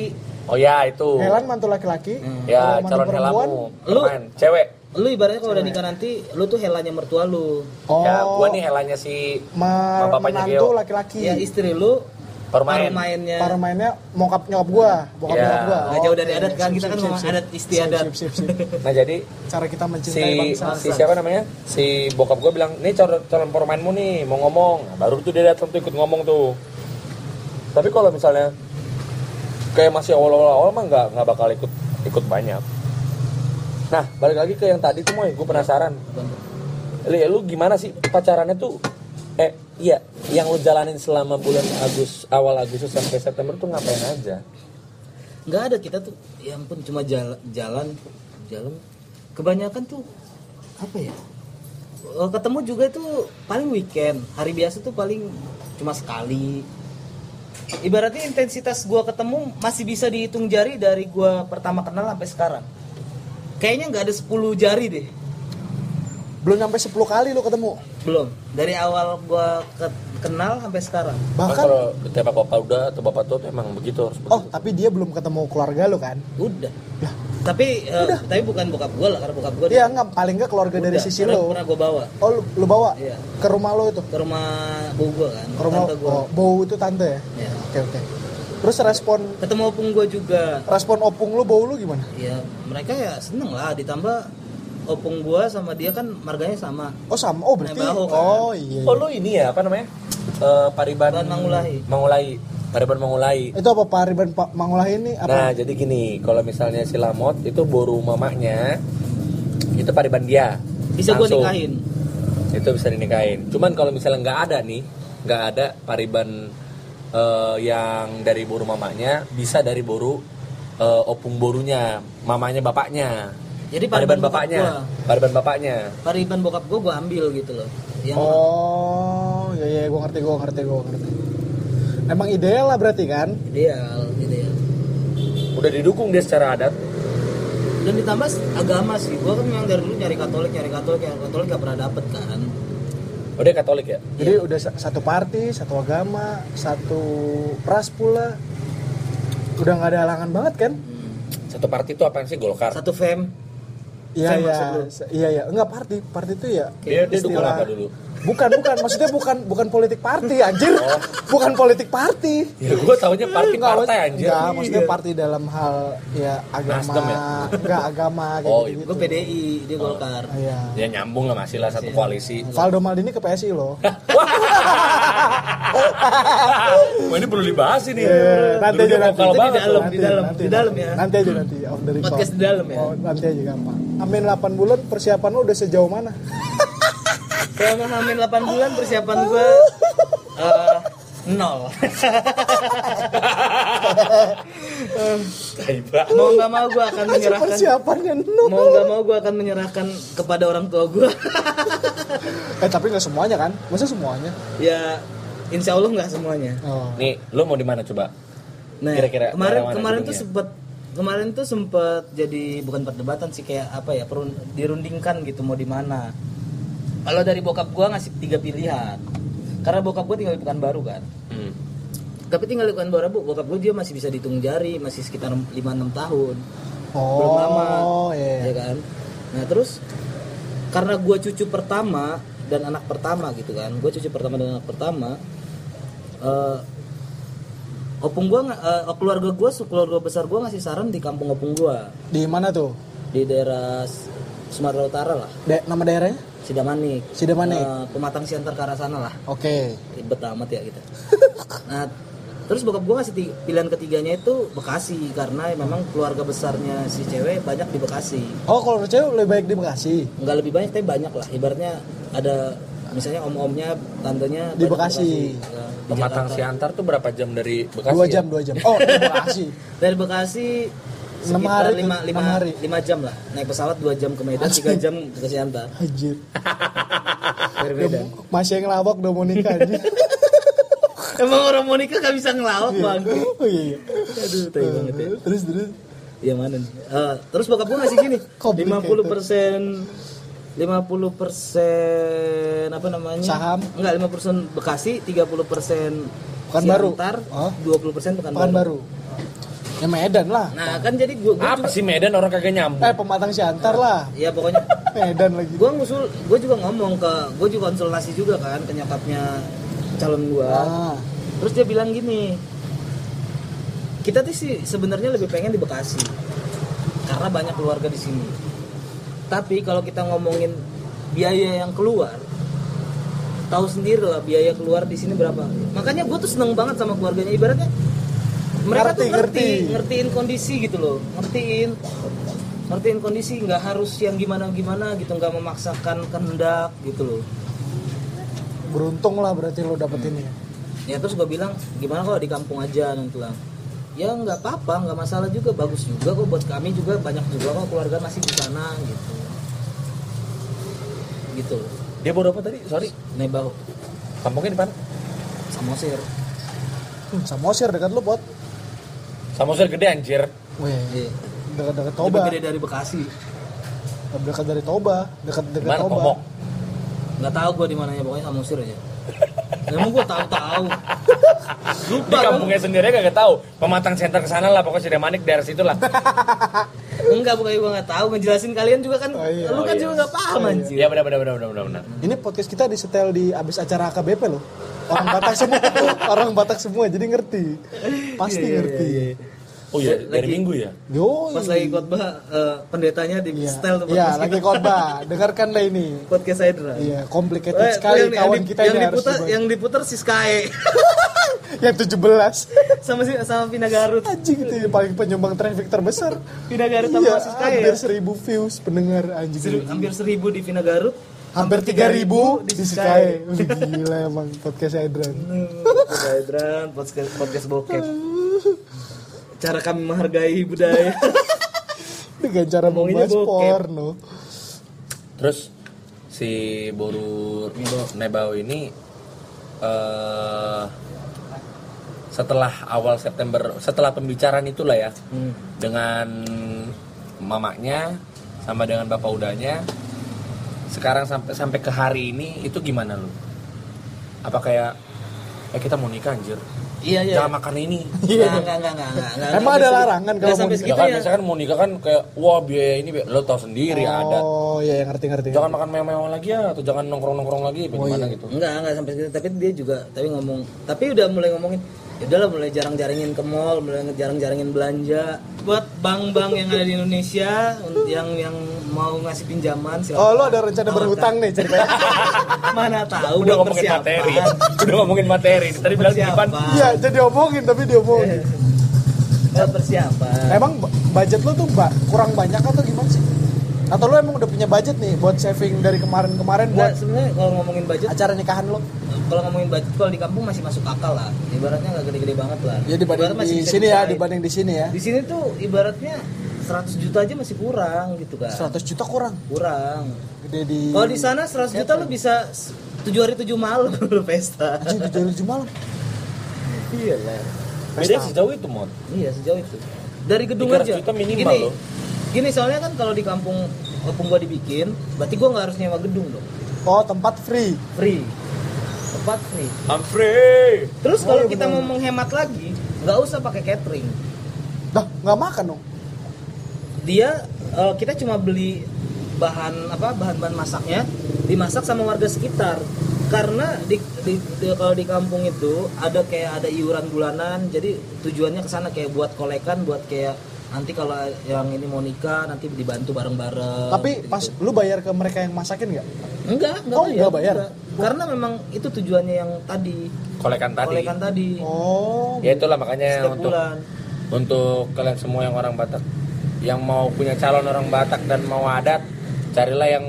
[SPEAKER 4] Oh ya itu.
[SPEAKER 6] Helan mantu laki-laki.
[SPEAKER 5] Hmm.
[SPEAKER 4] Ya
[SPEAKER 6] Kalau mantu
[SPEAKER 4] calon
[SPEAKER 6] perempuan,
[SPEAKER 4] helamu.
[SPEAKER 5] Lu?
[SPEAKER 4] Keren. Cewek.
[SPEAKER 5] lu ibaratnya kalau udah nikah nanti lu tuh helanya mertua lu
[SPEAKER 6] Oh.
[SPEAKER 4] Ya gua nih helanya si
[SPEAKER 6] ma-
[SPEAKER 4] sama bapaknya
[SPEAKER 6] menantu
[SPEAKER 4] Geo.
[SPEAKER 6] laki-laki.
[SPEAKER 5] ya istri lu
[SPEAKER 4] Permain.
[SPEAKER 5] permainnya
[SPEAKER 6] Iya. Para mainnya mokap nyokap gua, bokap
[SPEAKER 4] Ya.
[SPEAKER 6] nyokap gua. Oh,
[SPEAKER 5] Nggak jauh dari adat kan, kita kan
[SPEAKER 6] sip,
[SPEAKER 5] ngomong
[SPEAKER 6] sip,
[SPEAKER 5] adat
[SPEAKER 6] sip.
[SPEAKER 5] istiadat.
[SPEAKER 6] Sip, sip, sip, sip.
[SPEAKER 4] Nah jadi
[SPEAKER 6] Cara kita
[SPEAKER 4] si
[SPEAKER 6] mencintai bangsa.
[SPEAKER 4] si siapa namanya? Si bokap gua bilang, "Nih calon calon permainmu nih, mau ngomong." Nah, baru tuh dia datang tuh ikut ngomong tuh. Tapi kalau misalnya kayak masih awal-awal awal mah nggak nggak bakal ikut ikut banyak. Nah, balik lagi ke yang tadi tuh, Moy, gue
[SPEAKER 6] Ya.
[SPEAKER 4] penasaran. Li, lu gimana sih pacarannya tuh? Eh, iya, yang lu jalanin selama bulan Agus awal Agustus sampai September tuh ngapain aja?
[SPEAKER 5] nggak ada kita tuh ya ampun cuma jalan jalan jalan kebanyakan tuh apa ya Eh, ketemu juga itu paling weekend hari biasa tuh paling cuma sekali ibaratnya intensitas gua ketemu masih bisa dihitung jari dari gua pertama kenal sampai sekarang kayaknya nggak ada 10 jari deh
[SPEAKER 6] Belum sampai 10 kali lu ketemu.
[SPEAKER 5] belum dari awal gua ke- kenal sampai sekarang
[SPEAKER 4] Kan
[SPEAKER 6] Bahkan
[SPEAKER 4] kalau tiap bapak udah atau bapak tua tuh emang begitu harus
[SPEAKER 6] oh,
[SPEAKER 4] begitu.
[SPEAKER 6] tapi dia belum ketemu keluarga lu kan?
[SPEAKER 5] udah tapi eh, tapi bukan bokap gua lah karena bokap gua
[SPEAKER 6] Iya, enggak paling enggak keluarga dari
[SPEAKER 5] udah,
[SPEAKER 6] sisi
[SPEAKER 5] karena
[SPEAKER 6] lu.
[SPEAKER 5] pernah gua bawa
[SPEAKER 6] Oh, lu, lu bawa
[SPEAKER 5] Iya.
[SPEAKER 6] ke rumah lu itu.
[SPEAKER 5] ke rumah bu gue kan
[SPEAKER 6] Ke rumah
[SPEAKER 5] tante gue
[SPEAKER 6] oh, bau itu tante ya.
[SPEAKER 5] ya.
[SPEAKER 6] Oke, oke. Terus respon
[SPEAKER 5] ketemu opung gue juga
[SPEAKER 6] respon opung lu bau lu gimana?
[SPEAKER 5] ya mereka ya seneng lah ditambah opung gue sama dia kan marganya sama
[SPEAKER 6] Oh, sama. Oh, berarti.
[SPEAKER 5] Nah, bau kan.
[SPEAKER 6] Oh, iya.
[SPEAKER 4] Oh, lu ini ya, apa namanya? Eh, pariban
[SPEAKER 5] Pariban Mangulai.
[SPEAKER 4] Mangulai. Pariban Mangulai.
[SPEAKER 6] Itu apa Pariban Pak Mangulah ini apa?
[SPEAKER 4] Nah, jadi gini, kalau misalnya si Lamot itu boru mamanya itu pariban dia.
[SPEAKER 5] bisa gue
[SPEAKER 4] Langsung.
[SPEAKER 5] nikahin
[SPEAKER 4] Itu bisa dinikahin. Cuman kalau misalnya nggak ada nih, nggak ada pariban eh, yang dari boru mamanya, bisa dari boru eh, opung borunya, mamanya bapaknya.
[SPEAKER 5] jadi
[SPEAKER 4] Pariban
[SPEAKER 5] bokap gua.
[SPEAKER 4] bapaknya, pariban bapaknya.
[SPEAKER 5] pariban bokap gue gue ambil gitu loh yang
[SPEAKER 6] Oh, iya iya gua ngerti gua ngerti gua ngerti. Emang ideal lah berarti kan?
[SPEAKER 5] ideal gitu ya
[SPEAKER 4] Udah didukung dia secara adat.
[SPEAKER 5] dan ditambah agama sih gue kan memang dari dulu nyari katolik nyari katolik nyari katolik gak pernah dapet kan
[SPEAKER 4] Oh, dia Katolik ya?
[SPEAKER 5] Iya.
[SPEAKER 6] Jadi udah sa- satu party, satu agama, satu ras pula. Udah nggak ada halangan banget kan?
[SPEAKER 4] Satu parti itu apaan sih Golkar?
[SPEAKER 5] satu fam
[SPEAKER 6] Iya
[SPEAKER 5] Saya
[SPEAKER 6] iya.
[SPEAKER 5] maksud lu.
[SPEAKER 6] Se- Iya iya. Enggak party, party itu ya.
[SPEAKER 4] Dia, dia dukung
[SPEAKER 6] istilah-
[SPEAKER 4] apa dulu?
[SPEAKER 6] Bukan bukan, maksudnya bukan bukan politik party anjir. Bukan politik party.
[SPEAKER 4] Ya gue taunya parti
[SPEAKER 6] Nggak,
[SPEAKER 4] Oh. partai
[SPEAKER 6] maksud-
[SPEAKER 4] anjir. Iya.
[SPEAKER 6] nggak, maksudnya party dalam hal ya agama,
[SPEAKER 4] Nasdem ya?
[SPEAKER 6] enggak agama kayak
[SPEAKER 4] Oh,
[SPEAKER 6] gitu.
[SPEAKER 5] gue PDI dia golkar
[SPEAKER 6] Iya.
[SPEAKER 4] Ya nyambung lah masih lah satu koalisi.
[SPEAKER 6] Valdo Maldini ke PSI loh.
[SPEAKER 4] Wah ini perlu dibahas ini.
[SPEAKER 6] Eh, nanti aja nanti.
[SPEAKER 4] Dulunya Iya, vokal
[SPEAKER 5] Itu di
[SPEAKER 4] banget
[SPEAKER 5] dalam,
[SPEAKER 4] tuh.
[SPEAKER 5] di dalam, di dalam ya.
[SPEAKER 6] Nanti aja nanti off the record.
[SPEAKER 5] Podcast di dalam ya.
[SPEAKER 6] Oh, nanti aja gampang. Amin 8 bulan persiapan lu udah sejauh mana?
[SPEAKER 5] selama hamil 8 bulan persiapan gue eh, nol
[SPEAKER 4] Tai banget.
[SPEAKER 5] mau nggak mau gue akan menyerahkan
[SPEAKER 6] Persiapannya nol.
[SPEAKER 5] mau nggak mau gue akan menyerahkan kepada orang tua gue
[SPEAKER 6] Eh tapi nggak semuanya kan? Masa semuanya?
[SPEAKER 5] ya insya allah nggak semuanya
[SPEAKER 6] Oh.
[SPEAKER 4] Nih, lo mau di mana coba?
[SPEAKER 5] nah
[SPEAKER 4] Kira-kira
[SPEAKER 5] kemarin
[SPEAKER 4] mana-mana
[SPEAKER 5] kemarin tuh
[SPEAKER 4] dunia?
[SPEAKER 5] sempet kemarin tuh sempet jadi bukan perdebatan sih kayak apa ya perun, dirundingkan gitu mau di mana kalau dari bokap gue ngasih tiga pilihan karena bokap gue tinggal di Pekanbaru kan
[SPEAKER 4] Hmm.
[SPEAKER 5] tapi tinggal di Pekanbaru bu bokap gue dia masih bisa dihitung jari masih sekitar 5-6 tahun
[SPEAKER 6] Oh,
[SPEAKER 5] belum lama
[SPEAKER 6] iya.
[SPEAKER 5] ya kan nah terus karena gue cucu pertama dan anak pertama gitu kan gue cucu pertama dan anak pertama eh opung gua nggak- eh, keluarga gua su- keluarga besar gua ngasih saran di kampung opung gua
[SPEAKER 6] Di mana tuh?
[SPEAKER 5] di daerah S- Sumatera Utara lah
[SPEAKER 6] Da- nama daerahnya?
[SPEAKER 5] Sidamanik
[SPEAKER 6] Sidamanik.
[SPEAKER 5] Eh, pematang siantar ke arah sana lah
[SPEAKER 6] Oke.
[SPEAKER 5] ribet amat ya kita nah terus bokap gua ngasih ti- pilihan ketiganya itu Bekasi karena memang keluarga besarnya si cewek banyak di Bekasi
[SPEAKER 6] Oh, kalau cewek lebih baik di Bekasi.
[SPEAKER 5] nggak lebih banyak tapi banyak lah ibaratnya ada misalnya om-omnya tantenya
[SPEAKER 6] Di
[SPEAKER 5] banyak
[SPEAKER 6] Bekasi.
[SPEAKER 5] Ya, di
[SPEAKER 4] Pematang
[SPEAKER 5] Jakarta.
[SPEAKER 4] Siantar tuh berapa jam dari Bekasi?
[SPEAKER 6] Dua
[SPEAKER 4] ya?
[SPEAKER 6] jam, dua jam. Oh, di Bekasi.
[SPEAKER 5] dari Bekasi
[SPEAKER 6] Enam
[SPEAKER 5] sekitar
[SPEAKER 6] hari,
[SPEAKER 5] lima,
[SPEAKER 6] enam
[SPEAKER 5] lima,
[SPEAKER 6] hari.
[SPEAKER 5] lima jam lah naik pesawat 2 jam ke Medan 3 jam ke Siantar
[SPEAKER 6] Anjir.
[SPEAKER 5] berbeda
[SPEAKER 6] Masih yang ngelawak udah mau nikah anjir.
[SPEAKER 5] emang orang mau nikah gak bisa ngelawak bang
[SPEAKER 6] Oh iya. iya.
[SPEAKER 5] aduh tai banget ya
[SPEAKER 6] Terus terus
[SPEAKER 5] Iya mana nih? Eh, terus bokap gue ngasih gini,
[SPEAKER 6] Complicated.
[SPEAKER 5] 50 persen, 50 persen apa namanya?
[SPEAKER 6] Saham.
[SPEAKER 5] Enggak, 50 persen Bekasi, 30 persen
[SPEAKER 6] Pekanbaru. Hah?
[SPEAKER 5] 20 persen
[SPEAKER 6] Pekan
[SPEAKER 5] Pekanbaru.
[SPEAKER 6] baru. Ya Medan lah.
[SPEAKER 5] Nah kan jadi gue,
[SPEAKER 4] Apa sih Medan orang kagak nyambung?
[SPEAKER 6] Eh, pematang Siantar lah.
[SPEAKER 5] ya pokoknya
[SPEAKER 6] Medan lagi.
[SPEAKER 5] gue ngusul, gue juga ngomong ke, gue juga konsultasi juga kan ke nyokapnya calon gue.
[SPEAKER 6] Ah,
[SPEAKER 5] Terus dia bilang gini, kita tuh sih sebenarnya lebih pengen di Bekasi karena banyak keluarga di sini. Tapi kalau kita ngomongin biaya yang keluar, tahu sendiri lah biaya keluar di sini berapa. Makanya gue tuh seneng banget sama keluarganya. Ibaratnya mereka tuh
[SPEAKER 6] Ngerti,
[SPEAKER 5] ngerti,
[SPEAKER 6] ngerti.
[SPEAKER 5] ngertiin kondisi gitu loh, ngertiin, ngertiin kondisi. Nggak harus yang gimana gimana gitu, nggak memaksakan kehendak gitu loh.
[SPEAKER 6] beruntung lah berarti lo dapet ini.
[SPEAKER 5] ya terus gue bilang gimana kalau di kampung aja nanti bilang ya nggak apa-apa nggak masalah juga bagus juga kok buat kami juga banyak juga kok keluarga masih di sana gitu gitu loh.
[SPEAKER 4] Dia bawa apa tadi? Sorry.
[SPEAKER 5] Nebaho
[SPEAKER 4] Kampungnya di mana?
[SPEAKER 5] Samosir
[SPEAKER 6] Hmm, Samosir dekat lu, Pot.
[SPEAKER 4] Samosir gede anjir.
[SPEAKER 6] Weh,
[SPEAKER 5] Iya.
[SPEAKER 6] dekat-dekat
[SPEAKER 5] lebih
[SPEAKER 6] Toba.
[SPEAKER 5] gede dari Bekasi
[SPEAKER 6] Dekat dari Toba, dekat-dekat
[SPEAKER 4] Mana
[SPEAKER 6] Toba.
[SPEAKER 4] Tomok?
[SPEAKER 5] nggak tahu gue di mananya pokoknya Samosir aja emang gue tahu-tahu
[SPEAKER 4] Di
[SPEAKER 5] lupa kan?
[SPEAKER 4] kampungnya sendiri kagak tahu. Pematang Siantar ke sana lah pokoknya Sidamanik daerah situ lah.
[SPEAKER 5] enggak bukan gue nggak tahu ngejelasin kalian juga kan
[SPEAKER 6] Oh, iya.
[SPEAKER 5] lu kan
[SPEAKER 4] Oh, iya.
[SPEAKER 5] juga nggak paham anjir
[SPEAKER 4] Iya benar benar benar benar benar, benar.
[SPEAKER 6] Ini podcast kita disetel di abis acara AKBP loh. Orang Batak semua, orang Batak semua jadi ngerti.
[SPEAKER 5] Iya,
[SPEAKER 6] Pasti ngerti.
[SPEAKER 4] Oh iya, dari
[SPEAKER 5] Lagi-
[SPEAKER 4] Minggu ya.
[SPEAKER 6] Yo.
[SPEAKER 5] pas lagi khotbah eh, pendetanya di
[SPEAKER 6] Iya,
[SPEAKER 5] style
[SPEAKER 6] Iya,
[SPEAKER 5] tuh podcast
[SPEAKER 6] lagi
[SPEAKER 5] kita.
[SPEAKER 6] khotbah. Dengarkanlah ini.
[SPEAKER 5] podcast Hydra
[SPEAKER 6] Iya, complicated
[SPEAKER 5] Eh,
[SPEAKER 6] sekali
[SPEAKER 5] yang-
[SPEAKER 6] kawan
[SPEAKER 5] yang, di-
[SPEAKER 6] kita
[SPEAKER 5] yang
[SPEAKER 6] ini harus
[SPEAKER 5] diputar
[SPEAKER 6] dibayar.
[SPEAKER 5] yang diputar si Sky
[SPEAKER 6] yang 17
[SPEAKER 5] sama si sama Pina Garut.
[SPEAKER 6] anjing itu yang paling penyumbang traffic terbesar
[SPEAKER 5] Pina Garut sama
[SPEAKER 6] Iya,
[SPEAKER 5] si Sky
[SPEAKER 6] hampir
[SPEAKER 5] ya?
[SPEAKER 6] seribu views pendengar anjing
[SPEAKER 5] Seru- hampir seribu di Pina Garut.
[SPEAKER 6] hampir tiga ribu di
[SPEAKER 5] Sky.
[SPEAKER 6] Sky Wih, gila emang podcast Hydran
[SPEAKER 5] Podcast Hydra, Hmm. podcast podcast bokep. Cara kami menghargai budaya.
[SPEAKER 6] dengan cara
[SPEAKER 5] Ngomonginnya
[SPEAKER 6] membahas
[SPEAKER 5] bokep.
[SPEAKER 6] porno
[SPEAKER 4] Terus si Boru Nebao ini eh setelah awal September, setelah pembicaraan itulah ya dengan mamanya sama dengan bapak udanya sekarang sampai sampai ke hari ini itu gimana lu? Apa kayak eh kita mau nikah anjir.
[SPEAKER 5] Iya iya.
[SPEAKER 4] Jangan makan ini.
[SPEAKER 5] Enggak enggak enggak enggak, enggak enggak.
[SPEAKER 6] Emang ada larangan kalau mau
[SPEAKER 5] sampai
[SPEAKER 4] Ya
[SPEAKER 5] segitu
[SPEAKER 4] kan,
[SPEAKER 5] ya.
[SPEAKER 4] biasanya kan mau nikah kan kayak wah biaya ini biaya- lo tau sendiri ada
[SPEAKER 6] oh iya yang ngerti ngerti
[SPEAKER 4] jangan makan mewah-mewah lagi ya atau jangan nongkrong-nongkrong lagi
[SPEAKER 5] Oh,
[SPEAKER 4] bagaimana gitu
[SPEAKER 5] Enggak enggak sampai segitu tapi dia juga tapi ngomong tapi udah mulai ngomongin ya udahlah mulai jarang-jarangin ke mall, mulai jarang-jarangin belanja. Buat bank-bank yang ada di Indonesia yang yang mau ngasih pinjaman silakan.
[SPEAKER 6] oh lo ada rencana berhutang nih ceritanya
[SPEAKER 5] Mana
[SPEAKER 4] udah
[SPEAKER 5] tahu buat
[SPEAKER 4] ngomongin
[SPEAKER 5] persiapan.
[SPEAKER 4] materi udah ngomongin materi tadi bilang di depan
[SPEAKER 5] Persiapan.
[SPEAKER 6] iya jadi omongin tapi diomongin
[SPEAKER 5] Buat persiapan.
[SPEAKER 6] emang bu- budget lo tuh ba- kurang banyak atau gimana sih atau lo emang udah punya budget nih buat saving dari kemarin-kemarin
[SPEAKER 5] Enggak
[SPEAKER 6] buat
[SPEAKER 5] sebenarnya kalau ngomongin budget
[SPEAKER 6] acara nikahan lo
[SPEAKER 5] kalau ngomongin budget kalau di kampung masih masuk akal lah. Ibaratnya nggak gede-gede banget lah.
[SPEAKER 6] ya dibanding
[SPEAKER 5] Ibarat masih
[SPEAKER 6] di
[SPEAKER 5] bisa
[SPEAKER 6] sini ya
[SPEAKER 5] dipisahin.
[SPEAKER 6] dibanding di sini ya
[SPEAKER 5] Di sini tuh ibaratnya 100 juta aja masih kurang gitu kan.
[SPEAKER 6] 100 juta kurang
[SPEAKER 5] Kurang.
[SPEAKER 6] gede Oh, di
[SPEAKER 5] Kalau di sana 100 juta lu bisa 7 hari 7 malam lu pesta.
[SPEAKER 6] Anjing, gede di malam
[SPEAKER 5] iya lah.
[SPEAKER 4] beda sejauh itu mod
[SPEAKER 5] Iya sejauh itu. Dari gedung
[SPEAKER 4] 300
[SPEAKER 5] aja.
[SPEAKER 4] juta minimal
[SPEAKER 5] gini,
[SPEAKER 4] loh.
[SPEAKER 5] gini soalnya kan kalau di kampung kampung gua dibikin, berarti gua nggak harus nyewa gedung dong.
[SPEAKER 6] oh tempat free
[SPEAKER 5] Free. Tempat free.
[SPEAKER 4] I'm free
[SPEAKER 5] Terus
[SPEAKER 6] Oh,
[SPEAKER 5] kalau
[SPEAKER 6] iya
[SPEAKER 5] kita mau
[SPEAKER 6] benar.
[SPEAKER 5] menghemat lagi, nggak usah pakai catering.
[SPEAKER 6] dah nggak makan dong
[SPEAKER 5] Dia eh, kita cuma beli bahan apa bahan-bahan masaknya dimasak sama warga sekitar. karena di, di, di- kalau di kampung itu ada kayak ada iuran bulanan jadi tujuannya ke sana kayak buat kolekan buat kayak nanti kalau yang ini mau nikah nanti dibantu bareng-bareng
[SPEAKER 6] Tapi pas lu bayar ke mereka yang masakin nggak?
[SPEAKER 5] enggak enggak
[SPEAKER 6] Oh, enggak bayar?
[SPEAKER 5] enggak. karena memang itu tujuannya yang tadi
[SPEAKER 4] kolekan tadi
[SPEAKER 5] kolekan tadi
[SPEAKER 6] Oh,
[SPEAKER 4] ya itulah makanya
[SPEAKER 5] setiap
[SPEAKER 4] untuk
[SPEAKER 5] bulan
[SPEAKER 4] untuk kalian semua yang orang Batak yang mau punya calon orang Batak dan mau adat carilah yang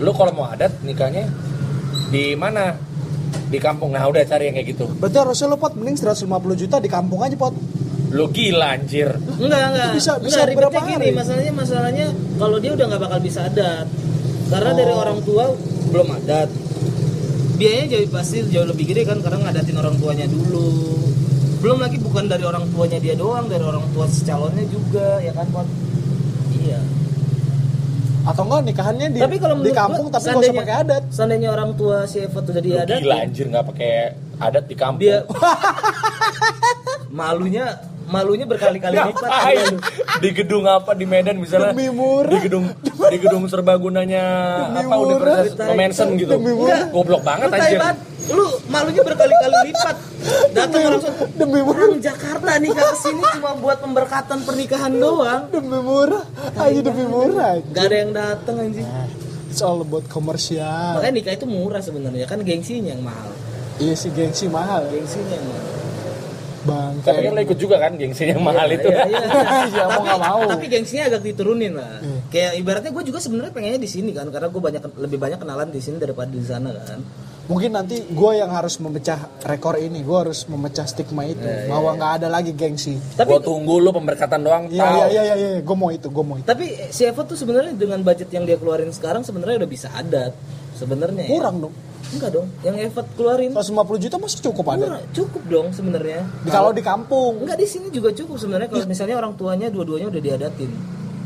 [SPEAKER 4] lu kalau mau adat nikahnya di mana di kampung nah udah cari yang kayak gitu
[SPEAKER 6] berarti harusnya lu pot mending 150 juta di kampung aja pot.
[SPEAKER 4] lu gila anjir
[SPEAKER 5] Enggak, enggak.
[SPEAKER 6] bisa- bisa
[SPEAKER 5] enggak, ribetnya
[SPEAKER 6] berapa
[SPEAKER 5] gini,
[SPEAKER 6] hari?
[SPEAKER 5] masalahnya masalahnya kalau dia udah nggak bakal bisa adat. Karena dari
[SPEAKER 6] Oh.
[SPEAKER 5] orang tua belum adat. Biayanya jadi pasti jauh lebih gede kan karena ngadatin orang tuanya dulu. Belum lagi bukan dari orang tuanya dia doang, dari orang tua si calonnya juga, ya kan, Pot? Iya.
[SPEAKER 6] Atau enggak nikahannya di
[SPEAKER 5] Tapi kalau
[SPEAKER 6] di
[SPEAKER 5] menurut
[SPEAKER 6] kampung
[SPEAKER 5] gua,
[SPEAKER 6] tapi nggak usah
[SPEAKER 5] seandainya-
[SPEAKER 6] pakai adat.
[SPEAKER 5] Seandainya orang tua si Eva udah
[SPEAKER 4] lu
[SPEAKER 5] diadat,
[SPEAKER 4] gila anjir nggak pakai adat di kampung
[SPEAKER 5] ya. dia malunya malunya berkali-kali lipat.
[SPEAKER 4] Ngapain? di gedung apa di Medan misalnya
[SPEAKER 6] Demi murah.
[SPEAKER 4] di gedung di gedung serbagunanya
[SPEAKER 6] Demi
[SPEAKER 4] apa
[SPEAKER 6] murah.
[SPEAKER 4] Universitas Manson gitu
[SPEAKER 6] Demi murah.
[SPEAKER 4] goblok banget
[SPEAKER 5] Lu tai
[SPEAKER 4] anjir
[SPEAKER 5] banget. Lu malunya berkali-kali lipat. Datang langsung
[SPEAKER 6] Demi murah,
[SPEAKER 5] orang Jakarta nikah ke sini cuma buat pemberkatan pernikahan doang.
[SPEAKER 6] demi murah, aja demi murah.
[SPEAKER 5] Gak ada yang datang anjing.
[SPEAKER 6] It's all about komersial.
[SPEAKER 5] Makanya nikah itu murah sebenarnya kan gengsinya yang mahal.
[SPEAKER 6] Iya sih gengsi mahal ya.
[SPEAKER 5] Gengsinya yang mahal.
[SPEAKER 6] Bang,
[SPEAKER 4] tapi kan lo ikut juga kan gengsinya yang mahal itu
[SPEAKER 5] Iya, iya.
[SPEAKER 6] Iya, mau
[SPEAKER 5] tapi,
[SPEAKER 6] nggak mau. Hmm.
[SPEAKER 5] tapi gengsinya agak diturunin lah. Kayak ibaratnya gue juga sebenarnya pengennya di sini kan karena gue banyak lebih banyak kenalan di sini daripada di sana kan.
[SPEAKER 6] mungkin nanti gue yang harus memecah rekor ini gue harus memecah stigma itu
[SPEAKER 5] Iya,
[SPEAKER 6] bahwa nggak ada lagi gengsi
[SPEAKER 5] Tapi
[SPEAKER 4] gua tunggu lu pemberkatan doang
[SPEAKER 6] iya
[SPEAKER 4] tau.
[SPEAKER 6] iya iya iya iya. gue mau itu gue mau itu
[SPEAKER 5] tapi si Evo tuh sebenarnya dengan budget yang dia keluarin sekarang sebenarnya udah bisa adat sebenarnya. ya.
[SPEAKER 6] kurang dong
[SPEAKER 5] Enggak dong. Yang Evo keluarin
[SPEAKER 6] 150 juta masih cukup ada
[SPEAKER 5] murah. cukup dong sebenarnya.
[SPEAKER 6] Di- kalau di kampung
[SPEAKER 5] Enggak di sini juga cukup sebenarnya kalau misalnya orang tuanya dua-duanya udah diadatin.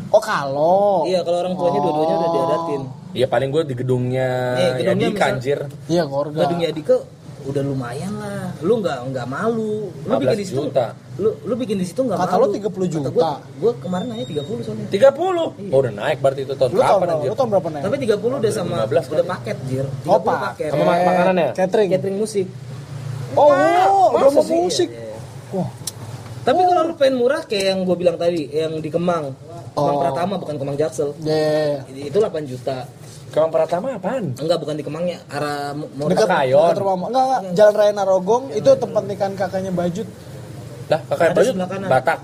[SPEAKER 6] oh kalau Oh.
[SPEAKER 5] Iya, kalau orang tuanya dua-duanya udah diadatin.
[SPEAKER 4] Iya paling gue di gedungnya,
[SPEAKER 5] Eh, gedungnya
[SPEAKER 4] ya di
[SPEAKER 5] misal-
[SPEAKER 4] kanjir
[SPEAKER 6] iya keluarga
[SPEAKER 5] Gedung Yadika udah lumayan lah. Lu nggak nggak malu. Lu bikin
[SPEAKER 4] 15
[SPEAKER 5] di situ.
[SPEAKER 4] juta.
[SPEAKER 5] Lu lu bikin di situ nggak
[SPEAKER 6] Kata
[SPEAKER 5] malu.
[SPEAKER 6] lu 30
[SPEAKER 5] Kata
[SPEAKER 6] juta.
[SPEAKER 5] Gua, gua kemarin nanya 30 soalnya.
[SPEAKER 4] 30 Oh udah naik berarti itu tahun
[SPEAKER 6] lu tahun
[SPEAKER 4] berapa
[SPEAKER 6] berapa
[SPEAKER 4] anjir
[SPEAKER 6] lu tahun berapa nih
[SPEAKER 5] Tapi 30 udah sama
[SPEAKER 4] 15
[SPEAKER 5] udah paket, Jir. 30
[SPEAKER 6] Oh, pak.
[SPEAKER 4] Sama mak- ya? makanannya?
[SPEAKER 6] Catering.
[SPEAKER 5] Catering musik.
[SPEAKER 6] Oh, belum
[SPEAKER 5] Masa
[SPEAKER 6] mau
[SPEAKER 5] sih?
[SPEAKER 6] musik.
[SPEAKER 5] Iya, iya.
[SPEAKER 6] Wah,
[SPEAKER 5] Tapi kalau
[SPEAKER 6] Oh.
[SPEAKER 5] lu pengen murah kayak yang gua bilang tadi, yang di Kemang. Kemang
[SPEAKER 6] Oh.
[SPEAKER 5] Pratama bukan Kemang Jaksel.
[SPEAKER 6] iya, iya, iya.
[SPEAKER 5] Itu 8 juta.
[SPEAKER 4] Kemang Pratama apaan?
[SPEAKER 5] Enggak, bukan di Kemangnya, arah Mo- Mo-
[SPEAKER 6] Dekat
[SPEAKER 4] Kayon.
[SPEAKER 6] dekat rumah. Enggak, enggak.
[SPEAKER 5] Iya.
[SPEAKER 6] Jalan Raya Narogong itu tempat nikahan kakaknya Bajut.
[SPEAKER 4] Lah kakak
[SPEAKER 5] Ada
[SPEAKER 4] Bayu
[SPEAKER 5] sebelah kanan.
[SPEAKER 4] Batak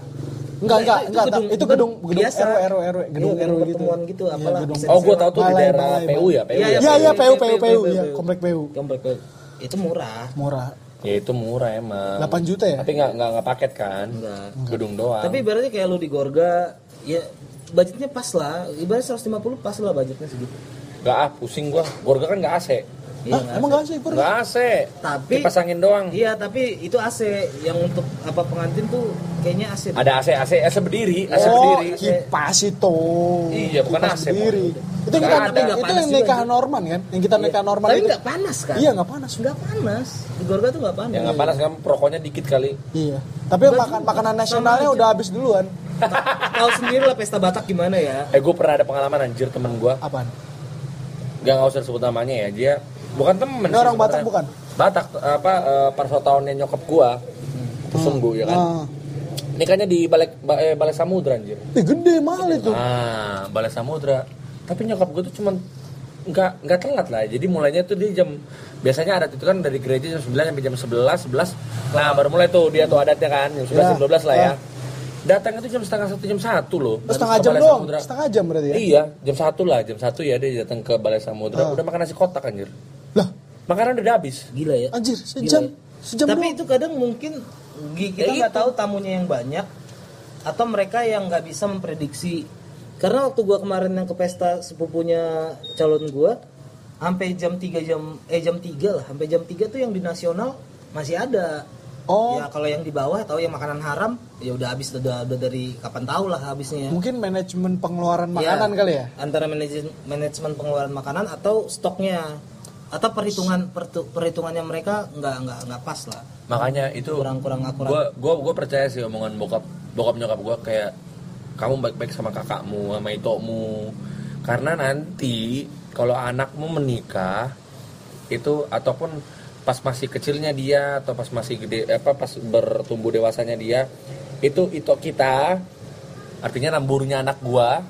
[SPEAKER 6] Enggak, enggak,
[SPEAKER 5] itu
[SPEAKER 6] enggak.
[SPEAKER 5] gedung-
[SPEAKER 6] Itu gedung
[SPEAKER 5] gedung
[SPEAKER 6] gedung
[SPEAKER 5] biasa.
[SPEAKER 6] RW RW RW, gedung
[SPEAKER 5] Iya,
[SPEAKER 6] RW
[SPEAKER 5] gedung
[SPEAKER 6] gitu.
[SPEAKER 5] pertemuan gitu,
[SPEAKER 6] Iya,
[SPEAKER 5] apalah.
[SPEAKER 6] gedung-
[SPEAKER 5] Bisa
[SPEAKER 4] Oh gue tau tuh di
[SPEAKER 6] Balai,
[SPEAKER 4] daerah
[SPEAKER 6] balai,
[SPEAKER 4] PU ya PU
[SPEAKER 5] Iya,
[SPEAKER 4] ya
[SPEAKER 6] Iya, iya, PU, PU,
[SPEAKER 5] PU,
[SPEAKER 6] PU,
[SPEAKER 5] PU.
[SPEAKER 6] iya, komplek PU.
[SPEAKER 5] Komplek Bel. Itu murah.
[SPEAKER 6] Murah.
[SPEAKER 4] Ya itu murah emang
[SPEAKER 6] 8 juta ya?
[SPEAKER 4] Tapi gak, nggak nggak paket kan?
[SPEAKER 5] Enggak.
[SPEAKER 4] Gedung doang
[SPEAKER 5] Tapi ibaratnya kayak lu di Gorga, ya budgetnya pas lah. Ibaratnya 150 pas lah budgetnya segitu.
[SPEAKER 4] Gak ah pusing gue Gorga kan gak AC
[SPEAKER 6] Hah,
[SPEAKER 5] Iya, nggak
[SPEAKER 6] emang
[SPEAKER 5] ada.
[SPEAKER 6] enggak sih, Pur? Oh,
[SPEAKER 4] Gak AC
[SPEAKER 5] Tapi-
[SPEAKER 4] Kipas angin doang
[SPEAKER 5] Iya, tapi itu AC yang untuk apa pengantin tuh kayaknya AC. deh.
[SPEAKER 4] Ada AC, AC, AC berdiri AC
[SPEAKER 6] Oh,
[SPEAKER 4] berdiri
[SPEAKER 6] kipas itu.
[SPEAKER 4] Iya, bukan
[SPEAKER 6] Kipas
[SPEAKER 4] AC, Pak.
[SPEAKER 6] sendiri. Itu
[SPEAKER 4] Nggak
[SPEAKER 6] kita
[SPEAKER 4] ada.
[SPEAKER 6] itu
[SPEAKER 5] Panas
[SPEAKER 6] yang
[SPEAKER 5] juga,
[SPEAKER 6] nikahan
[SPEAKER 5] gitu.
[SPEAKER 6] Norman kan? Yang kita nikah Norman
[SPEAKER 5] Tapi
[SPEAKER 6] itu.
[SPEAKER 5] nggak panas kan?
[SPEAKER 6] Iya, enggak panas.
[SPEAKER 5] Nggak panas. Di Gorga tuh nggak panas.
[SPEAKER 4] Ya gak panas kan perokoknya dikit kali
[SPEAKER 6] Iya. Tapi makan makanan nasionalnya
[SPEAKER 5] aja.
[SPEAKER 6] udah habis duluan.
[SPEAKER 5] Tahu sendiri lah pesta Batak gimana ya.
[SPEAKER 4] Eh gue pernah ada pengalaman anjir temen gue
[SPEAKER 6] Apaan?
[SPEAKER 4] Gak nggak usah sebut namanya ya dia bukan temen
[SPEAKER 6] Ini orang Batak
[SPEAKER 4] sebenarnya.
[SPEAKER 6] bukan?
[SPEAKER 4] Batak apa eh, parso tahunnya nyokap gua
[SPEAKER 6] Hmm.
[SPEAKER 4] pesunggu ya kan
[SPEAKER 6] Nah,
[SPEAKER 4] nikahnya di balik ba- eh, balai samudra anjir
[SPEAKER 6] Ih, gede mahal itu.
[SPEAKER 4] ah balai samudra tapi nyokap gua tuh cuman nggak nggak telat lah jadi mulainya tuh dia jam biasanya adat itu kan dari gereja jam 9 sampai jam 11 11 nah baru mulai tuh dia tuh adatnya kan jam 11 jam
[SPEAKER 6] Ya,
[SPEAKER 4] 12 lah ya
[SPEAKER 6] ya.
[SPEAKER 4] datang itu jam setengah satu jam satu loh
[SPEAKER 5] Iya.
[SPEAKER 6] Oh, setengah
[SPEAKER 4] Ke
[SPEAKER 6] jam
[SPEAKER 4] Balai
[SPEAKER 6] doang,
[SPEAKER 4] Samudra.
[SPEAKER 6] setengah jam berarti ya? Oh.
[SPEAKER 4] Iya, jam satu lah, jam satu ya dia datang ke Balai Samudra. Udah makan nasi kotak anjir.
[SPEAKER 6] Lah,
[SPEAKER 4] Makanan udah habis.
[SPEAKER 5] Gila ya.
[SPEAKER 6] anjir, sejam,
[SPEAKER 5] Gila ya.
[SPEAKER 6] sejam
[SPEAKER 5] Tapi
[SPEAKER 6] doang.
[SPEAKER 5] itu kadang mungkin gi-
[SPEAKER 4] Ya
[SPEAKER 5] kita nggak tahu tamunya yang banyak atau mereka yang nggak bisa memprediksi. Karena waktu gua kemarin yang ke pesta sepupunya calon gua sampai jam 3 jam eh jam 3 lah, sampai jam 3 tuh yang di nasional masih ada.
[SPEAKER 6] Oh.
[SPEAKER 5] Ya kalau yang di bawah atau yang makanan haram ya udah habis udah, udah dari kapan tahu lah habisnya.
[SPEAKER 6] Mungkin manajemen pengeluaran
[SPEAKER 5] Ya,
[SPEAKER 6] makanan kali ya?
[SPEAKER 5] Antara manajemen manajemen pengeluaran makanan atau stoknya atau perhitungan pertu- perhitungannya mereka nggak nggak nggak pas lah.
[SPEAKER 4] Makanya itu
[SPEAKER 5] Kurang kurang akurat.
[SPEAKER 4] gua gua gua percaya sih omongan bokap bokap nyokap gua kayak kamu baik-baik sama kakakmu sama itokmu karena nanti kalau anakmu menikah itu ataupun pas masih kecilnya dia atau pas masih gede apa pas bertumbuh dewasanya dia itu itu kita artinya namburunya anak gua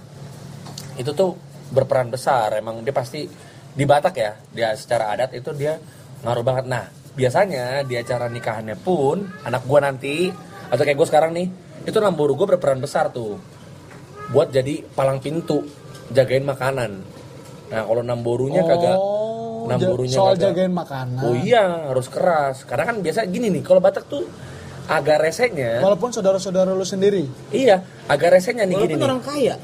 [SPEAKER 4] itu tuh berperan besar emang dia pasti di Batak ya dia secara adat itu dia ngaruh banget nah biasanya di acara nikahannya pun anak gua nanti atau kayak gua sekarang nih itu namburu gua berperan besar tuh buat jadi palang pintu jagain makanan nah kalau namborunya kagak
[SPEAKER 6] Oh, ja-
[SPEAKER 4] namborunya
[SPEAKER 6] soal
[SPEAKER 4] kagak-
[SPEAKER 6] jagain Ah. makanan.
[SPEAKER 4] oh iya harus keras karena kan biasa gini nih kalau Batak tuh agak resenya
[SPEAKER 6] Walaupun saudara-saudara lu sendiri,
[SPEAKER 4] iya agak resenya nih gini
[SPEAKER 5] Walaupun
[SPEAKER 4] nih.
[SPEAKER 5] orang kaya.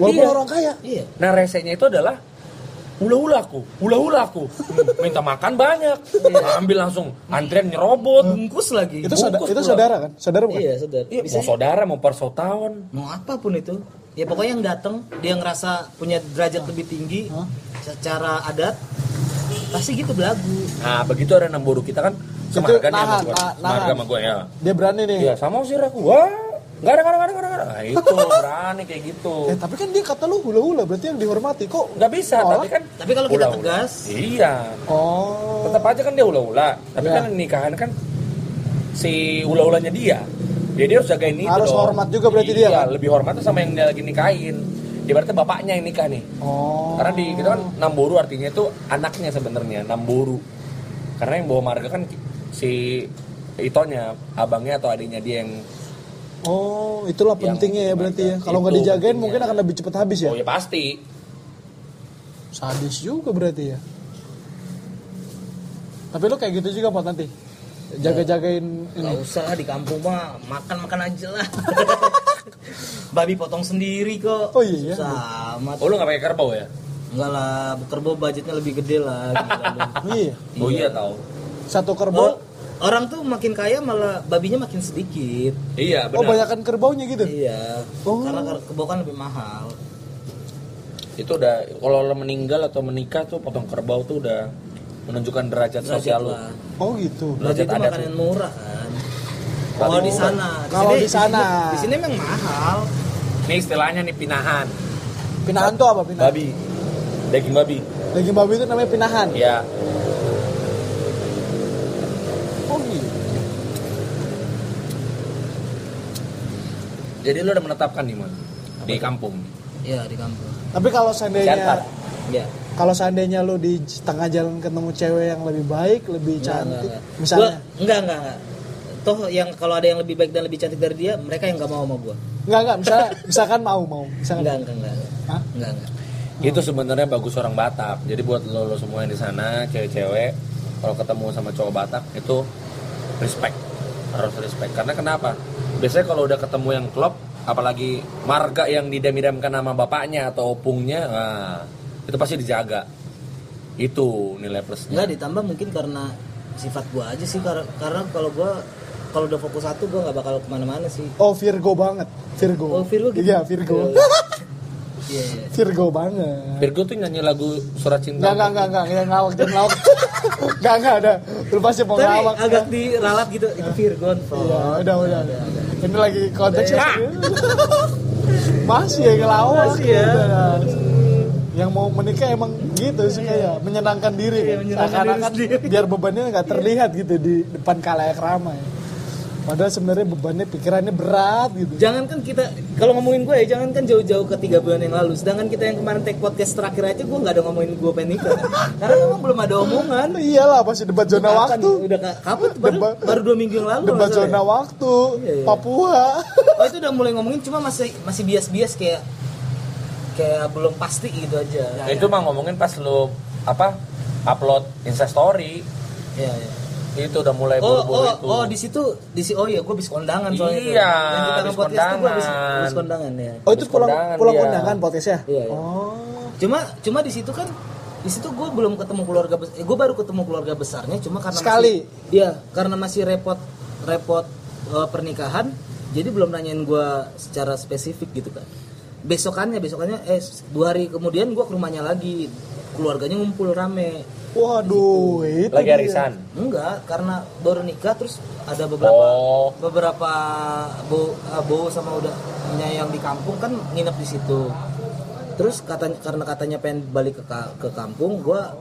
[SPEAKER 6] walaupun
[SPEAKER 4] Iya.
[SPEAKER 6] orang kaya,
[SPEAKER 5] Iya.
[SPEAKER 4] Nah resenya itu adalah hula aku, hula aku,
[SPEAKER 5] Hmm.
[SPEAKER 4] minta makan banyak,
[SPEAKER 5] Iya.
[SPEAKER 4] ambil langsung antrian nyerobot.
[SPEAKER 5] Bungkus lagi.
[SPEAKER 6] itu saudara,
[SPEAKER 4] Bungkus
[SPEAKER 6] itu
[SPEAKER 4] pula.
[SPEAKER 6] saudara kan? Saudara bukan?
[SPEAKER 5] Hmm. Iya, saudara.
[SPEAKER 4] Iya,
[SPEAKER 5] Bisa
[SPEAKER 4] mau saudara mau persotawan.
[SPEAKER 5] mau apapun itu. Ya pokoknya yang datang dia ngerasa punya derajat lebih tinggi secara adat pasti gitu belagu.
[SPEAKER 4] Nah begitu ada enam boru kita kan semarga nih sama
[SPEAKER 6] nahan,
[SPEAKER 5] ah,
[SPEAKER 4] gue,
[SPEAKER 6] nahan.
[SPEAKER 4] semarga sama gue ya.
[SPEAKER 6] Dia berani nih.
[SPEAKER 4] Iya sama usir aku, wah nggak ada nggak ada nggak ada nggak ada. Nah, itu berani kayak gitu.
[SPEAKER 6] Eh, tapi kan dia kata lu hula-hula berarti yang dihormati kok.
[SPEAKER 4] Nggak bisa, tapi kan
[SPEAKER 5] Tapi kalau kita
[SPEAKER 4] hula-hula.
[SPEAKER 5] tegas,
[SPEAKER 4] Iya,
[SPEAKER 6] Oh.
[SPEAKER 4] tetap aja kan dia ula-ula. Tapi
[SPEAKER 6] Iya.
[SPEAKER 4] kan nikahan kan si ula-ulanya dia. Jadi dia harus jagain itu
[SPEAKER 6] Harus
[SPEAKER 4] dong.
[SPEAKER 6] hormat juga berarti
[SPEAKER 4] Iya,
[SPEAKER 6] dia, kan?
[SPEAKER 4] lebih hormat tuh sama yang dia lagi nikahin. Ibaratnya bapaknya yang nikah nih.
[SPEAKER 6] Oh.
[SPEAKER 4] Karena di kita kan namboru artinya itu anaknya sebenarnya, namboru. Karena yang bawa marga kan si itonya, abangnya atau adiknya dia yang
[SPEAKER 6] Oh, itulah
[SPEAKER 4] Yang
[SPEAKER 6] pentingnya ya berarti ya.
[SPEAKER 4] gimana?
[SPEAKER 6] Kalau nggak
[SPEAKER 4] Itu
[SPEAKER 6] dijagain
[SPEAKER 4] pentingnya.
[SPEAKER 6] mungkin akan lebih cepat habis ya.
[SPEAKER 4] oh ya pasti.
[SPEAKER 6] Sadis juga berarti ya. Tapi lu kayak gitu juga Pak nanti. Jaga-jagain ini.
[SPEAKER 5] nggak usah di kampung mah makan makan aja lah. Babi potong sendiri kok.
[SPEAKER 6] Oh iya, iya.
[SPEAKER 5] Sama.
[SPEAKER 4] Oh lu nggak pakai kerbau ya?
[SPEAKER 5] Enggak lah, kerbau budgetnya lebih gede lah. gila lu.
[SPEAKER 6] Iya.
[SPEAKER 4] Oh iya tahu.
[SPEAKER 6] Satu
[SPEAKER 5] Oh,
[SPEAKER 6] kerbau.
[SPEAKER 5] orang tuh makin kaya malah babinya makin sedikit.
[SPEAKER 4] Iya
[SPEAKER 6] Oh,
[SPEAKER 4] benar.
[SPEAKER 6] banyakkan kerbaunya gitu.
[SPEAKER 5] Iya.
[SPEAKER 6] Oh.
[SPEAKER 5] Karena ker- kerbau kan lebih mahal.
[SPEAKER 4] itu udah kalau lo meninggal atau menikah tuh potong kerbau tuh udah menunjukkan derajat, sosial lo.
[SPEAKER 5] lah.
[SPEAKER 6] Oh, gitu.
[SPEAKER 5] Berarti
[SPEAKER 4] Derajat
[SPEAKER 5] Nah, itu
[SPEAKER 4] adat
[SPEAKER 5] makanan
[SPEAKER 4] lo.
[SPEAKER 5] murah kan. Kalau di sana,
[SPEAKER 6] Kalau
[SPEAKER 5] sini-
[SPEAKER 6] di sana.
[SPEAKER 5] di sini memang mahal.
[SPEAKER 4] Ini istilahnya nih pinahan
[SPEAKER 6] Pinahan tuh apa pinahan?
[SPEAKER 4] babi. Daging babi.
[SPEAKER 6] Daging babi itu namanya pinahan.
[SPEAKER 4] Iya.
[SPEAKER 6] Oh, gitu.
[SPEAKER 4] Jadi lo udah menetapkan di mana? Di kampung.
[SPEAKER 5] Iya, di kampung.
[SPEAKER 6] Tapi kalau seandainya
[SPEAKER 4] Jantar.
[SPEAKER 5] Iya.
[SPEAKER 6] kalau seandainya lu di tengah jalan ketemu cewek yang lebih baik, lebih cantik, misalnya
[SPEAKER 5] Iya, Gua, enggak, enggak, enggak. Toh yang kalau ada yang lebih baik dan lebih cantik dari dia, mereka yang nggak mau sama gua.
[SPEAKER 6] Enggak, enggak, misalnya, misalkan mau, mau. Misalkan,
[SPEAKER 5] Enggak, enggak, enggak.
[SPEAKER 6] Hah?
[SPEAKER 5] Enggak, enggak.
[SPEAKER 4] Itu sebenarnya bagus orang Batak. Jadi buat lo, lo semua yang di sana cewek-cewek kalau ketemu sama cowok Batak itu respect harus respect karena kenapa biasanya kalau udah ketemu yang klop apalagi marga yang didam-idamkan nama bapaknya atau opungnya nah, itu pasti dijaga itu nilai
[SPEAKER 5] Enggak
[SPEAKER 4] plusnya
[SPEAKER 5] ditambah mungkin karena sifat gua aja sih kar- karena kalau gua kalau udah fokus satu gua nggak bakal kemana-mana sih.
[SPEAKER 6] Oh, Virgo banget. Virgo.
[SPEAKER 5] Oh, Virgo gitu.
[SPEAKER 6] Iya, Virgo.
[SPEAKER 5] Iya, iya.
[SPEAKER 6] Virgo banget.
[SPEAKER 4] Virgo tuh nyanyi lagu surat cinta
[SPEAKER 6] Enggak, enggak, enggak, enggak, yang ngawak, yang ngawak. Enggak, enggak ada. Lu pasti mau ya.
[SPEAKER 5] Tapi
[SPEAKER 6] ngawak.
[SPEAKER 5] agak diralat gitu, itu Virgon.
[SPEAKER 6] Iya,
[SPEAKER 5] Fon.
[SPEAKER 6] udah, udah, udah. Ini lagi konteksnya. Masih ya ngelawak.
[SPEAKER 5] Masih ya.
[SPEAKER 6] Udah. Yang mau menikah emang gitu sih kayak menyenangkan diri
[SPEAKER 5] Iya,
[SPEAKER 6] kan.
[SPEAKER 5] menyenangkan
[SPEAKER 6] Seakan-akan
[SPEAKER 5] diri sendiri.
[SPEAKER 6] biar bebannya nggak terlihat gitu di depan kalayak ramai. Padahal sebenarnya bebannya pikirannya berat gitu.
[SPEAKER 5] Jangankan kita kalau ngomongin gue ya jangankan jauh-jauh ke tiga bulan yang lalu. Sedangkan kita yang kemarin take podcast terakhir aja gue nggak ada ngomongin gue pengen nikah. Karena memang belum ada omongan.
[SPEAKER 6] Iya, Iyalah masih debat zona
[SPEAKER 5] Kapan
[SPEAKER 6] waktu.
[SPEAKER 5] nih? Udah ka- kapan? tuh? Baru,
[SPEAKER 6] Debat-
[SPEAKER 5] baru dua minggu yang lalu.
[SPEAKER 6] Debat
[SPEAKER 5] masalahnya.
[SPEAKER 6] zona waktu.
[SPEAKER 5] Iya, iya.
[SPEAKER 6] Papua.
[SPEAKER 5] Oh itu udah mulai ngomongin cuma masih masih bias-bias kayak kayak belum pasti gitu aja.
[SPEAKER 4] Ya, Nah, itu mah ngomongin pas lo apa upload instastory
[SPEAKER 5] Iya, iya.
[SPEAKER 4] itu udah mulai Eh,
[SPEAKER 5] Oh,
[SPEAKER 4] buru-buru
[SPEAKER 5] oh,
[SPEAKER 4] itu
[SPEAKER 5] oh, di situ di si oh iya gue bis kondangan soalnya. itu.
[SPEAKER 4] Iya,
[SPEAKER 5] Yang kita
[SPEAKER 4] habis
[SPEAKER 5] podcast tuh gue habis-
[SPEAKER 4] kondangan.
[SPEAKER 5] habis kondangan ya.
[SPEAKER 6] Oh itu
[SPEAKER 4] Habis
[SPEAKER 6] pulang
[SPEAKER 4] kondangan
[SPEAKER 6] pulang
[SPEAKER 4] dia.
[SPEAKER 6] undangan ya? podcastnya?
[SPEAKER 5] Iya, iya.
[SPEAKER 6] Oh.
[SPEAKER 5] Cuma cuma di situ kan di situ gue belum ketemu keluarga besar. gue baru ketemu keluarga besarnya cuma karena
[SPEAKER 6] Sekali?
[SPEAKER 5] Masih, iya, karena masih repot repot eh, pernikahan. Jadi belum nanyain gue secara spesifik gitu kan. Besokannya besokannya eh dua hari kemudian gue ke rumahnya lagi keluarganya ngumpul rame.
[SPEAKER 6] Waduh, itu
[SPEAKER 4] lagi
[SPEAKER 6] dia.
[SPEAKER 4] arisan
[SPEAKER 5] Enggak, karena baru nikah terus ada beberapa
[SPEAKER 4] Oh.
[SPEAKER 5] beberapa bo eh, bo sama udah nyayang di kampung kan nginep di situ. Terus katanya karena katanya pengen balik ke ka- ke kampung, gua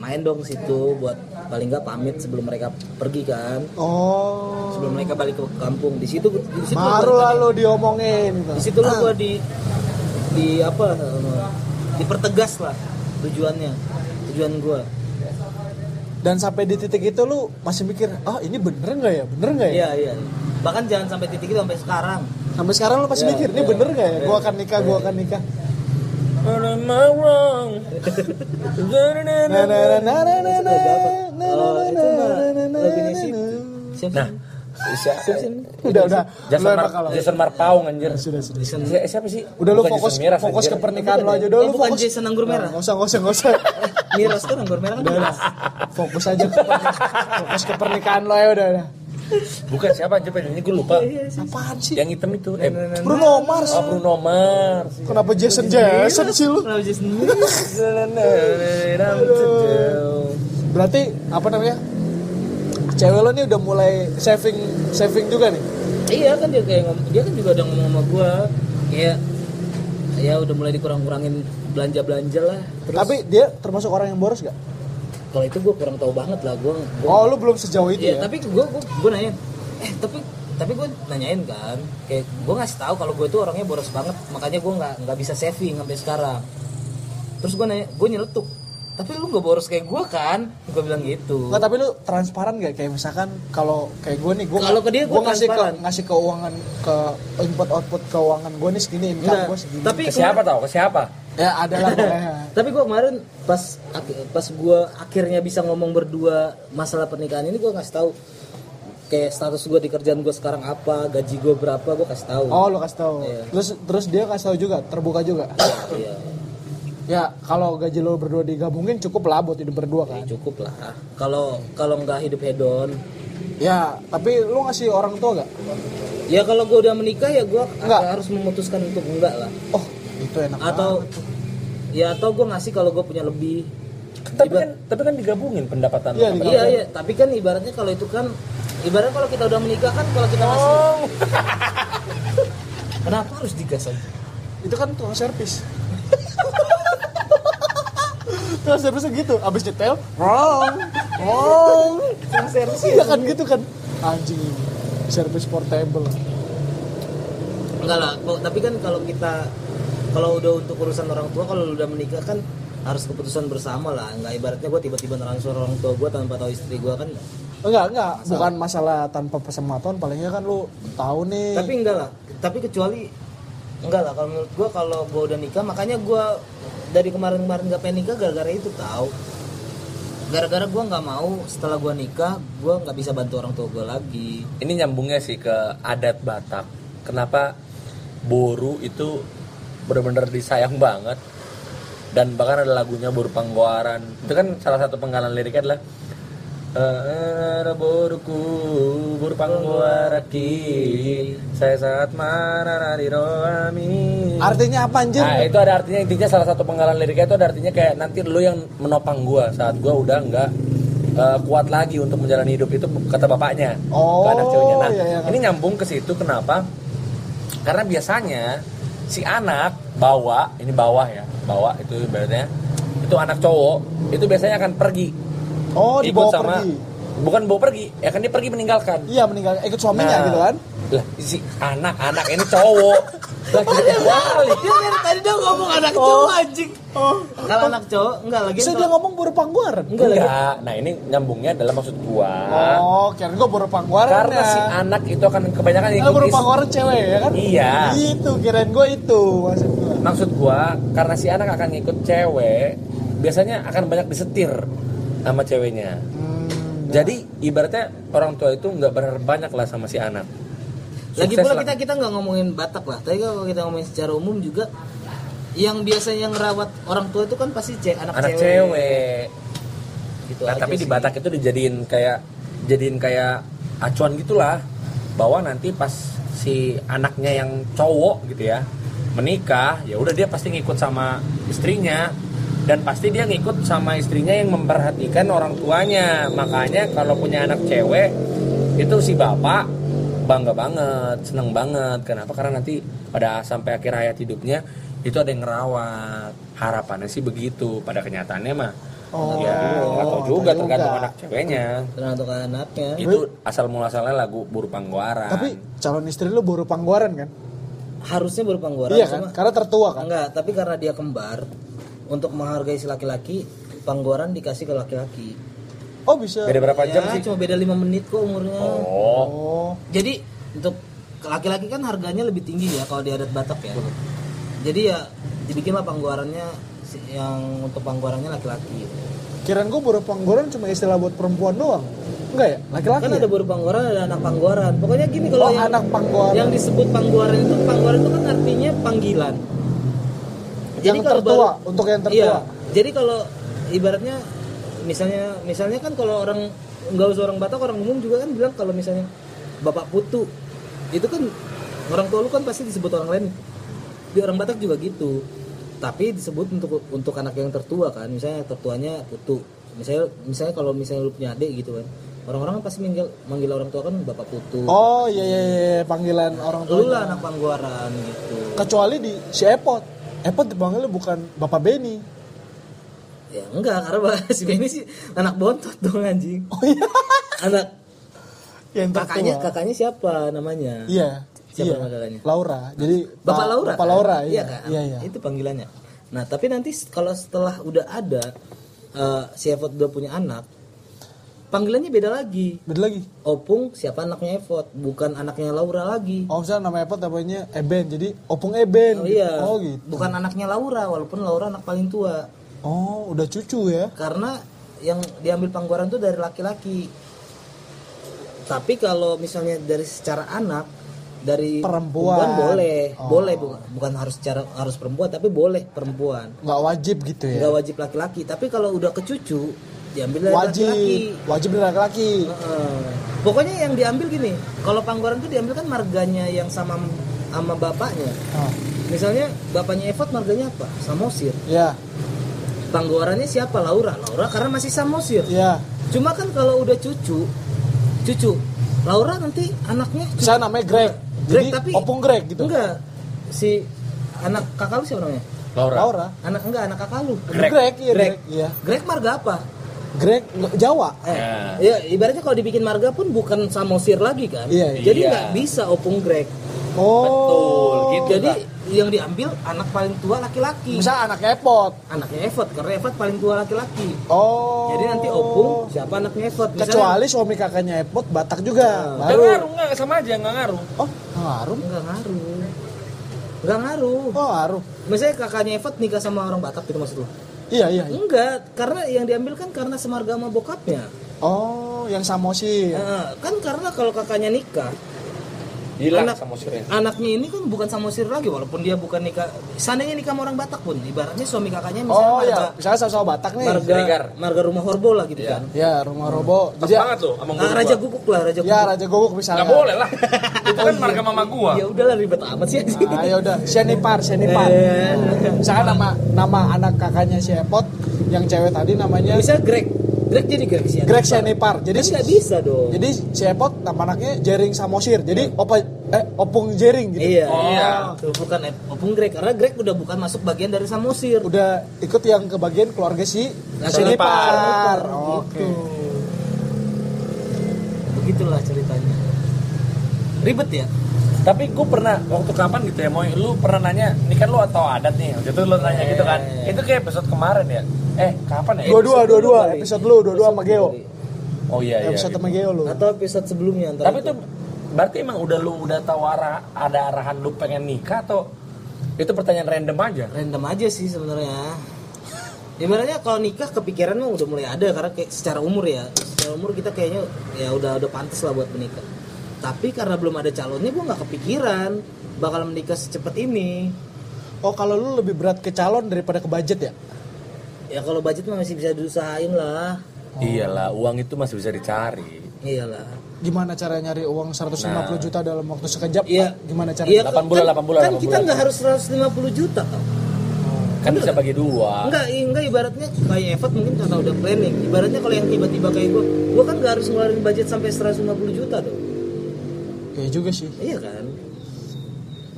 [SPEAKER 5] main dong ke situ buat paling nggak pamit sebelum mereka pergi kan
[SPEAKER 6] Oh.
[SPEAKER 5] sebelum mereka balik ke kampung di situ di situ gua
[SPEAKER 6] Baru
[SPEAKER 5] ber-
[SPEAKER 6] lah lo diomongin. gitu.
[SPEAKER 5] di situ lah gua di di apa eh, dipertegas lah tujuannya tujuan gua
[SPEAKER 6] Dan sampai di titik itu lu masih mikir, ah ini bener nggak ya? Bener nggak ya?
[SPEAKER 5] iya iya bahkan jangan sampai titik itu sampai sekarang
[SPEAKER 6] Sampai sekarang lu masih
[SPEAKER 5] Iya,
[SPEAKER 6] mikir, ini
[SPEAKER 5] iya,
[SPEAKER 6] bener nggak ya?
[SPEAKER 5] iya.
[SPEAKER 6] Gua akan nikah, gua akan nikah. Na, na, na, na, na, na, na, na,
[SPEAKER 5] Iya. Oh,
[SPEAKER 6] na,
[SPEAKER 5] itu
[SPEAKER 6] na,
[SPEAKER 5] mah
[SPEAKER 6] na, na,
[SPEAKER 5] lagunya
[SPEAKER 6] na,
[SPEAKER 5] si-
[SPEAKER 6] na.
[SPEAKER 5] siapa
[SPEAKER 4] Nah,
[SPEAKER 5] sih?
[SPEAKER 4] Isya-
[SPEAKER 6] Udah udah. Lu
[SPEAKER 4] Jason,
[SPEAKER 6] emang
[SPEAKER 4] Mar
[SPEAKER 6] kalau
[SPEAKER 4] Jason Marpaung anjir.
[SPEAKER 6] sudah sudah.
[SPEAKER 4] Si- siapa sih?
[SPEAKER 6] Udah lu
[SPEAKER 4] Bukan
[SPEAKER 6] fokus
[SPEAKER 4] Jason Mraz,
[SPEAKER 6] fokus ke
[SPEAKER 4] anjir.
[SPEAKER 6] pernikahan lu Kan aja udah
[SPEAKER 5] Oh,
[SPEAKER 6] lu
[SPEAKER 5] bukan
[SPEAKER 6] fokus.
[SPEAKER 5] Jason anggur merah.
[SPEAKER 6] Enggak usah, enggak usah, enggak usah.
[SPEAKER 5] miras tuh anggur merah kan
[SPEAKER 6] Udah udah.
[SPEAKER 5] miras.
[SPEAKER 6] Fokus aja ke fokus ke pernikahan lu aja udah udah.
[SPEAKER 4] Bukan siapa anjir penyanyi gue lupa.
[SPEAKER 6] Apaan Iya, sih?
[SPEAKER 4] Yang hitam itu. Eh,
[SPEAKER 6] Bruno Mars.
[SPEAKER 4] oh, Bruno Mars.
[SPEAKER 6] Kenapa Jason Jason sih lu?
[SPEAKER 5] Kenapa Jason
[SPEAKER 6] Berarti apa namanya? Cewek lo nih udah mulai saving saving juga nih.
[SPEAKER 5] Iya kan dia kayak ngom- dia kan juga udah ngomong sama gua kayak ya udah mulai dikurang-kurangin belanja-belanja lah.
[SPEAKER 6] Tapi dia termasuk orang yang boros gak?
[SPEAKER 5] Kalau itu gua kurang tahu banget lah gua. gua
[SPEAKER 6] Oh, lu belum sejauh itu
[SPEAKER 5] Iya,
[SPEAKER 6] ya.
[SPEAKER 5] tapi gua gua, gua nanyain. Eh, tapi tapi gua nanyain kan kayak gua ngasih tahu kalau gua itu orangnya boros banget, makanya gua nggak nggak bisa saving sampai sekarang. Terus gua nanya, gua nyeletuk. Tapi lu nggak boros kayak gua kan? Gua bilang gitu.
[SPEAKER 6] Nggak, tapi lu transparan gak kayak misalkan kalau kayak gue nih gue
[SPEAKER 5] Kalau ke dia gua
[SPEAKER 6] ngasih ke,
[SPEAKER 5] transparan.
[SPEAKER 6] ngasih keuangan ke input output keuangan gue nih segini income
[SPEAKER 5] Nggak,
[SPEAKER 6] gue segini
[SPEAKER 5] tapi
[SPEAKER 4] Ke siapa tau? Ke siapa?
[SPEAKER 6] ya ada lah boleh.
[SPEAKER 5] Tapi gue kemarin pas pas gue akhirnya bisa ngomong berdua masalah pernikahan ini gue ngasih tahu kayak status gue di kerjaan gue sekarang apa, gaji gue berapa, gue kasih tahu.
[SPEAKER 6] oh lu kasih tahu
[SPEAKER 5] Iya.
[SPEAKER 6] terus terus dia kasih tahu juga terbuka juga
[SPEAKER 5] Iya,
[SPEAKER 6] ya kalau gaji lo berdua digabungin cukup lah buat hidup berdua kan
[SPEAKER 5] ya cukup lah. Kalau kalau nggak hidup hedon,
[SPEAKER 6] ya tapi lu ngasih orang tua gak
[SPEAKER 5] ya kalau gue udah menikah ya gue
[SPEAKER 6] Nggak.
[SPEAKER 5] harus memutuskan untuk enggak lah.
[SPEAKER 6] oh itu enak
[SPEAKER 5] Atau ya atau gue ngasih kalau gue punya lebih.
[SPEAKER 4] Tapi kan, tapi kan digabungin pendapatan.
[SPEAKER 6] Iya,
[SPEAKER 4] lu sama-
[SPEAKER 5] Iya iya, tapi kan ibaratnya kalau itu kan ibaratnya kalau kita udah menikah kan kalau kita masih Kenapa harus digas aja?
[SPEAKER 6] itu kan tukang servis tukang servisnya gitu abis nyetel wrong wrong tukang servis iya kan gitu kan anjing ini servis portable
[SPEAKER 5] Enggak lah, kok- tapi kan kalau kita kalau udah untuk urusan orang tua kalau udah menikah kan harus keputusan bersama lah. Enggak ibaratnya gue tiba-tiba transfer orang tua gue tanpa tahu istri gue kan.
[SPEAKER 6] enggak enggak bukan masalah tanpa persematan palingnya kan lu tahu nih
[SPEAKER 5] Tapi enggak lah. Tapi kecuali enggak lah kalau menurut gue kalau gue udah nikah makanya gue dari kemarin-kemarin gak pengen nikah gara-gara itu tahu. Gara-gara gue nggak mau setelah gue nikah gue nggak bisa bantu orang tua gue lagi.
[SPEAKER 4] Ini nyambungnya sih ke adat Batak. Kenapa boru itu benar-benar disayang banget dan bahkan ada lagunya boru panggoaran. Itu kan salah satu penggalan liriknya adalah Eh, boruku, boru panggoaraki, saya saat mana nari roami.
[SPEAKER 6] artinya apa anjir
[SPEAKER 4] Nah, itu ada artinya intinya salah satu penggalan liriknya itu ada artinya kayak nanti lu yang menopang gua saat gua udah nggak eh, kuat lagi untuk menjalani hidup itu kata bapaknya
[SPEAKER 6] Oh,
[SPEAKER 4] ke anak ceweknya. Nah,
[SPEAKER 6] iya, iya.
[SPEAKER 4] ini nyambung ke situ kenapa? Karena biasanya si anak bawa, ini bawah ya, bawa itu ibaratnya itu anak cowok itu biasanya akan pergi
[SPEAKER 6] oh dibawa
[SPEAKER 4] ikut sama
[SPEAKER 6] pergi
[SPEAKER 4] bukan bawa pergi, ya kan dia pergi meninggalkan.
[SPEAKER 6] iya meninggal ikut suaminya
[SPEAKER 4] Nah,
[SPEAKER 6] gitu kan
[SPEAKER 4] Lah, si anak-anak ini cowok.
[SPEAKER 6] Oh,
[SPEAKER 4] Lah, kita
[SPEAKER 6] iya.
[SPEAKER 4] kebalik.
[SPEAKER 5] Dia dari tadi dia ngomong anak
[SPEAKER 4] Oh.
[SPEAKER 5] cowok anjing. Kalau anak cowok enggak lagi.
[SPEAKER 6] Oh. bisa dia ngomong baru pangguaran
[SPEAKER 5] Enggak lagi.
[SPEAKER 4] Enggak. Nah ini nyambungnya adalah maksud gua.
[SPEAKER 6] oh kirain gua baru pangguaran
[SPEAKER 4] Karena
[SPEAKER 6] ya.
[SPEAKER 4] si anak itu akan kebanyakan
[SPEAKER 6] Kalau
[SPEAKER 4] ikuti-
[SPEAKER 6] berupa orang cewek ya kan?
[SPEAKER 4] Iya.
[SPEAKER 6] Itu kirain gue itu maksud gue.
[SPEAKER 5] Nah.
[SPEAKER 4] Maksud gua karena si anak akan ngikut cewek, biasanya akan banyak disetir sama ceweknya.
[SPEAKER 5] Hmm,
[SPEAKER 4] Jadi ibaratnya orang tua itu nggak berharap banyak lah sama si anak.
[SPEAKER 5] Lagi
[SPEAKER 4] Sukses
[SPEAKER 5] pula
[SPEAKER 4] lah.
[SPEAKER 5] kita kita nggak ngomongin Batak lah. Tapi kalau kita ngomongin secara umum juga yang biasanya ngerawat orang tua itu kan pasti ce- anak,
[SPEAKER 4] anak
[SPEAKER 5] cewek.
[SPEAKER 4] cewek.
[SPEAKER 5] Gitu
[SPEAKER 4] Nah,
[SPEAKER 5] aja
[SPEAKER 4] tapi di
[SPEAKER 5] sih.
[SPEAKER 4] Batak itu dijadiin kayak jadiin kayak acuan gitulah bahwa nanti pas si anaknya yang cowok gitu ya menikah ya udah dia pasti ngikut sama istrinya dan pasti dia ngikut sama istrinya yang memperhatikan orang tuanya makanya kalau punya anak cewek itu si bapak bangga banget seneng banget kenapa karena nanti pada sampai akhir hayat hidupnya itu ada yang ngerawat harapannya sih begitu pada kenyataannya mah
[SPEAKER 6] Oh,
[SPEAKER 4] ya nggak tahu juga
[SPEAKER 6] nggak
[SPEAKER 4] tergantung
[SPEAKER 6] juga.
[SPEAKER 4] anak ceweknya
[SPEAKER 5] tergantung anaknya
[SPEAKER 4] itu asal mulasalnya lagu buru panggoaran
[SPEAKER 6] Tapi calon istri lu baru panggoran kan?
[SPEAKER 5] harusnya berpanggoran
[SPEAKER 6] iya kan? Karena tertua kan?
[SPEAKER 5] enggak tapi karena dia kembar untuk menghargai si laki-laki panggoran dikasih ke laki-laki
[SPEAKER 6] Oh bisa.
[SPEAKER 4] beda berapa jam
[SPEAKER 5] ya,
[SPEAKER 4] sih
[SPEAKER 5] cuma beda lima menit kok umurnya
[SPEAKER 4] oh
[SPEAKER 6] Oh,
[SPEAKER 5] jadi untuk laki-laki kan harganya lebih tinggi ya kalau di adat Batak ya jadi ya dibikinlah panggorannya si- yang untuk panggorannya laki-laki gitu.
[SPEAKER 6] kiraan gua baru panggoran cuma istilah buat perempuan doang. Enggak ya? Laki-laki.
[SPEAKER 5] kan
[SPEAKER 6] ya?
[SPEAKER 5] ada baru panggoran ada anak panggoran pokoknya gini kalau
[SPEAKER 6] Oh,
[SPEAKER 5] yang
[SPEAKER 6] anak panggoran.
[SPEAKER 5] yang disebut panggoran itu panggoran itu kan artinya panggilan
[SPEAKER 6] Yang tertua, untuk yang tertua.
[SPEAKER 5] iya jadi kalau ibaratnya misalnya misalnya kan kalau orang nggak usah orang Batak orang umum juga kan bilang kalau misalnya bapak putu itu kan orang tua lu kan pasti disebut orang lain di orang Batak juga gitu tapi disebut untuk untuk anak yang tertua kan misalnya tertuanya putu misalnya misalnya kalau misalnya lu punya adik gitu kan orang-orang kan pasti manggil manggil orang tua kan bapak putu
[SPEAKER 6] Oh iya iya iya panggilan orang tua.
[SPEAKER 5] lu lah anak panggoran gitu
[SPEAKER 6] Kecuali di si Epot. Epot dipanggilnya bukan Bapak Beni.
[SPEAKER 5] Ya enggak, karena si Benny sih anak bontot dong anjing. Oh iya. Anak
[SPEAKER 6] Yang
[SPEAKER 5] kakaknya, kakaknya siapa namanya?
[SPEAKER 6] Iya.
[SPEAKER 5] Siapa
[SPEAKER 6] iya.
[SPEAKER 5] nama kakaknya?
[SPEAKER 6] Laura. Jadi
[SPEAKER 5] Bapak
[SPEAKER 6] Pak-
[SPEAKER 5] Laura.
[SPEAKER 6] Bapak
[SPEAKER 5] kan?
[SPEAKER 6] Laura. Iya.
[SPEAKER 5] kan?
[SPEAKER 6] Iya iya.
[SPEAKER 5] Itu panggilannya. Nah, tapi nanti s- kalau setelah udah ada eh, si Evot udah punya anak, panggilannya beda lagi.
[SPEAKER 6] Beda lagi.
[SPEAKER 5] Opung siapa anaknya Evot, bukan anaknya Laura lagi.
[SPEAKER 6] Oh, misalnya nama Epot namanya Eben. Jadi Opung Eben.
[SPEAKER 5] Oh iya.
[SPEAKER 6] Oh gitu.
[SPEAKER 5] Bukan anaknya Laura walaupun Laura anak paling tua.
[SPEAKER 6] Oh, udah cucu ya.
[SPEAKER 5] karena yang diambil panggoran itu dari laki-laki tapi kalau misalnya dari secara anak dari
[SPEAKER 6] Perempuan.
[SPEAKER 5] boleh
[SPEAKER 6] Oh.
[SPEAKER 5] boleh bukan, bukan harus secara harus perempuan tapi boleh perempuan
[SPEAKER 6] Nggak wajib gitu ya.
[SPEAKER 5] nggak wajib laki-laki tapi kalau udah ke cucu diambil dari
[SPEAKER 6] wajib.
[SPEAKER 5] laki-laki
[SPEAKER 6] Wajib dari laki-laki.
[SPEAKER 5] Heeh. pokoknya yang diambil gini kalau panggoran itu diambil kan marganya yang sama sama bapaknya
[SPEAKER 6] Ah,
[SPEAKER 5] misalnya bapaknya Evot marganya apa Samosir
[SPEAKER 6] Iya.
[SPEAKER 5] panggorannya siapa Laura Laura karena masih Samosir
[SPEAKER 6] Iya.
[SPEAKER 5] Cuma kan kalau udah cucu, cucu, Laura nanti anaknya cucu.
[SPEAKER 6] Misalnya namanya Greg.
[SPEAKER 5] Greg,
[SPEAKER 6] Jadi
[SPEAKER 5] tapi-
[SPEAKER 6] Opung Greg gitu.
[SPEAKER 5] enggak si anak kakak lu siapa namanya?
[SPEAKER 4] Laura
[SPEAKER 6] Laura.
[SPEAKER 5] Anak enggak anak kakak lu.
[SPEAKER 6] Greg. Greg, iya,
[SPEAKER 5] Greg.
[SPEAKER 6] Greg. Iya.
[SPEAKER 5] Greg marga apa?
[SPEAKER 6] Greg nggak- Jawa.
[SPEAKER 5] Eh,
[SPEAKER 4] Nah.
[SPEAKER 5] ya ibaratnya kalau dibikin marga pun bukan samosir lagi kan.
[SPEAKER 6] Iya, iya.
[SPEAKER 5] Jadi
[SPEAKER 4] Iya.
[SPEAKER 5] nggak bisa opung Greg.
[SPEAKER 4] betul
[SPEAKER 6] Oh.
[SPEAKER 4] gitu
[SPEAKER 5] Jadi
[SPEAKER 4] Kak.
[SPEAKER 5] yang diambil anak paling tua laki-laki.
[SPEAKER 6] Misalnya anak Epot.
[SPEAKER 5] Anaknya Evot karena Evot paling tua laki-laki.
[SPEAKER 6] Oh.
[SPEAKER 5] Jadi nanti opung siapa anaknya Evot? Misalnya-
[SPEAKER 6] kecuali suami kakaknya Epot Batak juga.
[SPEAKER 4] Nggak
[SPEAKER 5] Nah.
[SPEAKER 6] Baru.
[SPEAKER 4] ngaruh nggak sama aja nggak ngaruh
[SPEAKER 6] Oh, ngaruh.
[SPEAKER 5] enggak ngaruh. Enggak ngaruh.
[SPEAKER 6] Oh, ngaruh.
[SPEAKER 5] Misalnya kakaknya Evot nikah sama orang Batak gitu maksud lu?
[SPEAKER 6] Iya, iya. iya.
[SPEAKER 5] Enggak, karena yang diambil kan karena semarga sama bokapnya.
[SPEAKER 6] Oh, yang Samosir.
[SPEAKER 5] Eh, kan karena kalau kakaknya nikah,
[SPEAKER 4] hilang
[SPEAKER 5] Anak-
[SPEAKER 4] sama sirnya
[SPEAKER 5] anaknya ini kan bukan samosir lagi walaupun dia bukan nikah. Seandainya nikah sama orang Batak pun, ibaratnya suami kakaknya misalnya
[SPEAKER 6] Oh,
[SPEAKER 5] marga,
[SPEAKER 6] iya. Misalnya sama-sama Batak nih.
[SPEAKER 5] marga,
[SPEAKER 4] Siregar.
[SPEAKER 5] marga rumah Horbo lah gitu kan.
[SPEAKER 6] Ya, rumah robo.
[SPEAKER 4] pas
[SPEAKER 6] Jadi
[SPEAKER 4] banget loh sama
[SPEAKER 5] Ah,
[SPEAKER 4] guru
[SPEAKER 5] Raja
[SPEAKER 4] gua.
[SPEAKER 5] Guguk lah, Raja Guguk.
[SPEAKER 6] ya Raja Gogok misalnya.
[SPEAKER 4] nggak boleh lah itu kan marga mama gua
[SPEAKER 5] Ya udahlah ribet amat sih.
[SPEAKER 6] Ah, ya udah, Senipar, Senipar.
[SPEAKER 5] Eh.
[SPEAKER 6] Misalnya nama nama anak kakaknya si Epot yang cewek tadi namanya
[SPEAKER 5] Bisa Greg, Greg jadi Greg sih.
[SPEAKER 6] Greg Senipar. Jadi
[SPEAKER 5] Jadi nggak bisa dong.
[SPEAKER 6] Jadi si Epot nama anaknya Jering Samosir. Jadi opa eh opung Jering gitu.
[SPEAKER 5] Iya,
[SPEAKER 4] Oh.
[SPEAKER 5] iya. Tuh, bukan eh, opung Greg karena Greg udah bukan masuk bagian dari samosir.
[SPEAKER 6] udah ikut yang ke bagian keluarga si
[SPEAKER 5] Nah,
[SPEAKER 6] Senipar. Oke.
[SPEAKER 5] Gitu. Begitulah ceritanya. Ribet ya?
[SPEAKER 4] tapi gua pernah waktu kapan gitu ya Moy lu pernah nanya ini kan lu atau adat nih waktu itu lu nanya gitu kan itu kayak episode kemarin ya eh kapan ya
[SPEAKER 6] Dua-dua, dua-dua. Episode lu, dua-dua sama Geo.
[SPEAKER 4] oh iya iya
[SPEAKER 6] Episode
[SPEAKER 4] gitu.
[SPEAKER 6] sama Geo lu.
[SPEAKER 5] Atau episode sebelumnya antara
[SPEAKER 4] tapi itu berarti emang udah lu udah tahu arah ada arahan lu pengen nikah atau itu pertanyaan random aja
[SPEAKER 5] random aja sih sebenarnya. Ibaratnya kalau nikah kepikiran mah udah mulai ada karena kayak secara umur ya. Secara umur kita kayaknya ya udah udah pantas lah buat menikah. Tapi karena belum ada calonnya gue nggak kepikiran bakal menikah secepat ini.
[SPEAKER 6] Oh, kalau lu lebih berat ke calon daripada ke budget ya?
[SPEAKER 5] Ya kalau budget mah masih bisa diusahain lah.
[SPEAKER 4] iyalah uang itu masih bisa dicari
[SPEAKER 5] Iyalah.
[SPEAKER 6] Gimana cara nyari uang 150
[SPEAKER 4] Nah.
[SPEAKER 6] juta dalam waktu sekejap?
[SPEAKER 5] Iya.
[SPEAKER 6] Gimana cara?
[SPEAKER 5] Iya,
[SPEAKER 4] Delapan
[SPEAKER 5] kan-
[SPEAKER 4] bulan,
[SPEAKER 5] kan-
[SPEAKER 4] delapan bulan,
[SPEAKER 5] Kan
[SPEAKER 4] delapan
[SPEAKER 5] kita
[SPEAKER 4] bulan.
[SPEAKER 5] nggak harus 150 juta tau.
[SPEAKER 4] kan bisa bagi dua
[SPEAKER 5] Enggak, i- enggak ibaratnya kayak effort mungkin karena udah planning. Ibaratnya kalau yang tiba-tiba kayak gua, gua kan nggak harus ngeluarin budget sampai 150 juta tuh.
[SPEAKER 6] Ya juga sih.
[SPEAKER 5] Iya kan?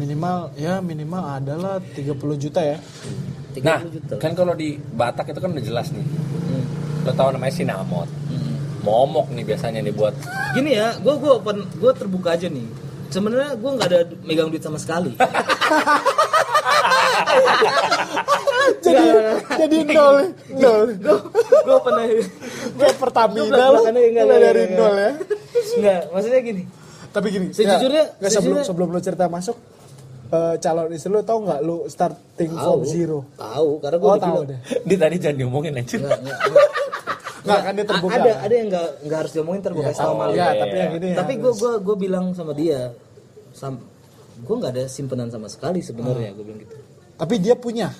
[SPEAKER 6] Minimal ya minimal adalah 30 juta ya.
[SPEAKER 5] 30
[SPEAKER 4] nah
[SPEAKER 5] juta.
[SPEAKER 4] kan kalau di Batak itu kan udah jelas nih
[SPEAKER 5] Hmm.
[SPEAKER 4] Lo tau namanya sinamot. Momok nih biasanya nih buat
[SPEAKER 5] Gini ya, gue gue open, gue terbuka aja nih. Sebenarnya gue nggak ada du- megang duit sama sekali.
[SPEAKER 6] jadi jadi nol nol
[SPEAKER 5] gue pernah ya?
[SPEAKER 6] kayak Pertamina
[SPEAKER 5] Lu
[SPEAKER 6] lu
[SPEAKER 5] belak-belakan
[SPEAKER 6] mulai
[SPEAKER 5] aja, enggak, enggak,
[SPEAKER 6] dari
[SPEAKER 5] enggak,
[SPEAKER 6] nol ya
[SPEAKER 5] nggak, maksudnya gini.
[SPEAKER 6] tapi gini ya,
[SPEAKER 5] Sejujurnya-
[SPEAKER 6] nggak, sebelum
[SPEAKER 5] sejujurnya-
[SPEAKER 6] sebelum lu cerita masuk eh, calon istri lu tau nggak lu starting from
[SPEAKER 5] Tahu.
[SPEAKER 6] zero
[SPEAKER 5] Tahu, karena gue
[SPEAKER 6] oh
[SPEAKER 5] udah
[SPEAKER 6] tahu
[SPEAKER 5] bilang.
[SPEAKER 6] deh
[SPEAKER 4] Dia tadi jangan diomongin anjir.
[SPEAKER 5] Nggak, nggak, nggak.
[SPEAKER 6] nggak kan dia terbuka
[SPEAKER 5] Ada ada yang nggak nggak harus diomongin terbuka
[SPEAKER 6] ya,
[SPEAKER 5] sama
[SPEAKER 6] tahu.
[SPEAKER 5] malu.
[SPEAKER 6] ya tapi yang ini
[SPEAKER 5] Tapi gue gua gua bilang sama dia, sam, gue nggak ada simpenan sama sekali
[SPEAKER 6] Hmm.
[SPEAKER 5] sebenarnya. Gue bilang gitu.
[SPEAKER 6] tapi dia punya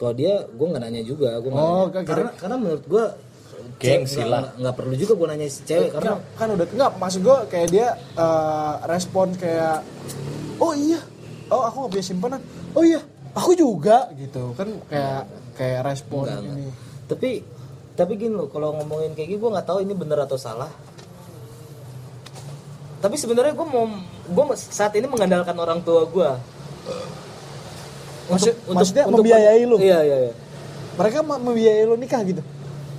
[SPEAKER 5] Kalau dia, gue nggak nanya juga. Gua nggak
[SPEAKER 6] Oh,
[SPEAKER 5] nanya.
[SPEAKER 6] kira-
[SPEAKER 5] karena karena menurut gue
[SPEAKER 4] Geng, sila.
[SPEAKER 5] nggak perlu juga gue nanya si cewek Iya, karena
[SPEAKER 6] Nggak, kan udah nggak maksud gue kayak dia eh, respon kayak oh iya oh aku nggak punya simpanan oh iya aku juga gitu kan kayak kayak respon
[SPEAKER 5] Enggak,
[SPEAKER 6] ini
[SPEAKER 5] enggak. Tapi tapi gini loh, kalau ngomongin kayak gini gue nggak tahu ini bener atau salah. Tapi sebenarnya gue mau gue saat ini mengandalkan orang tua gue.
[SPEAKER 6] Maksud- maksudnya membiayai lu?
[SPEAKER 5] Iya iya iya.
[SPEAKER 6] mereka mau membiayai lo nikah gitu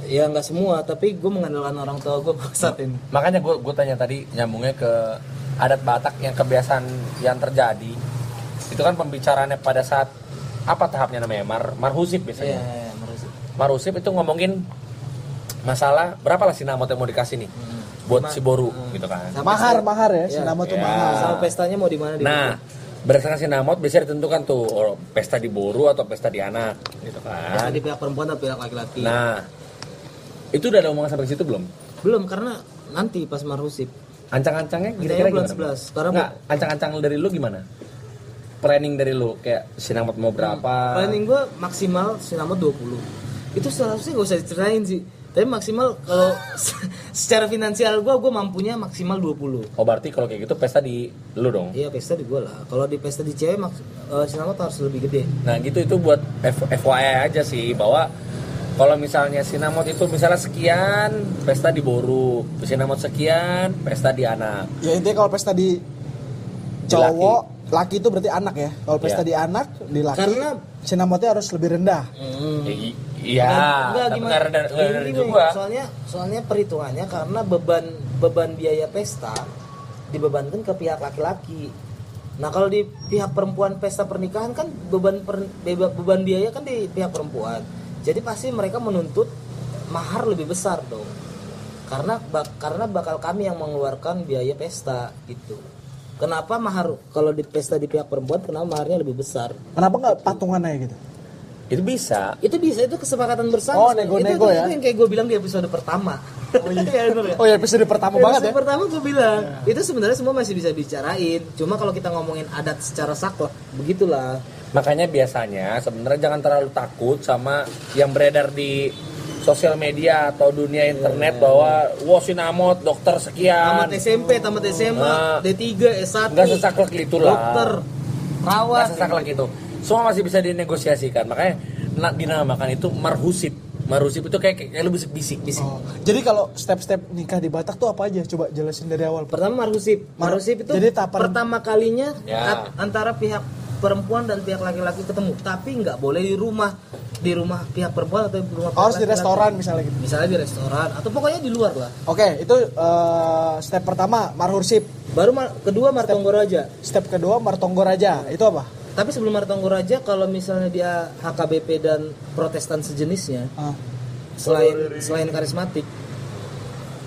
[SPEAKER 5] Ya nggak semua, tapi gue mengandalkan orang tua gue saat ini.
[SPEAKER 4] Makanya gue gue tanya tadi nyambungnya ke adat Batak yang kebiasaan yang terjadi itu kan pembicaraannya pada saat apa tahapnya namanya mar marhusib
[SPEAKER 5] Iya,
[SPEAKER 4] biasanya.
[SPEAKER 5] iya, menurut-
[SPEAKER 4] Marusip itu ngomongin masalah berapa lah sinamot yang mau dikasih nih
[SPEAKER 5] Hmm.
[SPEAKER 4] buat si Boru gitu kan.
[SPEAKER 5] Sampai
[SPEAKER 6] mahar
[SPEAKER 5] saya-
[SPEAKER 6] mahar ya,
[SPEAKER 5] Iya.
[SPEAKER 6] sinama tuh
[SPEAKER 4] Ya.
[SPEAKER 6] mahar
[SPEAKER 5] Sama pestanya mau di mana? di
[SPEAKER 4] Nah, berdasarkan sinamot biasanya ditentukan tuh oh, pesta di Boru atau pesta di anak gitu
[SPEAKER 5] mana? Pesta
[SPEAKER 4] kan.
[SPEAKER 5] di pihak perempuan atau pihak laki-laki?
[SPEAKER 4] Nah, itu udah ada omongan sampai ke situ belum?
[SPEAKER 5] Belum karena nanti pas marhusip.
[SPEAKER 4] Ancang-ancangnya
[SPEAKER 5] Ancangnya
[SPEAKER 4] kira-kira
[SPEAKER 5] bulan
[SPEAKER 4] gimana?
[SPEAKER 5] 11, karena-
[SPEAKER 4] Nggak, ancang-ancang dari lu gimana? Planning dari lu kayak sinamot mau berapa?
[SPEAKER 5] Hmm, Planning gue maksimal sinamot 20 Itu seharusnya gak usah diceritain sih Tapi maksimal kalau secara finansial gue, gue mampunya maksimal 20
[SPEAKER 4] Oh berarti kalau kayak gitu pesta di lu dong.
[SPEAKER 5] Iya pesta di gue lah Kalau di pesta di cewek maks- eh, sinamot harus lebih gede
[SPEAKER 4] Nah gitu itu buat F- FYI aja sih bahwa kalau misalnya sinamot itu misalnya sekian pesta di Boru, sinamot sekian pesta di anak.
[SPEAKER 6] ya intinya kalau pesta di cowok laki. itu berarti anak ya kalau pesta
[SPEAKER 4] Iya.
[SPEAKER 6] di anak di laki
[SPEAKER 5] Karena-
[SPEAKER 6] sinamotnya harus lebih rendah
[SPEAKER 5] Hmm.
[SPEAKER 4] I- Iya,
[SPEAKER 5] Kan?
[SPEAKER 4] tapi karena dari,
[SPEAKER 5] Ini
[SPEAKER 4] dari
[SPEAKER 5] gini,
[SPEAKER 4] gua.
[SPEAKER 5] Iya, Soalnya soalnya perhitungannya karena beban beban biaya pesta dibebankan ke pihak laki-laki. Nah kalau di pihak perempuan pesta pernikahan kan beban per- beba- beban biaya kan di pihak perempuan. Jadi pasti mereka menuntut mahar lebih besar dong. Karena bak- karena bakal kami yang mengeluarkan biaya pesta gitu. Kenapa mahar kalau di pesta di pihak perempuan kenapa maharnya lebih besar?
[SPEAKER 6] kenapa nggak patungan aja gitu
[SPEAKER 4] Itu bisa.
[SPEAKER 5] itu bisa itu kesepakatan bersama
[SPEAKER 6] Oh, nego-nego
[SPEAKER 5] Itu- itu,
[SPEAKER 6] ya?
[SPEAKER 5] itu yang kayak gue bilang di episode pertama oh iya, bener ya?
[SPEAKER 6] oh ya episode pertama banget
[SPEAKER 5] episode
[SPEAKER 6] ya
[SPEAKER 5] pertama gue bilang itu sebenarnya semua masih bisa bicarain cuma kalau kita ngomongin adat secara saklek begitulah
[SPEAKER 4] Makanya biasanya sebenarnya jangan terlalu takut sama yang beredar di sosial media atau dunia internet bahwa wah sinamot dokter sekian.
[SPEAKER 5] tamat SMP tamat SMA
[SPEAKER 4] Nah.
[SPEAKER 6] Ah.
[SPEAKER 5] D3 S1
[SPEAKER 4] Enggak sesaklek itulah.
[SPEAKER 5] dokter
[SPEAKER 4] Nggak
[SPEAKER 5] perawat
[SPEAKER 4] sesaklek itu. Semua masih bisa dinegosiasikan. Makanya na- dinamakan itu marhusib. Marhusib itu kayak kayak lu bisik-bisik. Bisik.
[SPEAKER 6] Oh, jadi kalau step-step nikah di Batak tuh apa aja coba jelasin dari awal
[SPEAKER 5] pertama marhusip
[SPEAKER 6] Mar-
[SPEAKER 5] marhusip itu
[SPEAKER 6] jadi tapan-
[SPEAKER 5] pertama kalinya
[SPEAKER 4] Ya.
[SPEAKER 5] at- antara pihak perempuan dan pihak laki-laki ketemu tapi nggak boleh di rumah di rumah pihak perempuan atau di rumah pihak
[SPEAKER 6] Oh, harus di
[SPEAKER 5] laki-laki.
[SPEAKER 6] restoran misalnya gitu
[SPEAKER 5] misalnya di restoran atau pokoknya di luar lah
[SPEAKER 6] Oke, itu eh, step pertama marhursip.
[SPEAKER 5] baru mar- kedua Martonggo Raja
[SPEAKER 6] Step kedua martonggo raja. Itu apa?
[SPEAKER 5] tapi sebelum Martonggo Raja kalau misalnya dia HKBP dan Protestan sejenisnya
[SPEAKER 6] Ah,
[SPEAKER 5] selain selain karismatik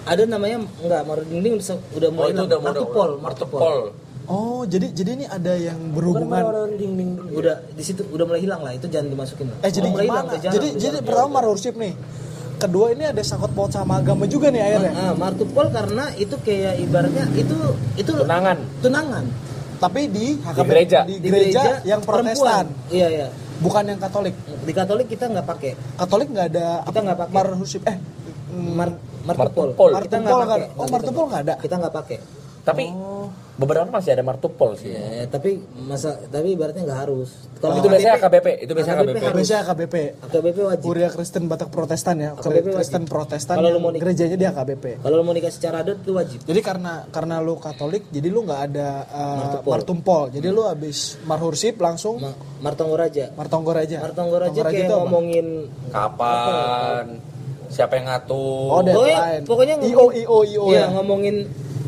[SPEAKER 5] ada namanya enggak Marudinding udah, Oh, udah mulai Martupol Martupol
[SPEAKER 6] Oh, jadi jadi ini ada yang
[SPEAKER 5] Bukan
[SPEAKER 6] berhubungan.
[SPEAKER 5] Marudinding dulu. udah di situ udah mulai hilang lah itu jangan dimasukin lah
[SPEAKER 6] Eh, jadi
[SPEAKER 5] Udah mulai hilang,
[SPEAKER 6] gimana?
[SPEAKER 5] udah jarang,
[SPEAKER 6] Jadi
[SPEAKER 5] udah
[SPEAKER 6] jadi
[SPEAKER 5] jarang.
[SPEAKER 6] pertama marhursip nih. Kedua ini ada sangkut paut sama agama juga nih akhirnya.
[SPEAKER 5] Ah, Martupol karena itu kayak ibaratnya itu itu
[SPEAKER 4] Tunangan.
[SPEAKER 5] tunangan
[SPEAKER 6] Tapi di HKBP
[SPEAKER 4] gereja.
[SPEAKER 6] di gereja yang Protestan,
[SPEAKER 5] perempuan. iya iya
[SPEAKER 6] bukan yang Katolik.
[SPEAKER 5] di Katolik kita nggak pakai
[SPEAKER 6] Katolik nggak ada
[SPEAKER 5] Kita nggak pakai.
[SPEAKER 6] marhursip. Eh,
[SPEAKER 5] Mar martupol.
[SPEAKER 4] Martupol.
[SPEAKER 5] Kita nggak
[SPEAKER 6] Martupol nggak
[SPEAKER 5] pakai.
[SPEAKER 6] ada. Oh, martupol nggak ada.
[SPEAKER 5] Kita nggak pakai.
[SPEAKER 4] Tapi beberapa orang masih ada martupol
[SPEAKER 6] Iya.
[SPEAKER 4] sih.
[SPEAKER 5] Ya, tapi masa tapi ibaratnya nggak harus.
[SPEAKER 6] Oh,
[SPEAKER 5] gitu
[SPEAKER 4] Itu
[SPEAKER 5] KBP
[SPEAKER 4] biasanya KBP, itu biasanya
[SPEAKER 5] KBP
[SPEAKER 4] KBP.
[SPEAKER 5] harus.
[SPEAKER 6] Gereja HKBP.
[SPEAKER 5] AKBP wajib.
[SPEAKER 6] Kuria Kristen Batak Protestan ya.
[SPEAKER 5] HKBP
[SPEAKER 6] Kristen
[SPEAKER 5] wajib.
[SPEAKER 6] Protestan.
[SPEAKER 5] Kalau lu
[SPEAKER 6] yang
[SPEAKER 5] mau nikah.
[SPEAKER 6] gerejanya di HKBP.
[SPEAKER 5] Kalau lo mau nikah secara adat itu wajib.
[SPEAKER 6] Jadi karena karena lu Katolik, jadi lu nggak ada uh,
[SPEAKER 5] Martumpol.
[SPEAKER 6] martumpol. Jadi lu habis marhursip langsung
[SPEAKER 5] Ma- Martonggo Raja.
[SPEAKER 6] Iya. martonggor aja.
[SPEAKER 5] Martonggo Raja
[SPEAKER 6] Martonggor
[SPEAKER 5] kayak
[SPEAKER 6] itu apa?
[SPEAKER 5] ngomongin
[SPEAKER 4] Kapan? siapa yang ngatur
[SPEAKER 6] Oh,
[SPEAKER 5] Pokoknya-
[SPEAKER 6] deadline.
[SPEAKER 5] pokoknya ngomong-
[SPEAKER 6] IO IO IO
[SPEAKER 5] Iya,
[SPEAKER 6] ya.
[SPEAKER 5] ngomongin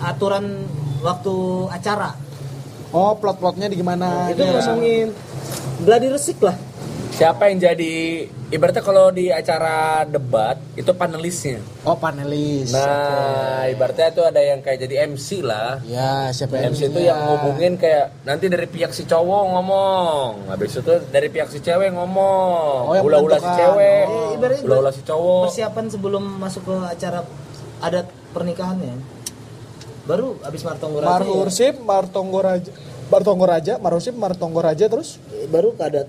[SPEAKER 5] aturan waktu acara.
[SPEAKER 6] Oh, plot-plotnya di gimana?
[SPEAKER 5] Nah, itu
[SPEAKER 6] Iya.
[SPEAKER 5] ngomongin gladi resik lah.
[SPEAKER 4] siapa yang jadi ibaratnya kalau di acara debat itu panelisnya
[SPEAKER 6] Oh, panelis.
[SPEAKER 4] nah ibaratnya itu ada yang kayak jadi MC lah
[SPEAKER 6] Ya, siapa yang
[SPEAKER 4] MC itu yang ngomongin kayak nanti dari pihak si cowok ngomong habis itu dari pihak si cewek
[SPEAKER 6] Oh,
[SPEAKER 4] ngomong
[SPEAKER 6] yang
[SPEAKER 4] ula-ula si
[SPEAKER 6] menentukan.
[SPEAKER 4] cewek
[SPEAKER 5] Eh, ibaratnya
[SPEAKER 4] ula-ula si cowok
[SPEAKER 5] Persiapan sebelum masuk ke acara adat pernikahannya. Baru habis martonggoraja. ya.
[SPEAKER 6] Marhursip, Martonggoraja, Martonggoraja, Marhursip, Martonggoraja terus
[SPEAKER 5] Eh, Baru ke adat.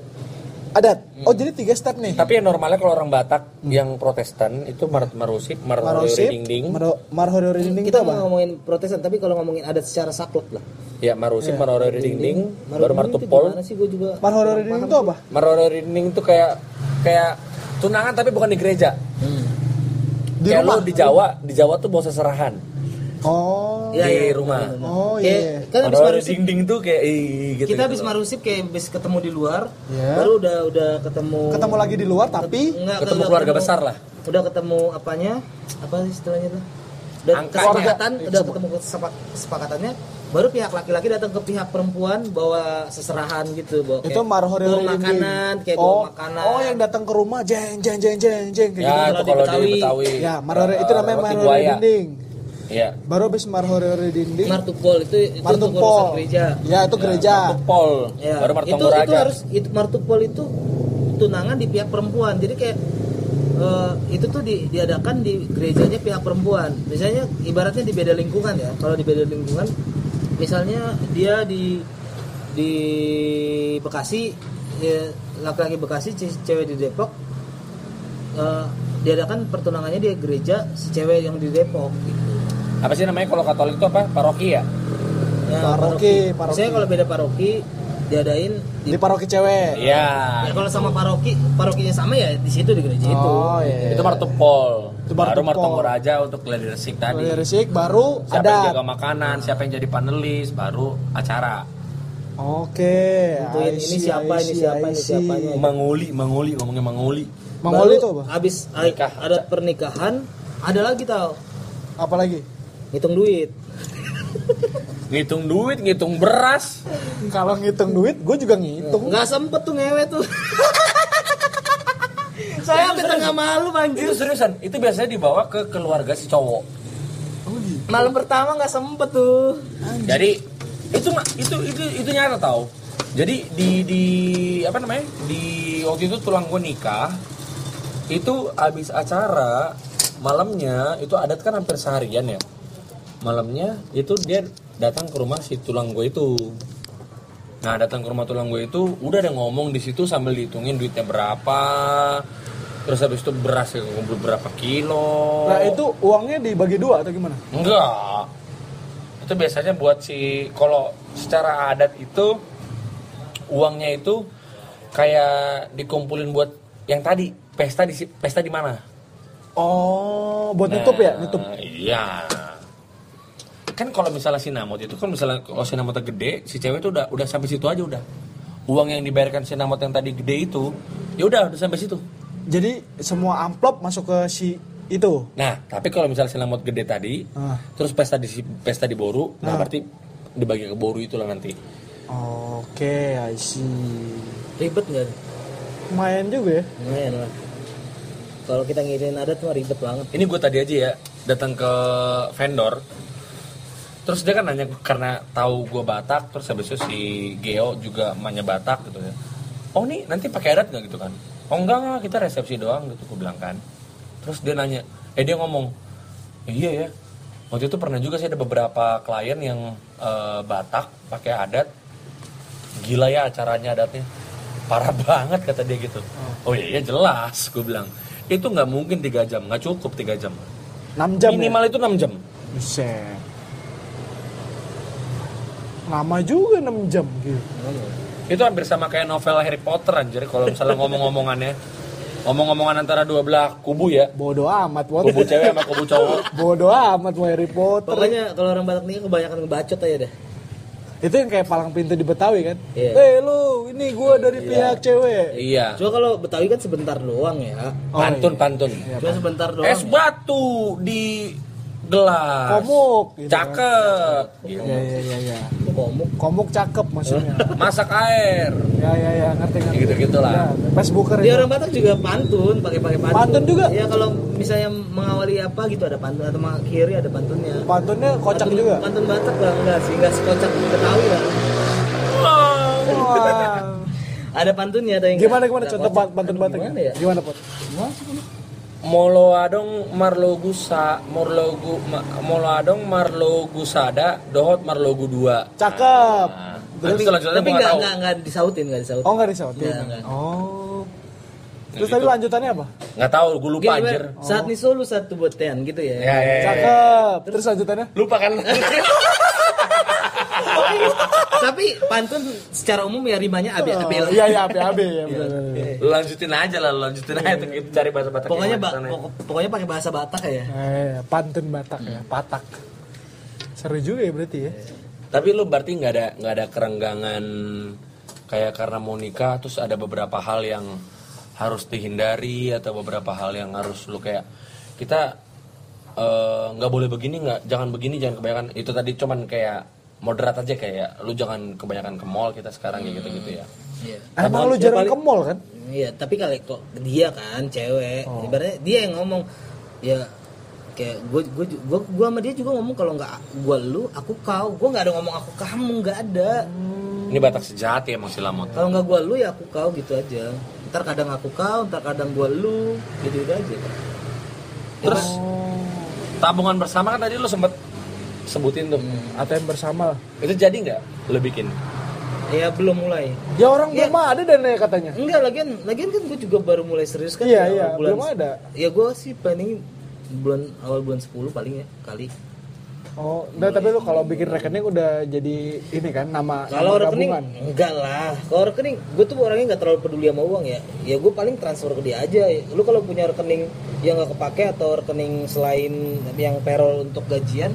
[SPEAKER 6] adat. Oh, jadi tiga step nih.
[SPEAKER 4] tapi yang normalnya kalau orang Batak yang Protestan itu mar marusip mar
[SPEAKER 6] Marhursip,
[SPEAKER 4] ding
[SPEAKER 6] Mar- Marhorori Dinding itu
[SPEAKER 5] Kita
[SPEAKER 6] apa?
[SPEAKER 5] mau ngomongin protestan, tapi kalau ngomongin adat secara saklek lah.
[SPEAKER 4] ya marusip marorori ding ding baru
[SPEAKER 5] Marunding itu
[SPEAKER 4] martupol
[SPEAKER 5] gimana sih gue juga.
[SPEAKER 6] Marhorori Dinding itu apa?
[SPEAKER 4] marorori ding itu kayak kayak tunangan tapi bukan di gereja
[SPEAKER 6] Di
[SPEAKER 4] kayak
[SPEAKER 6] rumah.
[SPEAKER 4] Ya, lu di Jawa di Jawa tuh bahasa serahan
[SPEAKER 6] Oh.
[SPEAKER 5] Iya,
[SPEAKER 4] di
[SPEAKER 5] iya.
[SPEAKER 4] rumah
[SPEAKER 6] Oh,
[SPEAKER 5] Kayak-
[SPEAKER 6] iya.
[SPEAKER 5] Kan habis
[SPEAKER 4] marorori
[SPEAKER 5] marusip
[SPEAKER 4] ding ding tuh kayak ih, gitu
[SPEAKER 5] kita
[SPEAKER 4] gitu
[SPEAKER 5] habis
[SPEAKER 4] loh.
[SPEAKER 5] marusip kayak habis ketemu di luar,
[SPEAKER 6] Iya.
[SPEAKER 5] baru udah udah ketemu
[SPEAKER 6] Ketemu lagi di luar tapi
[SPEAKER 5] Enggak,
[SPEAKER 4] Ketemu
[SPEAKER 5] udah
[SPEAKER 4] keluarga besar lah.
[SPEAKER 5] Udah ketemu apanya? Apa sih istilahnya tuh? Udah
[SPEAKER 4] Angkanya.
[SPEAKER 5] kesepakatan,
[SPEAKER 6] Iya,
[SPEAKER 5] udah ketemu kesepak- kesepakatannya baru pihak laki-laki datang ke pihak perempuan bawa seserahan gitu bawa
[SPEAKER 6] itu Marhorori
[SPEAKER 5] bawa
[SPEAKER 6] Dinding.
[SPEAKER 5] makanan kayak
[SPEAKER 6] oh,
[SPEAKER 5] bawa makanan
[SPEAKER 6] Oh, yang datang ke rumah jeng jeng jeng jeng jeng kayak
[SPEAKER 4] ya
[SPEAKER 6] gitu.
[SPEAKER 4] itu kalau di
[SPEAKER 5] Betawi.
[SPEAKER 4] Betawi
[SPEAKER 6] Ya, Marhorori
[SPEAKER 5] eh,
[SPEAKER 6] itu namanya
[SPEAKER 4] Roti
[SPEAKER 6] Marhorori
[SPEAKER 4] buaya.
[SPEAKER 6] Dinding.
[SPEAKER 4] Iya.
[SPEAKER 6] Baru habis Marhorori Dinding,
[SPEAKER 5] martupol itu itu untuk
[SPEAKER 6] Martupol.
[SPEAKER 5] urusan gereja
[SPEAKER 6] Ya, itu gereja.
[SPEAKER 4] Martupol.
[SPEAKER 5] Ya,
[SPEAKER 4] Nah, Baru
[SPEAKER 5] itu,
[SPEAKER 4] martonggoraja.
[SPEAKER 5] itu harus itu martupol itu tunangan di pihak perempuan jadi kayak eh, itu tuh di- diadakan di gerejanya pihak perempuan misalnya ibaratnya di beda lingkungan ya kalau di beda lingkungan misalnya dia di di Bekasi ya, laki-laki Bekasi ce- cewek di Depok eh, diadakan pertunangannya di gereja si cewek yang di Depok gitu.
[SPEAKER 4] Apa sih namanya kalau Katolik itu apa? Paroki ya?
[SPEAKER 5] Ya,
[SPEAKER 6] Paroki, paroki.
[SPEAKER 5] Misalnya kalau beda paroki diadain di
[SPEAKER 6] di paroki cewek.
[SPEAKER 4] Iya.
[SPEAKER 5] Ya kalau sama paroki, parokinya sama ya di situ di gereja itu.
[SPEAKER 6] Oh, iya.
[SPEAKER 4] Itu martupol.
[SPEAKER 6] Itu
[SPEAKER 4] Baru
[SPEAKER 6] martupol.
[SPEAKER 4] martonggoraja untuk gladi resik tadi.
[SPEAKER 6] Marhorori Resik baru
[SPEAKER 4] Siapa yang
[SPEAKER 6] adat.
[SPEAKER 4] jaga makanan, siapa yang jadi panelis, baru acara.
[SPEAKER 6] Oke,
[SPEAKER 5] Tentuin
[SPEAKER 6] I
[SPEAKER 5] ini
[SPEAKER 6] see,
[SPEAKER 5] siapa,
[SPEAKER 6] I
[SPEAKER 5] ini
[SPEAKER 6] see,
[SPEAKER 5] siapa,
[SPEAKER 6] I
[SPEAKER 5] ini
[SPEAKER 6] see.
[SPEAKER 5] siapanya.
[SPEAKER 4] Mangoli, mangoli ngomongnya mangoli.
[SPEAKER 6] Mangoli itu
[SPEAKER 5] Baru
[SPEAKER 6] apa?
[SPEAKER 5] Abis nikah, ada pernikahan, ada lagi tau
[SPEAKER 6] Apalagi?
[SPEAKER 5] ngitung duit.
[SPEAKER 4] Ngitung duit, ngitung beras.
[SPEAKER 6] Kalau ngitung duit, gue juga ngitung.
[SPEAKER 5] Nggak sempet tuh ngewe tuh. Saya sampai tengah malu
[SPEAKER 4] Itu
[SPEAKER 5] anjir.
[SPEAKER 4] seriusan, itu biasanya dibawa ke keluarga si cowok.
[SPEAKER 5] Malam pertama nggak sempet tuh.
[SPEAKER 4] Jadi itu nggak- itu itu itu nyata tau. Jadi di di apa namanya di waktu itu tulang gue nikah itu habis acara malamnya itu adat kan hampir seharian ya malamnya itu dia datang ke rumah si tulang gue itu nah datang ke rumah tulang gue itu udah ada ngomong di situ sambil dihitungin duitnya berapa terus habis itu beras yang kumpul berapa kilo
[SPEAKER 6] Nah itu uangnya dibagi dua atau gimana?
[SPEAKER 4] Enggak. Itu biasanya buat si kalau secara adat itu uangnya itu kayak dikumpulin buat yang tadi pesta di si- pesta di mana?
[SPEAKER 6] Oh, buat nutup ya,
[SPEAKER 4] Nah,
[SPEAKER 6] nutup.
[SPEAKER 4] Iya. Kan kalau misalnya sinamot itu kan misalnya kalau sinamotnya gede, si cewek itu udah udah sampai situ aja udah. Uang yang dibayarkan sinamot yang tadi gede itu, ya udah udah sampai situ.
[SPEAKER 6] Jadi semua amplop masuk ke si itu.
[SPEAKER 4] Nah, tapi kalau misalnya sinamot gede tadi,
[SPEAKER 6] Ah.
[SPEAKER 4] terus pesta di si- pesta di Boru,
[SPEAKER 6] Hmm.
[SPEAKER 4] nah berarti dibagi ke Boru itulah nanti.
[SPEAKER 6] Oke, I see.
[SPEAKER 5] Ribet nggak?
[SPEAKER 6] Lumayan juga ya.
[SPEAKER 5] Lumayan lah. Kalau kita ngirimin adat mah ribet banget.
[SPEAKER 4] Ini gue tadi aja ya datang ke vendor, terus dia kan nanya karena tahu gue Batak, terus habis itu si Geo juga emaknya Batak gitu ya. Oh nih nanti pakai adat nggak gitu kan? Oh enggak enggak kita resepsi doang gitu gue bilang kan. Terus dia nanya, eh dia ngomong, "Eh, iya ya. Waktu itu pernah juga sih ada beberapa klien yang eh, Batak pakai adat, gila ya acaranya adatnya parah banget kata dia gitu oh iya iya jelas gue bilang itu nggak mungkin tiga jam nggak cukup tiga jam
[SPEAKER 6] 6 jam
[SPEAKER 4] minimal itu 6 jam
[SPEAKER 6] ya? Buset. Lama juga 6 jam gitu.
[SPEAKER 4] itu hampir sama kayak novel Harry Potter anjir kalau misalnya ngomong-ngomongannya ngomong-ngomongan antara dua belah kubu ya
[SPEAKER 6] Bodoh amat, Wot.
[SPEAKER 4] kubu cewek sama kubu cowok
[SPEAKER 6] Bodoh amat mau Harry Potter.
[SPEAKER 5] Pokoknya kalau orang Batak nih kebanyakan ngebacot aja deh.
[SPEAKER 6] itu yang kayak palang pintu di Betawi kan
[SPEAKER 5] Iya.
[SPEAKER 6] eh lu ini gua dari pihak cewek
[SPEAKER 4] Iya.
[SPEAKER 5] Cuma kalau Betawi kan sebentar doang ya.
[SPEAKER 4] pantun pantun.
[SPEAKER 5] Cuma sebentar doang. ya.
[SPEAKER 4] Es batu di gelas.
[SPEAKER 6] komuk gitu kan.
[SPEAKER 4] Cakep. Gitu.
[SPEAKER 6] Iya, iya, iya, iya.
[SPEAKER 5] Komuk.
[SPEAKER 6] komuk cakep maksudnya
[SPEAKER 4] Masak air.
[SPEAKER 6] ya ya ya ngerti ngerti
[SPEAKER 4] Gitu-gitu lah.
[SPEAKER 6] Ya, Facebooker
[SPEAKER 5] Di
[SPEAKER 6] itu.
[SPEAKER 5] orang Batak juga pantun, pakai-pakai pantun.
[SPEAKER 6] Pantun juga?
[SPEAKER 5] Ya kalau misalnya mengawali apa gitu ada pantun atau mengakhiri ada pantunnya.
[SPEAKER 6] pantunnya kocak
[SPEAKER 5] Pantun-
[SPEAKER 6] juga
[SPEAKER 5] Pantun Batak lah enggak sih, enggak sekocak Betawi lah.
[SPEAKER 6] Wah.
[SPEAKER 5] Ada pantunnya ada yang
[SPEAKER 6] gimana
[SPEAKER 5] enggak-
[SPEAKER 6] gimana
[SPEAKER 5] enggak
[SPEAKER 6] contoh
[SPEAKER 5] kocak.
[SPEAKER 6] pan- pantun
[SPEAKER 5] Aduh,
[SPEAKER 6] batak
[SPEAKER 5] Gimana ya?
[SPEAKER 6] gimana pot
[SPEAKER 4] Moloadong marlogu sa morlogu ma, moloadong marlogu sada dohot marlogu dua.
[SPEAKER 6] cakep
[SPEAKER 4] Nah,
[SPEAKER 5] Tapi,
[SPEAKER 4] tapi selanjutnya
[SPEAKER 5] tapi
[SPEAKER 4] gua
[SPEAKER 5] enggak
[SPEAKER 4] nggak tahu.
[SPEAKER 5] enggak enggak disautin, enggak disautin.
[SPEAKER 6] oh nggak disautin
[SPEAKER 5] Nggak, gitu. nggak.
[SPEAKER 6] oh terus tadi lanjutannya apa
[SPEAKER 4] Nggak tahu, gue lupa
[SPEAKER 5] Gimana?
[SPEAKER 4] anjir.
[SPEAKER 5] Saat ini solo satu botean gitu ya.
[SPEAKER 4] Ya, ya, ya.
[SPEAKER 6] cakep terus lanjutannya
[SPEAKER 4] Lupa kan?
[SPEAKER 5] Tapi pantun secara umum ya rimanya abel-abel.
[SPEAKER 6] iya iya abe abe ya bener, bener,
[SPEAKER 5] Iya.
[SPEAKER 6] bener.
[SPEAKER 4] Lu lanjutin aja lah, lu lanjutin aja tuh kita cari bahasa Batak.
[SPEAKER 5] Pokoknya ba-
[SPEAKER 4] gimana
[SPEAKER 6] Iya.
[SPEAKER 4] caranya.
[SPEAKER 5] pokok- pokoknya pakai bahasa Batak ya.
[SPEAKER 6] Eh, pantun batak ya patak seru juga ya berarti ya
[SPEAKER 4] Tapi lu berarti nggak ada nggak ada kerenggangan kayak karena mau nikah terus ada beberapa hal yang harus dihindari atau beberapa hal yang harus lu kayak kita eh, nggak boleh begini nggak jangan begini jangan kebanyakan itu tadi cuman kayak moderat aja kayak lu jangan kebanyakan ke mall kita sekarang kayak gitu gitu ya
[SPEAKER 5] Iya.
[SPEAKER 6] emang lu jarang ke mall kan
[SPEAKER 5] Iya, tapi kalau kok dia kan cewek,
[SPEAKER 6] Oh.
[SPEAKER 5] ibaratnya dia yang ngomong ya kayak gue gue gue gue sama dia juga ngomong kalau nggak gue lu aku kau gue nggak ada ngomong aku kamu nggak ada
[SPEAKER 4] ini batak sejati emang silamot
[SPEAKER 5] kalau nggak gue lu ya aku kau gitu aja ntar kadang aku kau ntar kadang gue lu gitu gitu aja
[SPEAKER 4] terus tabungan bersama kan tadi lu sempet sebutin tuh
[SPEAKER 6] ATM bersama lah.
[SPEAKER 4] itu jadi nggak lu bikin
[SPEAKER 5] ya belum mulai
[SPEAKER 6] ya orang
[SPEAKER 5] Iya.
[SPEAKER 6] belum ada dana ya katanya
[SPEAKER 5] enggak lagian lagian kan gue juga baru mulai serius kan
[SPEAKER 6] Iya,
[SPEAKER 5] ya,
[SPEAKER 6] iya,
[SPEAKER 5] awal bulan-
[SPEAKER 6] belum ada.
[SPEAKER 5] ya gue sih planning bulan awal bulan 10 paling ya kali Hmm.
[SPEAKER 6] Oh, enggak, tapi lu kalau bikin rekening udah jadi ini kan nama
[SPEAKER 5] Kalau
[SPEAKER 6] nama
[SPEAKER 5] rekening
[SPEAKER 6] gabungan.
[SPEAKER 5] enggak lah. Kalau rekening gue tuh orangnya nggak terlalu peduli sama uang ya. Ya gue paling transfer ke dia aja. Lu kalau punya rekening yang nggak kepake atau rekening selain yang payroll untuk gajian,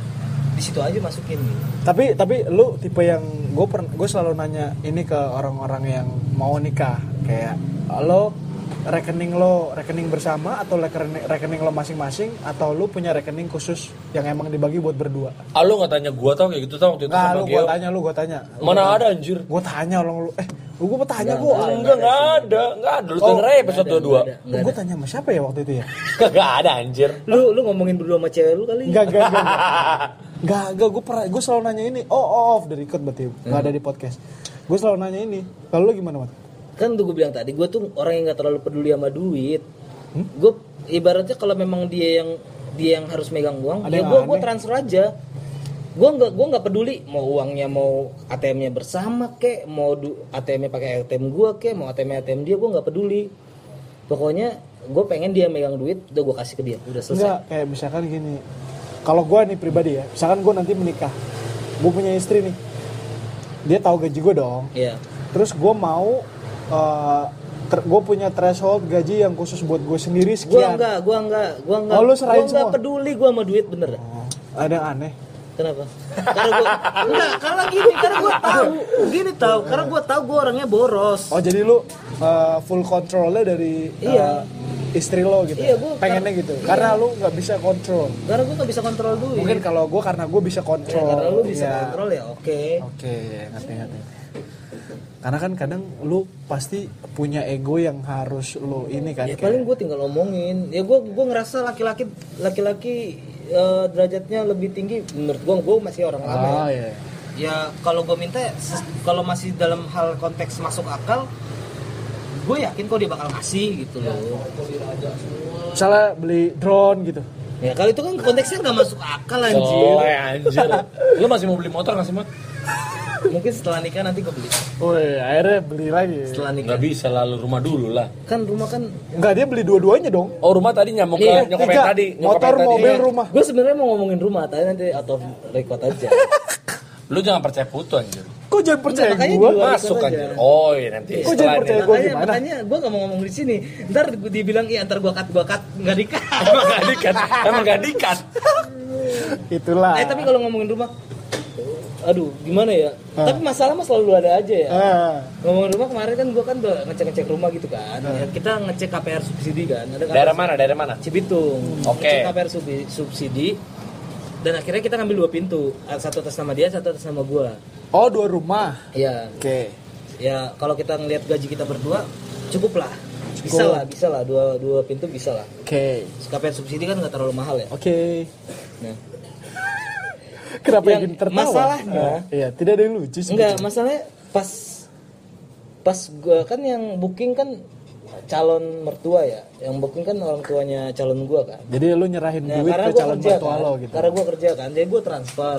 [SPEAKER 5] di situ aja masukin. gitu.
[SPEAKER 6] Tapi tapi lu tipe yang gue pernah gue selalu nanya ini ke orang-orang yang mau nikah kayak lo rekening lo rekening bersama atau rekening, rekening lo masing-masing atau lu punya rekening khusus yang emang dibagi buat berdua.
[SPEAKER 4] ah lu nggak tanya gua tau kayak gitu tau waktu itu
[SPEAKER 6] Enggak,
[SPEAKER 4] sama
[SPEAKER 6] lu
[SPEAKER 4] Geo.
[SPEAKER 6] gue tanya, lu gue tanya.
[SPEAKER 4] mana ada anjir
[SPEAKER 6] Gue tanya orang lu, eh, gue mau tanya gue,
[SPEAKER 4] Enggak, enggak, enggak ada, enggak ada. Lu denger aja episode 22.
[SPEAKER 5] Nggak
[SPEAKER 6] gue tanya sama siapa ya waktu itu ya?
[SPEAKER 4] Enggak ada anjir.
[SPEAKER 5] Lu lu ngomongin berdua sama cewek lu kali.
[SPEAKER 6] Enggak, enggak, enggak. Enggak, enggak, gue pernah, gue selalu nanya ini. Oh, oh, off the record berarti, nggak
[SPEAKER 4] Hmm.
[SPEAKER 6] ada di podcast. Gue selalu nanya ini. Kalau lu gimana, Mat?
[SPEAKER 5] kan tuh gue bilang tadi gue tuh orang yang nggak terlalu peduli sama duit
[SPEAKER 6] Hmm?
[SPEAKER 5] gue ibaratnya kalau memang dia yang dia yang harus megang uang
[SPEAKER 6] Ada
[SPEAKER 5] ya
[SPEAKER 6] yang
[SPEAKER 5] gue gue
[SPEAKER 6] aneh.
[SPEAKER 5] transfer aja gue nggak gue nggak peduli mau uangnya mau ATM-nya bersama kek mau du- ATM-nya pakai ATM gue kek mau ATM ATM dia gue nggak peduli pokoknya gue pengen dia megang duit udah gue kasih ke dia udah selesai
[SPEAKER 6] Enggak, kayak misalkan gini. Kalau gue nih pribadi ya, misalkan gue nanti menikah, gue punya istri nih. Dia tahu gaji gue dong.
[SPEAKER 5] Iya.
[SPEAKER 6] Terus gue mau, gue punya threshold gaji yang khusus buat gue sendiri
[SPEAKER 5] gue
[SPEAKER 6] sekian.
[SPEAKER 5] enggak gue enggak gue enggak
[SPEAKER 6] Iya. Oh, lu
[SPEAKER 5] gue
[SPEAKER 6] serahin
[SPEAKER 5] enggak
[SPEAKER 6] semua?
[SPEAKER 5] peduli gue sama duit bener
[SPEAKER 6] Oh, ada yang aneh.
[SPEAKER 5] Kenapa? Karena gue enggak, karena gini, karena gue tahu, gini tahu, karena gue tahu gue orangnya boros.
[SPEAKER 6] Oh jadi lu eh, full controlnya dari eh,
[SPEAKER 5] Iya.
[SPEAKER 6] istri lo gitu.
[SPEAKER 5] Iya, gua- iya.
[SPEAKER 6] Pengennya gitu. Karena lu nggak bisa kontrol.
[SPEAKER 5] Karena gue nggak bisa kontrol duit.
[SPEAKER 6] Mungkin kalau gue karena gue bisa
[SPEAKER 5] Ya,
[SPEAKER 6] kontrol.
[SPEAKER 5] Iya. karena lu bisa
[SPEAKER 6] Iya.
[SPEAKER 5] kontrol ya, oke.
[SPEAKER 6] Oke, ngerti ngerti. Karena kan kadang lu pasti punya ego yang harus lu ini kan.
[SPEAKER 5] Ya
[SPEAKER 6] kayak-
[SPEAKER 5] paling gue tinggal ngomongin. Ya gue gue ngerasa laki-laki laki-laki eh, derajatnya lebih tinggi menurut gue gue masih orang lama ya.
[SPEAKER 6] Oh iya.
[SPEAKER 5] Ya kalau gue minta ses- kalau masih dalam hal konteks masuk akal gue yakin kok dia bakal ngasih gitu loh
[SPEAKER 6] Misalnya beli drone gitu.
[SPEAKER 5] ya kalau itu kan konteksnya nggak masuk akal anjir
[SPEAKER 6] Oh, iya.
[SPEAKER 4] Coy anjir. Lu masih mau beli motor enggak sih, Mat?
[SPEAKER 5] mungkin setelah nikah nanti gue beli
[SPEAKER 6] Woi, Oh, iya, akhirnya beli lagi.
[SPEAKER 5] setelah nikah
[SPEAKER 4] Enggak bisa lah, lu rumah dulu lah.
[SPEAKER 5] kan rumah kan
[SPEAKER 6] Enggak, dia beli dua-duanya dong.
[SPEAKER 4] Oh, rumah tadi nyamuk ke
[SPEAKER 5] Iya,
[SPEAKER 4] nyokap
[SPEAKER 6] Tiga,
[SPEAKER 4] yang tadi, nyokap
[SPEAKER 6] motor,
[SPEAKER 4] yang tadi. Iya.
[SPEAKER 6] mobil, rumah.
[SPEAKER 5] gue sebenarnya mau ngomongin rumah tapi nanti atau record aja
[SPEAKER 4] Lu jangan percaya putu anjir.
[SPEAKER 6] Kok jangan percaya
[SPEAKER 5] Iya, makanya
[SPEAKER 6] gue?
[SPEAKER 5] Dua,
[SPEAKER 4] Masuk
[SPEAKER 5] ikut
[SPEAKER 4] anjir.
[SPEAKER 5] aja.
[SPEAKER 4] Oh, iya nanti.
[SPEAKER 6] Kok
[SPEAKER 4] setelah
[SPEAKER 6] jangan
[SPEAKER 4] ini.
[SPEAKER 6] percaya gue
[SPEAKER 5] makanya
[SPEAKER 6] Ya, gimana?
[SPEAKER 5] makanya gue nggak mau ngomong di sini ntar gua dibilang iya ntar gue cut gue cut nggak dikat
[SPEAKER 4] Emang gak dikat, emang gak dikat.
[SPEAKER 6] Itulah.
[SPEAKER 5] eh tapi kalau ngomongin rumah aduh gimana ya
[SPEAKER 6] Ah.
[SPEAKER 5] tapi masalah mah selalu ada aja ya
[SPEAKER 6] Ah,
[SPEAKER 5] ngomong rumah kemarin kan gua kan udah ngecek ngecek rumah gitu kan Ya, kita ngecek KPR subsidi kan ada KPR
[SPEAKER 4] Daerah mana? Daerah mana?
[SPEAKER 6] Hmm.
[SPEAKER 5] Cibitung
[SPEAKER 4] Oke.
[SPEAKER 5] Ngecek KPR subi- subsidi dan akhirnya kita ngambil dua pintu satu atas nama dia satu atas nama gua
[SPEAKER 6] oh dua rumah.
[SPEAKER 5] ya
[SPEAKER 6] Oke.
[SPEAKER 5] ya kalau kita ngelihat gaji kita berdua cukup lah bisa lah bisa lah dua dua pintu bisa lah
[SPEAKER 6] Oke.
[SPEAKER 5] KPR subsidi kan nggak terlalu mahal ya
[SPEAKER 6] Oke.
[SPEAKER 5] Nah.
[SPEAKER 6] Kenapa
[SPEAKER 5] Yang
[SPEAKER 6] yang tertawa?
[SPEAKER 5] masalahnya-
[SPEAKER 6] Ah, iya, tidak ada yang lucu sih.
[SPEAKER 5] Enggak, masalahnya pas pas gua kan yang booking kan calon mertua ya. Yang booking kan orang tuanya calon gua kan.
[SPEAKER 6] Jadi lu nyerahin
[SPEAKER 5] Nah,
[SPEAKER 6] duit
[SPEAKER 5] karena
[SPEAKER 6] ke
[SPEAKER 5] gua
[SPEAKER 6] calon
[SPEAKER 5] kerja
[SPEAKER 6] mertua
[SPEAKER 5] kan.
[SPEAKER 6] lo gitu.
[SPEAKER 5] Karena gua kerja kan, jadi gua transfer.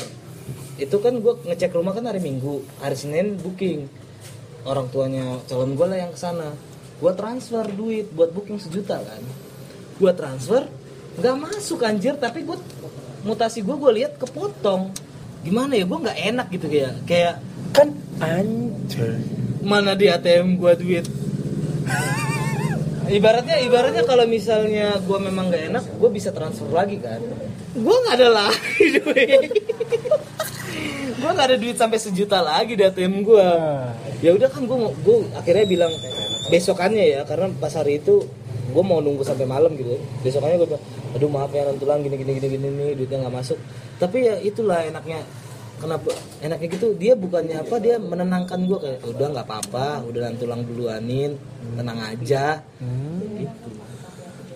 [SPEAKER 5] Itu kan gua ngecek rumah kan hari Minggu, hari Senin booking. Orang tuanya calon gua lah yang kesana Gua transfer duit buat booking sejuta kan. Gua transfer nggak masuk anjir, tapi gua mutasi gua gua lihat kepotong. Gimana ya, gua nggak enak gitu kayak kayak
[SPEAKER 4] Kan anjir.
[SPEAKER 5] mana di ATM gua duit ibaratnya ibaratnya kalau misalnya gua memang nggak enak gua bisa transfer lagi kan gua nggak ada lagi duit gua nggak ada duit sampai sejuta lagi di ATM gua ya udah kan gua mau- gua akhirnya bilang besokannya ya karena pas hari itu gua mau nunggu sampai malam gitu besokannya gua bilang aduh maaf ya non tulang gini gini gini gini nih duitnya nggak masuk tapi ya itulah enaknya kenapa enaknya gitu dia bukannya apa dia menenangkan gua kayak udah nggak apa-apa udah nanti tulang duluanin tenang aja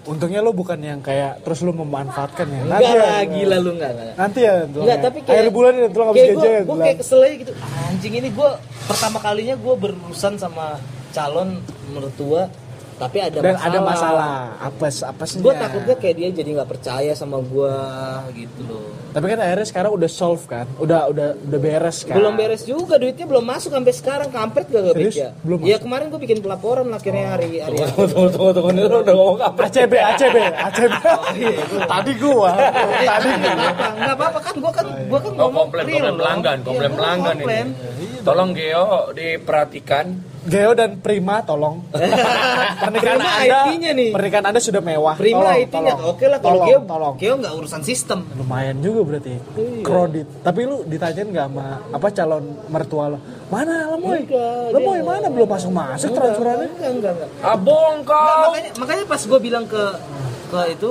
[SPEAKER 6] Untungnya lo bukan yang kayak terus lu memanfaatkan ya.
[SPEAKER 5] enggak
[SPEAKER 6] ya,
[SPEAKER 5] lah gila lu enggak enggak
[SPEAKER 6] Nanti ya. tulang
[SPEAKER 5] Enggak,
[SPEAKER 6] ya.
[SPEAKER 5] tapi kayak
[SPEAKER 6] akhir bulan ya tulang habis
[SPEAKER 5] kayak
[SPEAKER 6] gajian.
[SPEAKER 5] Gue kayak kesel aja gitu. Anjing ini gue pertama kalinya gue berurusan sama calon mertua tapi ada
[SPEAKER 6] Dan
[SPEAKER 5] masalah.
[SPEAKER 6] ada masalah apes apesnya.
[SPEAKER 5] Gue takutnya kayak dia jadi nggak percaya sama gue gitu loh.
[SPEAKER 6] Tapi kan akhirnya sekarang udah solve kan, udah udah udah beres kan.
[SPEAKER 5] Belum beres juga duitnya belum masuk sampai sekarang kampret gak
[SPEAKER 6] Serius?
[SPEAKER 5] ya.
[SPEAKER 6] Belum
[SPEAKER 5] ya kemarin gue bikin pelaporan lah, akhirnya hari hari.
[SPEAKER 4] Tunggu tunggu tunggu ini lu udah ngomong apa?
[SPEAKER 6] ACB, ACB, ACB. Tadi gua, tadi
[SPEAKER 5] Nggak apa-apa, nggak apa-apa kan gue kan gue kan
[SPEAKER 4] Oh,
[SPEAKER 5] ngomong
[SPEAKER 4] komplain,
[SPEAKER 5] real
[SPEAKER 4] komplain
[SPEAKER 5] dong.
[SPEAKER 4] pelanggan,
[SPEAKER 5] Iya,
[SPEAKER 4] komplain
[SPEAKER 5] gua
[SPEAKER 4] pelanggan
[SPEAKER 5] komplain.
[SPEAKER 4] ini. Tolong Geo diperhatikan.
[SPEAKER 6] Geo dan Prima tolong. pernikahan
[SPEAKER 5] Prima
[SPEAKER 6] Anda,
[SPEAKER 5] IT-nya nih.
[SPEAKER 6] pernikahan Anda sudah mewah.
[SPEAKER 5] Prima
[SPEAKER 6] tolong,
[SPEAKER 5] IT-nya
[SPEAKER 6] tolong.
[SPEAKER 5] oke lah kalau
[SPEAKER 6] Tolong,
[SPEAKER 5] Geo
[SPEAKER 6] tolong.
[SPEAKER 5] Geo nggak urusan sistem.
[SPEAKER 6] Lumayan juga berarti. Kredit. Tapi lu ditanyain nggak sama apa calon mertua lo? Mana Lemoy?
[SPEAKER 5] Enggak,
[SPEAKER 6] Lemoy
[SPEAKER 5] dia
[SPEAKER 6] mana belum masuk masuk transferannya?
[SPEAKER 5] Enggak, enggak, enggak.
[SPEAKER 4] Abong kau.
[SPEAKER 5] makanya makanya pas gue bilang ke ke itu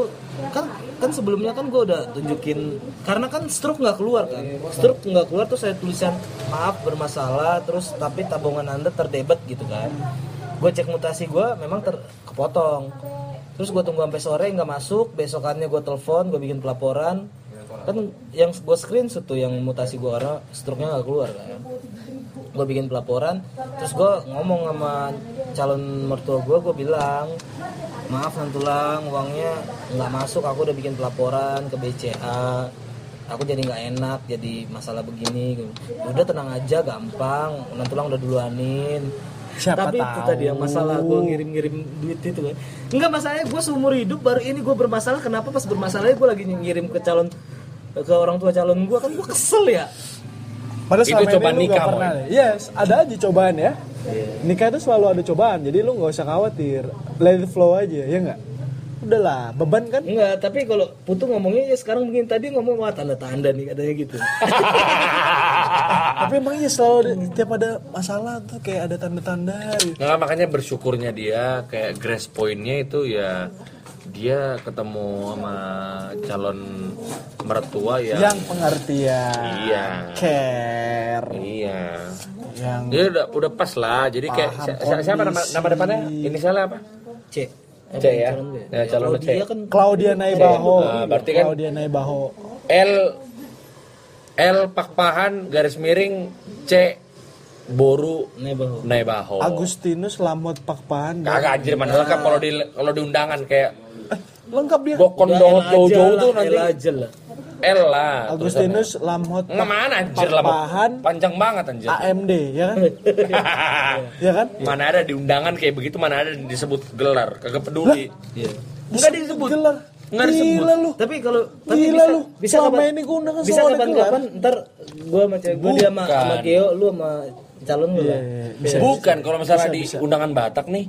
[SPEAKER 5] kan kan sebelumnya kan gue udah tunjukin karena kan stroke nggak keluar kan stroke nggak keluar terus saya tulisan maaf bermasalah terus tapi tabungan anda terdebet gitu kan gue cek mutasi gue memang ter kepotong terus gue tunggu sampai sore nggak masuk besokannya gue telepon gue bikin pelaporan kan yang gue screenshot tuh yang mutasi gue karena stroke-nya nggak keluar kan gue bikin pelaporan terus gue ngomong sama calon mertua gue gue bilang maaf non tulang uangnya nggak masuk aku udah bikin pelaporan ke BCA aku jadi nggak enak jadi masalah begini udah tenang aja gampang non tulang udah duluanin
[SPEAKER 6] Siapa
[SPEAKER 5] tapi itu
[SPEAKER 6] tahu.
[SPEAKER 5] tadi yang masalah gue ngirim-ngirim duit itu kan nggak masalahnya gue seumur hidup baru ini gue bermasalah kenapa pas bermasalahnya gue lagi ngirim ke calon ke orang tua calon gue kan gue kesel ya
[SPEAKER 6] Padahal
[SPEAKER 4] Itu
[SPEAKER 6] selama ini
[SPEAKER 4] cobaan
[SPEAKER 6] lu nggak
[SPEAKER 4] nikah,
[SPEAKER 6] pernah. Yes, ada aja cobaan ya. Nikah itu selalu ada cobaan, jadi lu nggak usah khawatir. Let it flow aja, ya nggak? Udahlah, beban kan?
[SPEAKER 5] Enggak, tapi kalau Putu ngomongnya ya sekarang mungkin tadi ngomong wah tanda-tanda nih katanya gitu.
[SPEAKER 6] Tapi emang iya selalu ada, tiap ada masalah tuh kayak ada tanda-tanda. gitu.
[SPEAKER 4] Nah, makanya bersyukurnya dia kayak grace pointnya itu ya dia ketemu sama calon mertua yang,
[SPEAKER 6] Yang pengertian,
[SPEAKER 4] Iya.
[SPEAKER 6] care,
[SPEAKER 4] iya
[SPEAKER 6] yang
[SPEAKER 4] dia udah udah pas lah jadi kayak si- si- siapa nama nama depannya inisialnya apa
[SPEAKER 5] C.
[SPEAKER 4] C ya ya calon C
[SPEAKER 5] Dia kan
[SPEAKER 6] Claudia Naibaho.
[SPEAKER 4] Nah, berarti kan-
[SPEAKER 6] Claudia Naibaho.
[SPEAKER 4] L L Pakpahan garis miring C Boru
[SPEAKER 5] Nebaho.
[SPEAKER 4] Naibaho
[SPEAKER 6] Agustinus Lamot Pakpahan.
[SPEAKER 4] Oh.
[SPEAKER 5] Iya.
[SPEAKER 4] kagak anjir mana lengkap kalau di kalau diundangan kayak
[SPEAKER 6] Lengkap dia.
[SPEAKER 4] bokon dohot jauh-jauh tuh nanti
[SPEAKER 5] Iya, aja lah.
[SPEAKER 4] L lah tulisannya.
[SPEAKER 6] Agustinus Lamot
[SPEAKER 4] Nggak mana anjir lah
[SPEAKER 6] Pakpahan
[SPEAKER 4] panjang banget anjir
[SPEAKER 5] Ah,
[SPEAKER 6] AMD, ya kan? ya kan?
[SPEAKER 5] eh.
[SPEAKER 4] mana ada diundangan kayak begitu mana ada disebut gelar kagak peduli
[SPEAKER 5] Enggak disebut.
[SPEAKER 6] Gelar.
[SPEAKER 4] Nggak disebut.
[SPEAKER 6] Gila lu.
[SPEAKER 5] Iya. Tapi kalau tapi
[SPEAKER 6] Gila
[SPEAKER 5] bisa,
[SPEAKER 6] lu.
[SPEAKER 5] bisa
[SPEAKER 6] Selama
[SPEAKER 5] kapan-
[SPEAKER 6] ini gua undangan
[SPEAKER 5] bisa
[SPEAKER 6] selalu ada
[SPEAKER 5] kapan-kapan ntar gua sama cewek gua dia sama,
[SPEAKER 4] Bukan.
[SPEAKER 5] sama Geo, lu sama calon gua. lah.
[SPEAKER 6] iya,
[SPEAKER 4] Bukan kalau misalnya di undangan Batak nih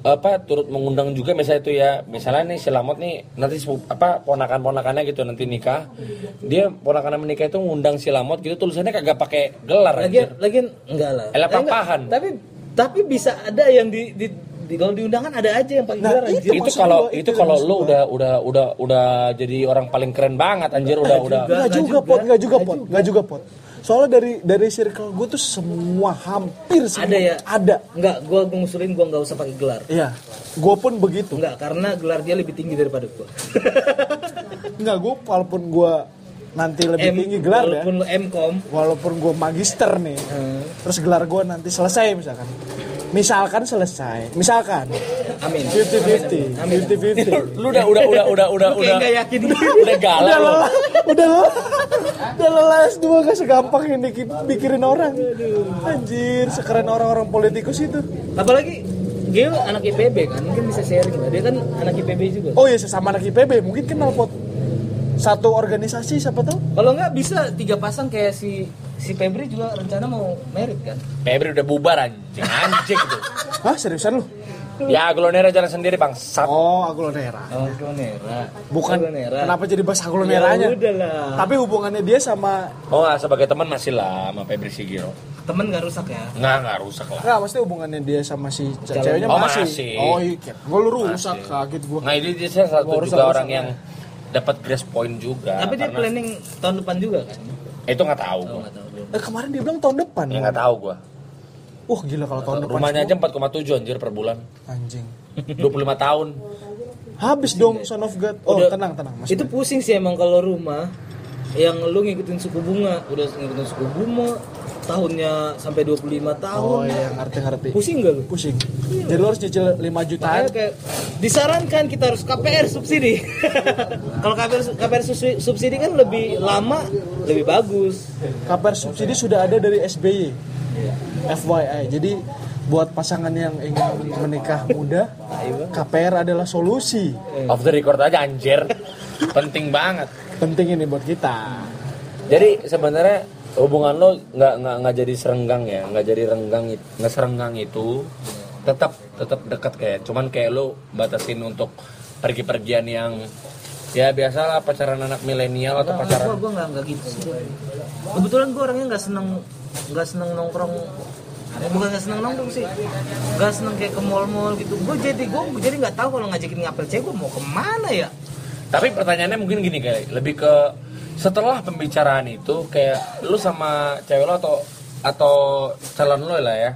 [SPEAKER 4] apa turut mengundang juga misalnya itu ya misalnya nih Silamot nih nanti sepu- apa ponakan ponakannya gitu nanti nikah dia ponakannya menikah itu ngundang Silamot gitu tulisannya kagak pakai gelar
[SPEAKER 5] Lagian,
[SPEAKER 4] anjir.
[SPEAKER 5] lagian enggak lah.
[SPEAKER 4] Elah,
[SPEAKER 5] Eh, enggak.
[SPEAKER 4] papahan.
[SPEAKER 5] Tapi tapi bisa ada yang di, di, di- kalau diundangan ada aja yang pakai
[SPEAKER 6] Nah,
[SPEAKER 5] gelar anjir.
[SPEAKER 6] itu
[SPEAKER 4] itu
[SPEAKER 6] maksud
[SPEAKER 4] kalau
[SPEAKER 6] gua, itu
[SPEAKER 4] itu kalau
[SPEAKER 6] maksud
[SPEAKER 4] lu
[SPEAKER 6] gua.
[SPEAKER 4] udah udah udah udah jadi orang paling keren banget anjir udah udah
[SPEAKER 5] Nggak
[SPEAKER 6] Enggak juga,
[SPEAKER 5] juga,
[SPEAKER 6] pot, enggak juga
[SPEAKER 5] nggak
[SPEAKER 6] pot, enggak juga pot. Soalnya dari dari circle gue tuh semua hampir semua
[SPEAKER 5] Ada ya?
[SPEAKER 6] Ada.
[SPEAKER 5] Enggak, gua ngusulin gua enggak usah pakai gelar.
[SPEAKER 6] Iya. Gue pun begitu.
[SPEAKER 5] Enggak, karena gelar dia lebih tinggi daripada gua.
[SPEAKER 6] Enggak gue walaupun gue nanti lebih
[SPEAKER 5] M,
[SPEAKER 6] tinggi gelar ya.
[SPEAKER 5] walaupun lu M.Com,
[SPEAKER 6] Walaupun gue magister nih.
[SPEAKER 5] eh,
[SPEAKER 6] Terus gelar gue nanti selesai misalkan. Misalkan selesai. Misalkan
[SPEAKER 5] amin.
[SPEAKER 6] Gitu, 50-50.
[SPEAKER 5] Amin. amin.
[SPEAKER 6] 50-50.
[SPEAKER 4] lu udah udah udah udah udah
[SPEAKER 5] Lu kayak
[SPEAKER 4] udah
[SPEAKER 5] nggak yakin.
[SPEAKER 4] udah galau
[SPEAKER 6] Udah
[SPEAKER 4] lu.
[SPEAKER 6] lelah, udah lelah. Udah lelah S2 gak segampang yang dikip- pikirin orang. Anjir, sekeren orang-orang politikus itu.
[SPEAKER 5] Apalagi Gil anak IPB kan, mungkin bisa sharing lah. Dia kan anak IPB juga.
[SPEAKER 6] Oh iya sesama anak IPB mungkin kenal pot satu organisasi siapa tahu
[SPEAKER 5] Kalau enggak bisa tiga pasang kayak si si Febri juga rencana mau merit kan.
[SPEAKER 4] Febri udah bubar anjing anjing gitu
[SPEAKER 6] Hah seriusan lu?
[SPEAKER 4] ya aglonera jalan sendiri bang Sat.
[SPEAKER 6] Oh aglonera
[SPEAKER 5] Oh, Aglonera.
[SPEAKER 6] Bukan
[SPEAKER 5] Aglonera.
[SPEAKER 6] Kenapa jadi bahas agloneranya?
[SPEAKER 5] Ya udahlah.
[SPEAKER 6] Tapi hubungannya dia sama
[SPEAKER 4] oh nggak, sebagai teman masih lah sama Febri Sigiro
[SPEAKER 5] Temen gak rusak ya?
[SPEAKER 4] nggak nggak rusak lah
[SPEAKER 6] Enggak, maksudnya hubungannya dia sama si ce- ceweknya
[SPEAKER 4] Oh,
[SPEAKER 6] masih.
[SPEAKER 4] masih.
[SPEAKER 6] Oh iya, gue lu rusak kaget gua.
[SPEAKER 4] Nah ini dia salah satu
[SPEAKER 6] Mau rusak,
[SPEAKER 4] juga
[SPEAKER 6] rusak,
[SPEAKER 4] orang
[SPEAKER 6] ya.
[SPEAKER 4] yang dapat grace point juga.
[SPEAKER 5] Tapi dia
[SPEAKER 4] karena-
[SPEAKER 5] planning tahun depan juga kan?
[SPEAKER 4] Eh, itu nggak tahu
[SPEAKER 5] Oh,
[SPEAKER 4] gua.
[SPEAKER 5] nggak tahu.
[SPEAKER 6] Eh, kemarin dia bilang tahun depan.
[SPEAKER 4] Ya nggak tahu gua.
[SPEAKER 6] Wah, gila kalau tahun depan.
[SPEAKER 4] Rumahnya aja
[SPEAKER 6] semua.
[SPEAKER 4] 4,7 anjir per bulan.
[SPEAKER 6] anjing.
[SPEAKER 4] 25 tahun.
[SPEAKER 6] Habis dong Son of God. Oh,
[SPEAKER 5] Udah.
[SPEAKER 6] tenang, tenang. Mas.
[SPEAKER 5] Itu pusing sih emang kalau rumah yang lu ngikutin suku bunga, udah ngikutin suku bunga, tahunnya sampai 25 tahun.
[SPEAKER 6] Oh iya, ngerti-ngerti.
[SPEAKER 5] Pusing gak lu?
[SPEAKER 6] Pusing. Jadi lu harus nyicil 5 jutaan.
[SPEAKER 5] Makanya kayak disarankan kita harus KPR subsidi. kalau KPR su- KPR subsidi- subsidi kan lebih lama, lebih bagus.
[SPEAKER 6] Kabar subsidi sudah ada dari SBY.
[SPEAKER 5] Iya.
[SPEAKER 6] FYI. Jadi buat pasangan yang ingin menikah muda, KPR adalah solusi.
[SPEAKER 4] Off the record aja anjir. Penting banget.
[SPEAKER 6] Penting ini buat kita.
[SPEAKER 4] Jadi sebenarnya hubungan lo nggak nggak nggak jadi serenggang ya, nggak jadi renggang it- nggak serenggang itu tetap tetap dekat kayak, cuman kayak lo batasin untuk pergi-pergian yang ya biasalah pacaran anak milenial atau pacaran
[SPEAKER 5] Gua gua nggak nggak gitu sih. Kebetulan gua orangnya nggak seneng nggak seneng nongkrong. Bukan nggak seneng nongkrong sih. Nggak seneng kayak ke mall-mall gitu. Gua jadi gua jadi nggak tahu kalau ngajakin ngapel cewek gua mau kemana ya.
[SPEAKER 4] Tapi pertanyaannya mungkin gini kayak lebih ke setelah pembicaraan itu kayak lu sama cewek lo atau atau calon lo lah ya.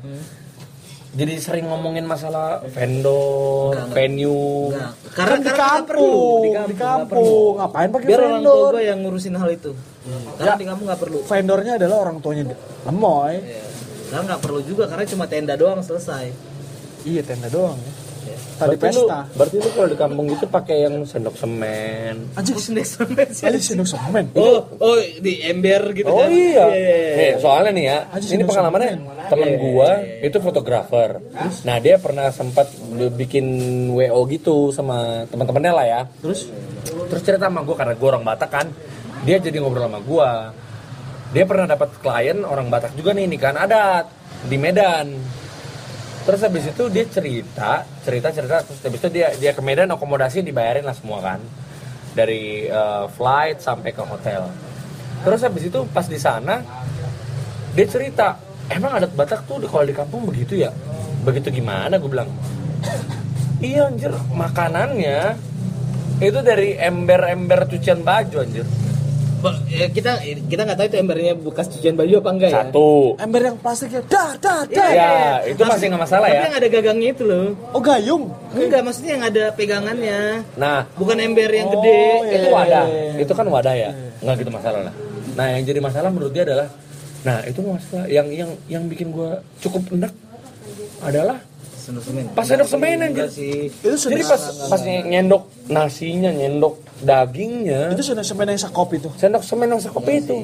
[SPEAKER 4] Jadi sering ngomongin masalah vendor, venue.
[SPEAKER 5] Nah,
[SPEAKER 6] Kan di
[SPEAKER 5] nggak
[SPEAKER 6] kampung, di
[SPEAKER 5] di kampung, nggak
[SPEAKER 6] kampung. Ngapain pakai
[SPEAKER 5] Biar orang tua
[SPEAKER 6] vendor?
[SPEAKER 5] gua ya. yang ngurusin hal itu. Karena di kampung nggak perlu.
[SPEAKER 6] Vendornya adalah orang tuanya Lemoy.
[SPEAKER 5] Iya. Karena nggak perlu juga karena cuma tenda doang selesai.
[SPEAKER 6] Iya, tenda doang ya. Tadi pesta.
[SPEAKER 4] Lu, berarti lu kalau di kampung gitu pakai yang sendok semen.
[SPEAKER 5] Anjir, sendek semen sih.
[SPEAKER 6] Aja Eh, sendok semen.
[SPEAKER 5] Oh, oh di ember gitu
[SPEAKER 4] Oh
[SPEAKER 5] kan?
[SPEAKER 4] iya.
[SPEAKER 5] iya.
[SPEAKER 4] Nih, soalnya nih ya,
[SPEAKER 6] Aji
[SPEAKER 4] ini
[SPEAKER 6] sendok
[SPEAKER 4] pengalamannya temen gua itu fotografer. Nah, dia pernah sempat bikin WO gitu sama teman-temannya lah ya. Terus terus cerita sama gua karena gua orang Batak kan. Dia jadi ngobrol sama gua. Dia pernah dapat klien orang Batak juga nih nikahan adat di Medan. Terus habis itu dia cerita, cerita cerita terus habis itu dia dia ke Medan akomodasi dibayarin lah semua kan. Dari eh, flight sampai ke hotel. Terus habis itu pas di sana dia cerita, emang adat Batak tuh di- kalau di kampung begitu ya? Begitu gimana gue bilang. Iya anjir, makanannya itu dari ember-ember cucian baju anjir.
[SPEAKER 5] Ba- eh, kita kita nggak tahu itu embernya bekas cucian baju apa enggak ya.
[SPEAKER 4] Satu.
[SPEAKER 6] Ember yang plastik ya. Dah, dah,
[SPEAKER 5] Iya,
[SPEAKER 6] dah.
[SPEAKER 4] Ya, itu masih nggak masalah
[SPEAKER 5] Tapi
[SPEAKER 4] ya.
[SPEAKER 5] yang ada gagangnya itu loh.
[SPEAKER 6] Oh, gayung.
[SPEAKER 5] Enggak, maksudnya yang ada pegangannya.
[SPEAKER 4] Nah,
[SPEAKER 5] Bukan ember yang gede. Iya.
[SPEAKER 4] itu wadah itu kan wadah ya nggak gitu masalah lah nah yang jadi masalah menurut dia adalah nah itu masalah yang yang yang bikin gua cukup enak adalah
[SPEAKER 5] Sendok semen.
[SPEAKER 4] pas sendok semen anjir
[SPEAKER 5] Enggak sih.
[SPEAKER 6] Itu
[SPEAKER 4] jadi
[SPEAKER 6] sendok
[SPEAKER 4] pas pas nyendok nasinya nyendok dagingnya
[SPEAKER 6] itu sendok semen yang sekop itu.
[SPEAKER 4] sendok semen yang sekopi itu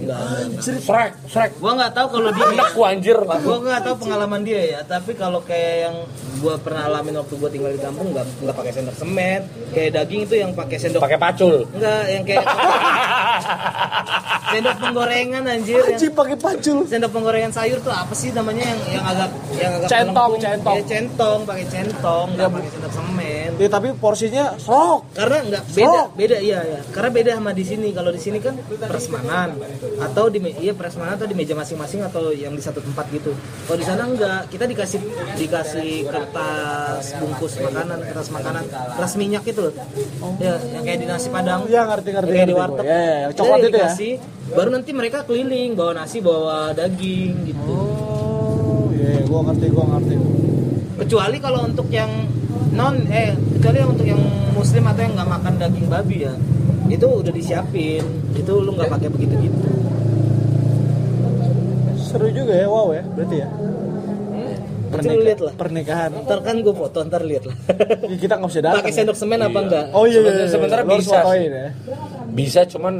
[SPEAKER 4] srek srek
[SPEAKER 5] Gua nggak tahu kalau dia
[SPEAKER 4] enak gua anjir
[SPEAKER 5] Gua nggak tahu pengalaman dia ya, tapi kalau kayak yang gua pernah alamin waktu gua tinggal di kampung nggak nggak pakai sendok semen, kayak daging itu yang pakai sendok
[SPEAKER 4] pakai pacul
[SPEAKER 5] Enggak, yang kayak sendok penggorengan anjir yang-
[SPEAKER 6] Anjing pakai pacul.
[SPEAKER 5] sendok penggorengan sayur tuh apa sih namanya yang yang agak yang agak
[SPEAKER 6] Centong,
[SPEAKER 5] melengkung?
[SPEAKER 6] centong.
[SPEAKER 5] Iya, centong pakai centong
[SPEAKER 4] Ya,
[SPEAKER 5] nggak pakai sendok semen
[SPEAKER 6] Ya tapi porsinya sok.
[SPEAKER 5] karena nggak beda beda iya ya karena beda sama di sini kalau di sini kan peresmanan atau di me- iya peresmanan atau di meja masing-masing atau yang di satu tempat gitu kalau di sana enggak kita dikasih dikasih kertas bungkus makanan kertas makanan kertas minyak gitu loh ya yang kayak di nasi padang
[SPEAKER 6] Oh. Iya, ngerti, ngerti,
[SPEAKER 5] kayak
[SPEAKER 6] ngerti,
[SPEAKER 5] di warteg
[SPEAKER 6] gua. Ya, ya, coklat
[SPEAKER 5] Jadi
[SPEAKER 6] itu ya?
[SPEAKER 5] dikasih, baru nanti mereka keliling bawa nasi bawa daging gitu
[SPEAKER 6] Oh, iya, gua ngerti, gua ngerti.
[SPEAKER 5] kecuali kalau untuk yang non eh kecuali yang untuk yang muslim atau yang nggak makan daging babi ya itu udah disiapin itu lu nggak pakai begitu gitu
[SPEAKER 6] Seru juga ya, wow ya, berarti ya.
[SPEAKER 5] nanti lu lihat lah
[SPEAKER 6] Pernikahan.
[SPEAKER 5] ntar kan gue foto ntar lihat lah
[SPEAKER 6] Ya, kita nggak bisa datang.
[SPEAKER 5] pakai sendok semen apa enggak
[SPEAKER 6] Oh iya, iya, iya.
[SPEAKER 4] Sementara- sementara
[SPEAKER 6] Lu harus
[SPEAKER 4] bisa
[SPEAKER 6] fotoin
[SPEAKER 4] sih.
[SPEAKER 6] ya.
[SPEAKER 4] Bisa cuman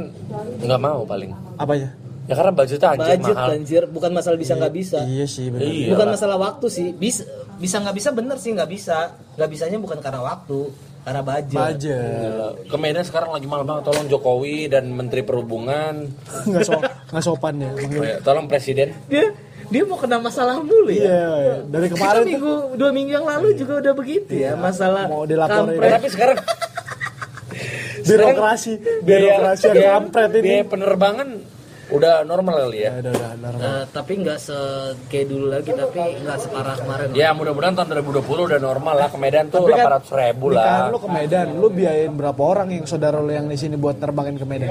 [SPEAKER 4] nggak mau paling.
[SPEAKER 6] Apanya?
[SPEAKER 4] Ya karena budgetnya anjir
[SPEAKER 5] budget
[SPEAKER 4] mahal.
[SPEAKER 5] banjir bukan masalah bisa nggak bisa
[SPEAKER 6] Iya sih, benar.
[SPEAKER 4] Iya.
[SPEAKER 5] bukan
[SPEAKER 4] lah.
[SPEAKER 5] masalah waktu sih bisa bisa nggak bisa bener sih nggak bisa nggak bisanya bukan karena waktu karena budget,
[SPEAKER 6] Budget.
[SPEAKER 4] Gila. Eh, Ke Medan sekarang lagi mahal banget. Tolong Jokowi dan Menteri Perhubungan,
[SPEAKER 6] Nggak so, nggak sopan ya. manggil.
[SPEAKER 4] Eh, tolong Presiden.
[SPEAKER 5] dia dia mau kena masalah mulu ya
[SPEAKER 6] Iya, iya. dari
[SPEAKER 5] Kita
[SPEAKER 6] kemarin tuh Iya.
[SPEAKER 5] minggu dua minggu yang lalu juga udah begitu ya masalah
[SPEAKER 6] Mau dilaporin.
[SPEAKER 5] kampret.
[SPEAKER 4] Tapi sekarang
[SPEAKER 6] birokrasi, birokrasi yang
[SPEAKER 4] biaya-
[SPEAKER 6] kampret ini.
[SPEAKER 4] biaya penerbangan udah normal kali ya.
[SPEAKER 6] Ya, udah, udah, normal.
[SPEAKER 5] Eh, tapi nggak se kayak dulu lagi tapi nggak separah kemarin
[SPEAKER 4] Ya mudah-mudahan tahun 2020 udah normal lah ke Medan tuh
[SPEAKER 6] Tapi kan
[SPEAKER 4] 800 ribu
[SPEAKER 6] Nikahan
[SPEAKER 4] lah.
[SPEAKER 6] lu ke Medan, lu biayain berapa orang yang saudara lu yang di sini buat terbangin ke Medan?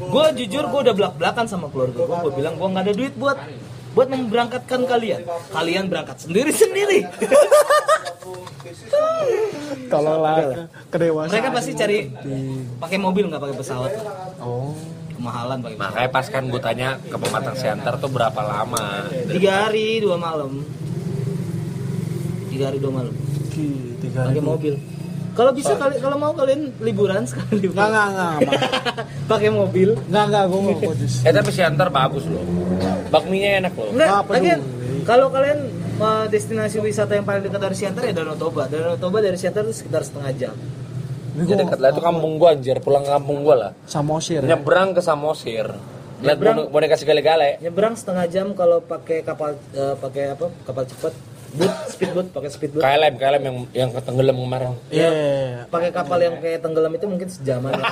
[SPEAKER 5] gue jujur gue udah belak belakan sama keluarga gue gue bilang gue nggak ada duit buat buat memberangkatkan kalian kalian berangkat sendiri sendiri
[SPEAKER 6] Tolonglah kedewasaan.
[SPEAKER 5] mereka pasti cari pakai mobil nggak pakai pesawat
[SPEAKER 6] Oh,
[SPEAKER 5] kemahalan pakai pesawat.
[SPEAKER 4] Makanya pas kan gue tanya ke pematang center tuh berapa lama.
[SPEAKER 5] tiga hari dua malam tiga hari dua malam
[SPEAKER 6] ki- tiga
[SPEAKER 5] pakai
[SPEAKER 6] ribu.
[SPEAKER 5] mobil kalau bisa kali kalau mau kalian liburan sekali
[SPEAKER 6] Nggak, nggak, nggak.
[SPEAKER 5] pakai mobil
[SPEAKER 6] Nggak, nggak, gue mau kodis.
[SPEAKER 4] Eh tapi center bagus loh. Bakminya enak loh.
[SPEAKER 5] Enggak,
[SPEAKER 6] Nggak peduli.
[SPEAKER 5] lagian kalau kalian uh, destinasi wisata yang paling dekat dari Siantar ya Danau Toba. Danau Toba dari Siantar itu sekitar setengah jam.
[SPEAKER 6] Ini
[SPEAKER 4] Ya
[SPEAKER 6] gua
[SPEAKER 4] dekat lah itu kampung gua anjir, pulang ke kampung gua lah.
[SPEAKER 6] Samosir. ya?
[SPEAKER 4] Nyebrang ke Samosir. Lihat
[SPEAKER 5] Nyebrang.
[SPEAKER 4] bone- boneka segala gale
[SPEAKER 5] Nyebrang setengah jam kalau pakai kapal uh, pakai apa? Kapal cepat. Boot, speedboat, pakai speedboat.
[SPEAKER 4] KLM, KLM yang yang ketenggelam kemarin.
[SPEAKER 6] Iya.
[SPEAKER 5] Pakai kapal yang kayak tenggelam itu mungkin sejaman. ya.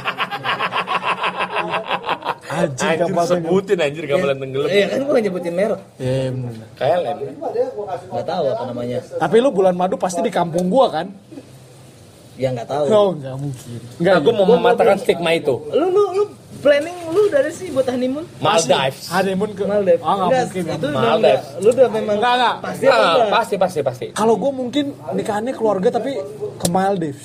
[SPEAKER 6] Anjing kapal tenggelam.
[SPEAKER 4] sebutin anjir kapal yang tenggelam.
[SPEAKER 5] Iya kan gua nggak nyebutin merek.
[SPEAKER 6] Iya, iya, bener.
[SPEAKER 4] KLM.
[SPEAKER 5] Enggak tahu apa namanya.
[SPEAKER 6] Tapi lu bulan madu pasti di kampung gua kan?
[SPEAKER 5] Ya nggak tahu.
[SPEAKER 6] Oh, nggak mungkin. Nggak.
[SPEAKER 4] Nah, gua mau mematahkan stigma itu.
[SPEAKER 5] Lu lu lu planning lu dari sih buat honeymoon?
[SPEAKER 4] Maldives.
[SPEAKER 6] Honeymoon ke
[SPEAKER 5] Maldives.
[SPEAKER 6] Ah, nggak
[SPEAKER 5] Enggak,
[SPEAKER 6] mungkin.
[SPEAKER 5] Itu
[SPEAKER 6] nggak.
[SPEAKER 5] udah
[SPEAKER 4] Maldives.
[SPEAKER 5] enggak. Lu udah memang
[SPEAKER 6] Nggak, nggak.
[SPEAKER 5] Pasti apa
[SPEAKER 4] Nah,
[SPEAKER 5] enggak?
[SPEAKER 4] pasti pasti pasti.
[SPEAKER 6] Kalau gue mungkin nikahannya keluarga tapi ke Maldives.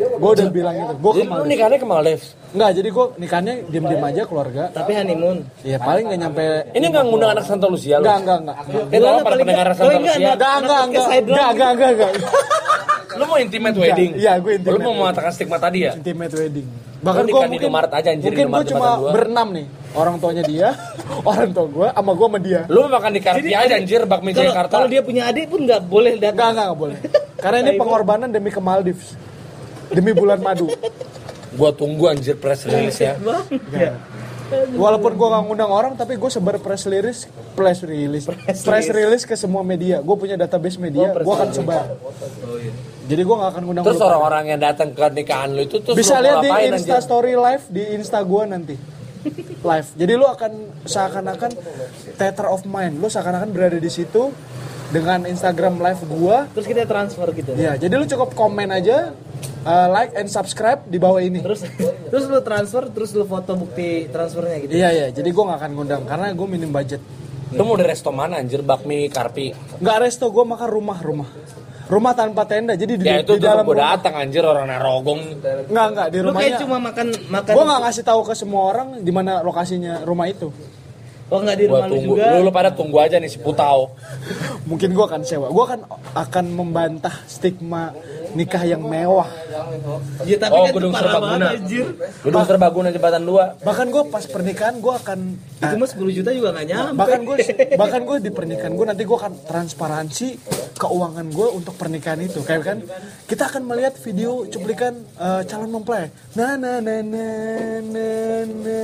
[SPEAKER 6] Gue udah bilang gitu. Gue ke
[SPEAKER 4] Jadi lu
[SPEAKER 6] Maldives.
[SPEAKER 4] nikahnya kan, ke Maldives.
[SPEAKER 6] Nggak, jadi gue nikahnya diem-diem aja keluarga.
[SPEAKER 5] Tapi honeymoon.
[SPEAKER 6] Ya paling nggak nyampe.
[SPEAKER 4] Ini nggak ngundang anak Santa Lucia lu.
[SPEAKER 6] Nggak, nggak, nggak.
[SPEAKER 4] Eh, tolong para
[SPEAKER 5] Paling nggak-
[SPEAKER 4] pendengar
[SPEAKER 6] Oh,
[SPEAKER 4] Santa
[SPEAKER 5] paling nggak
[SPEAKER 4] Lucia.
[SPEAKER 6] Nggak, nggak, nggak.
[SPEAKER 5] Podcast
[SPEAKER 6] Nggak, nggak, nggak, nggak.
[SPEAKER 4] Lu mau intimate wedding?
[SPEAKER 6] Iya, gua intimate
[SPEAKER 4] Lu mau mematahkan stigma tadi ya?
[SPEAKER 6] Intimate wedding. Bahkan
[SPEAKER 4] Lu
[SPEAKER 6] gue
[SPEAKER 4] nikah di
[SPEAKER 6] mungkin,
[SPEAKER 4] Indomaret aja, anjir,
[SPEAKER 6] mungkin gue
[SPEAKER 4] Indomaret
[SPEAKER 6] cuma
[SPEAKER 4] depan gua.
[SPEAKER 6] berenam nih. Orang tuanya dia, orang tua gue, sama gue sama dia.
[SPEAKER 4] Lu makan di Kartia aja anjir bakmi
[SPEAKER 5] Kalau
[SPEAKER 4] Jakarta.
[SPEAKER 5] kalau dia punya adik pun nggak boleh datang.
[SPEAKER 6] Nggak, nggak, nggak boleh. Karena ini pengorbanan demi ke Maldives. Demi bulan madu.
[SPEAKER 4] Gua tunggu anjir press release ya.
[SPEAKER 5] Bang.
[SPEAKER 6] Walaupun gue nggak ngundang orang, tapi gue sebar press release, press release, Oh, press release ke semua media. Gue punya database media, gue akan sebar. Oh, iya. Jadi gue nggak akan ngundang
[SPEAKER 4] Terus
[SPEAKER 6] lu.
[SPEAKER 4] orang-orang yang datang ke nikahan lu itu terus
[SPEAKER 6] Bisa
[SPEAKER 4] lu mau
[SPEAKER 6] lihat di
[SPEAKER 4] ngapain,
[SPEAKER 6] Insta
[SPEAKER 4] anjir?
[SPEAKER 6] Story live di Insta gue nanti. Live. Jadi lu akan seakan-akan theater of mind. Lu seakan-akan berada di situ dengan Instagram live gue.
[SPEAKER 5] Terus kita transfer gitu.
[SPEAKER 6] Ya, jadi lu cukup komen aja, uh, like and subscribe di bawah ini.
[SPEAKER 5] Terus terus lu transfer, terus lu foto bukti transfernya gitu.
[SPEAKER 6] Iya iya, jadi gue nggak akan ngundang karena gue minim budget.
[SPEAKER 4] Lu mau di resto mana anjir bakmi karpi?
[SPEAKER 6] Nggak resto gue makan rumah rumah. Rumah tanpa tenda, jadi di,
[SPEAKER 4] Ya itu
[SPEAKER 6] di
[SPEAKER 4] tuh
[SPEAKER 6] dalam
[SPEAKER 4] gua
[SPEAKER 6] rumah.
[SPEAKER 4] datang anjir orang narogong.
[SPEAKER 6] Nggak nggak di
[SPEAKER 5] Lu kayak
[SPEAKER 6] rumahnya.
[SPEAKER 5] cuma makan makan.
[SPEAKER 6] Gue nggak ngasih tahu ke semua orang di mana lokasinya rumah itu.
[SPEAKER 5] Oh nggak di
[SPEAKER 4] Gua
[SPEAKER 5] rumah lu
[SPEAKER 4] tunggu. Lu,
[SPEAKER 5] juga.
[SPEAKER 4] lu pada tunggu aja nih si putau.
[SPEAKER 6] Mungkin gue akan sewa. Gue akan akan membantah stigma nikah yang mewah
[SPEAKER 5] Ya, tapi
[SPEAKER 4] Oh,
[SPEAKER 5] kan itu
[SPEAKER 4] gedung
[SPEAKER 5] parah banget,
[SPEAKER 4] serbaguna.
[SPEAKER 5] anjir.
[SPEAKER 4] Gedung serbaguna jembatan dua.
[SPEAKER 6] bahkan gue pas pernikahan gue akan
[SPEAKER 5] Itu mah 10 juta juga gak nyampe.
[SPEAKER 6] bahkan gue bahkan gue di pernikahan gue nanti gue akan transparansi keuangan gue untuk pernikahan itu kayak kan kita akan melihat video cuplikan eh, calon mempelai na na na na na na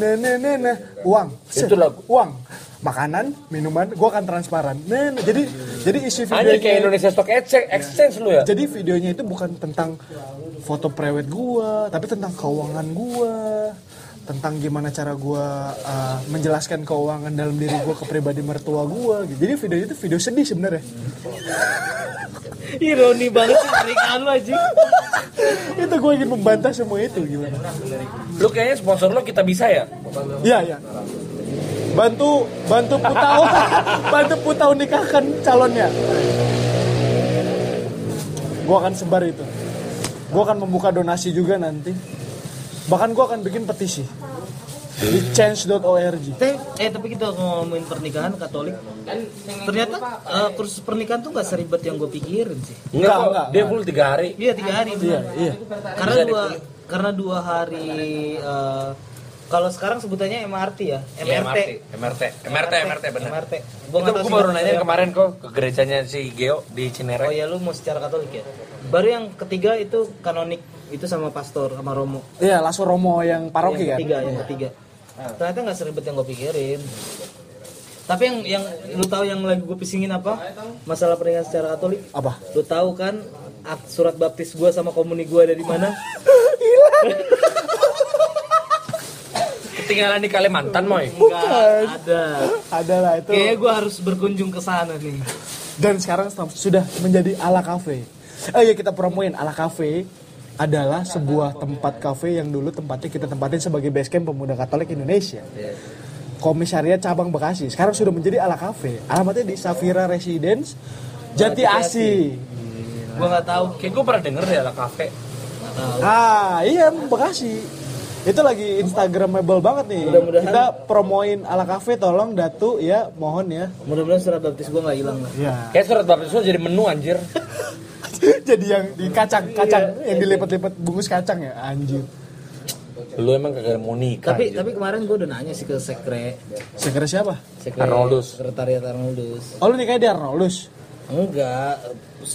[SPEAKER 6] na na na na uang Set.
[SPEAKER 4] Itu lagu.
[SPEAKER 6] uang makanan minuman gue akan transparan nah, nah. jadi jadi isi
[SPEAKER 4] Anjir kayak
[SPEAKER 6] video
[SPEAKER 4] Indonesia Stock Exchange, exchange lu ya.
[SPEAKER 6] jadi videonya itu bukan tentang foto prewed gua, tapi tentang keuangan gua, tentang gimana cara gua uh, menjelaskan keuangan dalam diri gua ke pribadi mertua gua. gitu. Jadi video itu video sedih sebenarnya.
[SPEAKER 5] Ironi banget sih pernikahan lu anjir.
[SPEAKER 6] itu gua ingin membantah semua itu gimana?
[SPEAKER 4] Lu kayaknya sponsor lu kita bisa ya.
[SPEAKER 6] Iya ya. Bantu bantu putau bantu putau nikahkan calonnya. Gua akan sebar itu. Gua akan membuka donasi juga nanti. Bahkan gua akan bikin petisi di change.org.
[SPEAKER 5] Teh, eh tapi kita ngomongin pernikahan Katolik. Ternyata eh, kursus pernikahan tuh gak seribet yang gue pikirin sih.
[SPEAKER 4] Enggak,
[SPEAKER 6] Enggak,
[SPEAKER 4] kok.
[SPEAKER 6] enggak,
[SPEAKER 4] Dia full tiga hari.
[SPEAKER 5] Iya tiga hari
[SPEAKER 6] Iya,
[SPEAKER 5] benar.
[SPEAKER 6] iya.
[SPEAKER 5] Karena dua karena dua hari eh, kalau sekarang sebutannya MRT ya,
[SPEAKER 6] Iya,
[SPEAKER 4] Iya,
[SPEAKER 5] MRT.
[SPEAKER 4] MRT, MRT, MRT benar.
[SPEAKER 5] MRT.
[SPEAKER 4] Gua itu gua
[SPEAKER 5] Gua nggak tahu
[SPEAKER 4] baru
[SPEAKER 5] sebutannya
[SPEAKER 4] nanya
[SPEAKER 5] apa.
[SPEAKER 4] kemarin kok ke gerejanya si Geo di
[SPEAKER 5] Oh
[SPEAKER 6] iya.
[SPEAKER 4] Cinere.
[SPEAKER 5] ya lu mau secara Katolik ya. Baru yang ketiga itu kanonik itu sama pastor sama Romo.
[SPEAKER 6] Iya, Lasso Romo yang paroki kan.
[SPEAKER 5] yang ketiga, yang ketiga. Ternyata nggak seribet yang gue pikirin. Tapi yang yang lu tahu yang lagi gue pisingin apa? Masalah pernikahan secara Katolik.
[SPEAKER 6] Apa?
[SPEAKER 5] Lu tahu kan ak- surat baptis gue sama komuni gue dari mana?
[SPEAKER 4] Ketinggalan di Kalimantan, Moy.
[SPEAKER 5] Enggak ada.
[SPEAKER 6] Adalah itu.
[SPEAKER 5] Kayaknya gue harus berkunjung ke sana nih.
[SPEAKER 6] Dan sekarang setelah- sudah menjadi ala kafe. Oh iya kita promoin ala kafe adalah sebuah tempat kafe yang dulu tempatnya kita tempatin sebagai base camp pemuda Katolik Indonesia. Komisariat cabang Bekasi. Sekarang sudah menjadi ala kafe. Alamatnya di Safira Residence Jati Asi.
[SPEAKER 5] Gue nggak tahu.
[SPEAKER 4] Kayak gua pernah denger ya lah kafe.
[SPEAKER 6] Ah, iya Bekasi. Itu lagi Instagramable banget nih.
[SPEAKER 5] Mudah-mudahan-
[SPEAKER 6] Kita promoin ala kafe tolong Datu ya, mohon ya.
[SPEAKER 5] Mudah-mudahan surat baptis gue nggak hilang lah.
[SPEAKER 6] Ya.
[SPEAKER 4] Kayak surat baptis lu jadi menu anjir.
[SPEAKER 6] Jadi yang di kacang-kacang yang dilipat-lipat bungkus kacang ya, anjir.
[SPEAKER 4] Lu emang kagak mau nikah.
[SPEAKER 5] Tapi tapi kemarin gue udah nanya sih ke sekre,
[SPEAKER 6] Segera siapa?
[SPEAKER 5] sekre
[SPEAKER 4] Arnoldus.
[SPEAKER 5] sekretariat Arnoldus.
[SPEAKER 6] Oh lu nikahnya di Arnoldus?
[SPEAKER 5] Enggak,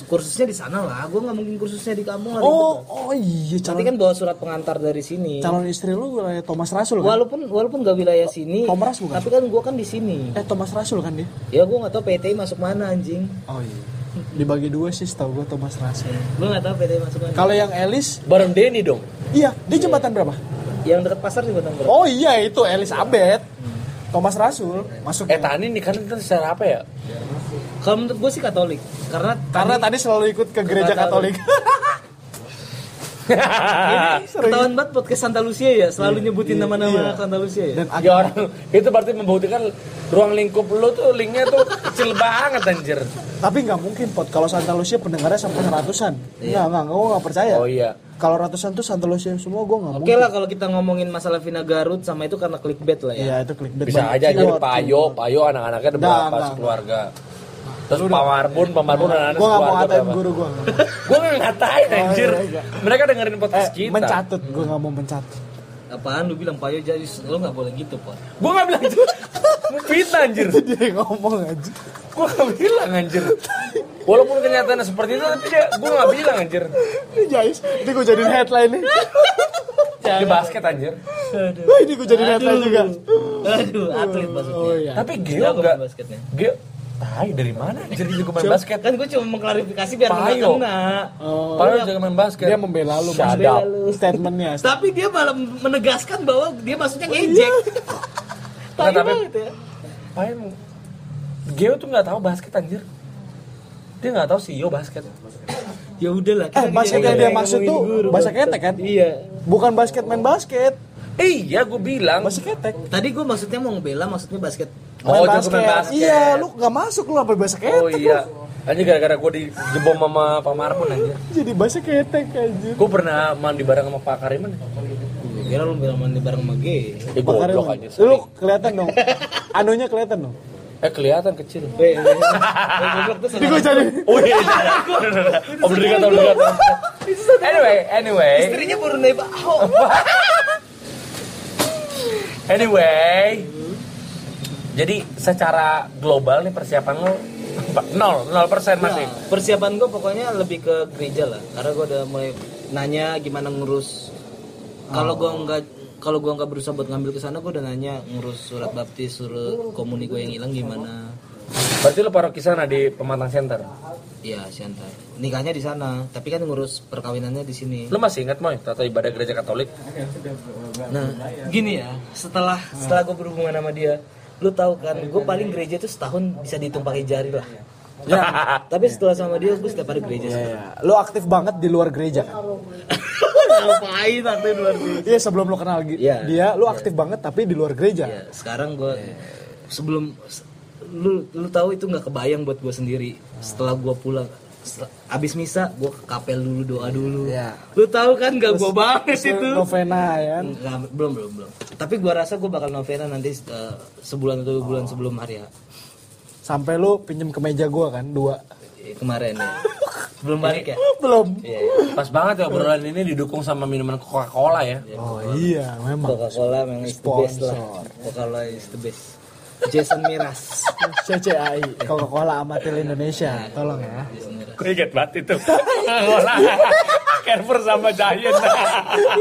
[SPEAKER 5] kursusnya di sana lah. Gue nggak mungkin kursusnya di kampung lah.
[SPEAKER 6] Oh, oh iya
[SPEAKER 5] Nanti
[SPEAKER 6] calon,
[SPEAKER 5] kan bawa surat pengantar dari sini.
[SPEAKER 6] calon istri lu wilayah Thomas Rasul kan?
[SPEAKER 5] Walaupun walaupun gak wilayah sini,
[SPEAKER 6] Komeras bukan?
[SPEAKER 5] tapi kan gua kan di sini.
[SPEAKER 6] Eh Thomas Rasul kan dia?
[SPEAKER 5] Ya gua nggak tahu PTI masuk mana anjing.
[SPEAKER 6] Oh iya. Dibagi dua sih setahu gua Thomas Rasul.
[SPEAKER 5] Gua nggak tahu PTI masuk mana.
[SPEAKER 6] Kalau yang Elis,
[SPEAKER 4] Bareng Denny dong.
[SPEAKER 6] iya, dia jembatan berapa?
[SPEAKER 5] Yang dekat pasar di Batang Barat.
[SPEAKER 6] Oh iya itu Elis Abed. Thomas Rasul masuk
[SPEAKER 4] Eh Tani nikahan itu secara apa ya?
[SPEAKER 5] Kalau menurut gua sih Katolik, karena
[SPEAKER 6] karena tadi selalu ikut ke gereja Katolik.
[SPEAKER 5] Katolik.
[SPEAKER 6] ya.
[SPEAKER 5] ini ketahuan banget podcast Santa Lucia ya, selalu nyebutin nama-nama Santa Lucia ya.
[SPEAKER 6] Iya, Dan
[SPEAKER 4] Ya orang itu berarti membuktikan ruang lingkup lu tuh linknya tuh kecil banget anjir.
[SPEAKER 6] tapi nggak mungkin pot kalau Santa Lucia pendengarnya sampai ratusan. Nggak nggak, gua nggak percaya.
[SPEAKER 4] Oh iya.
[SPEAKER 6] Kalau ratusan tuh Santa Lucia semua gua nggak
[SPEAKER 5] Oke
[SPEAKER 6] mungkin.
[SPEAKER 5] lah kalau kita ngomongin masalah Vina Garut sama itu karena clickbait lah ya.
[SPEAKER 6] Iya itu clickbait.
[SPEAKER 4] bisa
[SPEAKER 6] banget.
[SPEAKER 4] aja jadi
[SPEAKER 6] Keyword,
[SPEAKER 4] payo payo anak-anaknya ada
[SPEAKER 6] Nggak,
[SPEAKER 4] berapa
[SPEAKER 6] nggak,
[SPEAKER 4] sekeluarga terus pamarbun pamarbun anak-anak
[SPEAKER 6] gue gak mau
[SPEAKER 4] sekeluarga
[SPEAKER 6] ngatain
[SPEAKER 4] berapa
[SPEAKER 6] guru Eh, gue
[SPEAKER 4] gue nggak ngatain anjir
[SPEAKER 6] iya, iya.
[SPEAKER 4] mereka dengerin
[SPEAKER 6] eh,
[SPEAKER 4] podcast kita
[SPEAKER 6] mencatut gue gak mau mencatut
[SPEAKER 5] Apaan lu bilang payo jadi lu nggak boleh gitu, Pak.
[SPEAKER 4] gue nggak bilang itu fitnah anjir
[SPEAKER 6] dia yang ngomong aja
[SPEAKER 4] gue nggak bilang anjir walaupun kenyataannya seperti itu tapi dia gue nggak bilang anjir
[SPEAKER 6] ini guys ini gue jadiin headline nih
[SPEAKER 4] di basket anjir
[SPEAKER 6] Wah, ini gue jadiin headline juga
[SPEAKER 5] Aduh, atlet maksudnya.
[SPEAKER 6] oh iya
[SPEAKER 4] tapi Geo
[SPEAKER 5] Jago
[SPEAKER 4] nggak
[SPEAKER 5] main basketnya.
[SPEAKER 4] Geo tai dari mana anjir dia juga main basket
[SPEAKER 5] Kan gue cuma mengklarifikasi biar lu nggak
[SPEAKER 4] Payo.
[SPEAKER 5] kena.
[SPEAKER 6] Oh.
[SPEAKER 4] Padahal dia juga main basket
[SPEAKER 6] iya. dia membela lu
[SPEAKER 4] Shut
[SPEAKER 6] membela
[SPEAKER 4] up.
[SPEAKER 6] lu. statementnya
[SPEAKER 5] Tapi dia malah menegaskan bahwa dia maksudnya
[SPEAKER 6] Oh, iya.
[SPEAKER 5] ngejek.
[SPEAKER 4] Nah,
[SPEAKER 5] Tai
[SPEAKER 4] tapi-
[SPEAKER 5] banget ya.
[SPEAKER 4] Payo Geo tuh nggak tahu basket anjir dia nggak tahu CEO basket
[SPEAKER 5] Ya udahlah.
[SPEAKER 6] eh basket yang dia maksud tuh basket ketek kan
[SPEAKER 5] Iya.
[SPEAKER 6] bukan basket main basket
[SPEAKER 4] iya gue bilang
[SPEAKER 6] basket ketek
[SPEAKER 5] Tadi gue maksudnya mau ngebela maksudnya basket.
[SPEAKER 4] Oh,
[SPEAKER 6] Main
[SPEAKER 4] itu bukan basket.
[SPEAKER 6] iya lu gak masuk lu apa basket ketek
[SPEAKER 4] Oh iya. Anjir gara-gara gue dijebom sama Pak Marmun anjir.
[SPEAKER 6] lu. jadi basket ketek anjir
[SPEAKER 4] Gue pernah mandi bareng sama Pak Kariman.
[SPEAKER 5] Gua Kira lu bilang mandi bareng sama G.
[SPEAKER 4] Ya
[SPEAKER 6] Makarin,
[SPEAKER 4] goblok
[SPEAKER 6] Bang.
[SPEAKER 4] anjir.
[SPEAKER 6] lu kelihatan dong anunya kelihatan dong
[SPEAKER 4] Eh kelihatan kecil.
[SPEAKER 5] Weh, weh. Weh, goblok tuh sama-
[SPEAKER 4] Oh iya. Om Derika tahu Derika. Anyway, anyway,
[SPEAKER 5] Istrinya baru nembak Ahok.
[SPEAKER 4] anyway. Jadi secara global nih persiapan lu ba- nol, nol persen masih.
[SPEAKER 5] Ya. Persiapan gue pokoknya lebih ke gereja lah, karena gue udah mulai nanya gimana ngurus. Kalau gue nggak kalau gua nggak berusaha buat ngambil ke sana, gue udah nanya ngurus surat baptis, surat komuni gue yang hilang gimana.
[SPEAKER 4] Berarti lu paroki sana di Pematang Center.
[SPEAKER 5] Ya, Sianta. Nikahnya di sana, tapi kan ngurus perkawinannya di sini.
[SPEAKER 4] Lu masih ingat Moy tata ibadah gereja Katolik?
[SPEAKER 5] Nah, gini ya, setelah setelah gue berhubungan sama dia, lu tahu kan, gue paling gereja tuh setahun bisa dihitung pakai jari lah. Nah, tapi setelah sama dia, gue setiap hari gereja.
[SPEAKER 6] Lo aktif banget di luar gereja kan?
[SPEAKER 5] Ngapain nanti luar biasa?
[SPEAKER 6] Iya sebelum lo kenal gi-
[SPEAKER 5] Iya.
[SPEAKER 6] dia, lo aktif banget tapi di luar gereja.
[SPEAKER 5] Ya, sekarang gue
[SPEAKER 6] Iya.
[SPEAKER 5] sebelum se- lu lu tahu itu nggak kebayang buat gue sendiri setelah gue pulang setel- abis misa gue ke kapel dulu doa dulu
[SPEAKER 6] Iya.
[SPEAKER 5] lu tahu kan gak gue banget
[SPEAKER 6] Terus
[SPEAKER 5] itu
[SPEAKER 6] Novena ya kan?
[SPEAKER 5] Nggak, belum belum belum tapi gue rasa gue bakal novena nanti eh, sebulan
[SPEAKER 6] Oh.
[SPEAKER 5] atau dua bulan sebelum hari ya
[SPEAKER 6] Sampai lo pinjem ke meja gua kan dua.
[SPEAKER 5] kemarin ya belum balik ya
[SPEAKER 6] Belum.
[SPEAKER 5] Iya,
[SPEAKER 4] Pas banget ya obrolan ini didukung sama minuman Coca-Cola ya.
[SPEAKER 6] Oh iya memang.
[SPEAKER 5] Coca Cola memang is the best lah Coca Cola is the best Jason Miras
[SPEAKER 6] CCAI Coca-Cola Amatil Indonesia. Tolong ya.
[SPEAKER 5] Jason Miras
[SPEAKER 4] Gue inget banget itu. Coca-Cola. Carrefour sama Giant.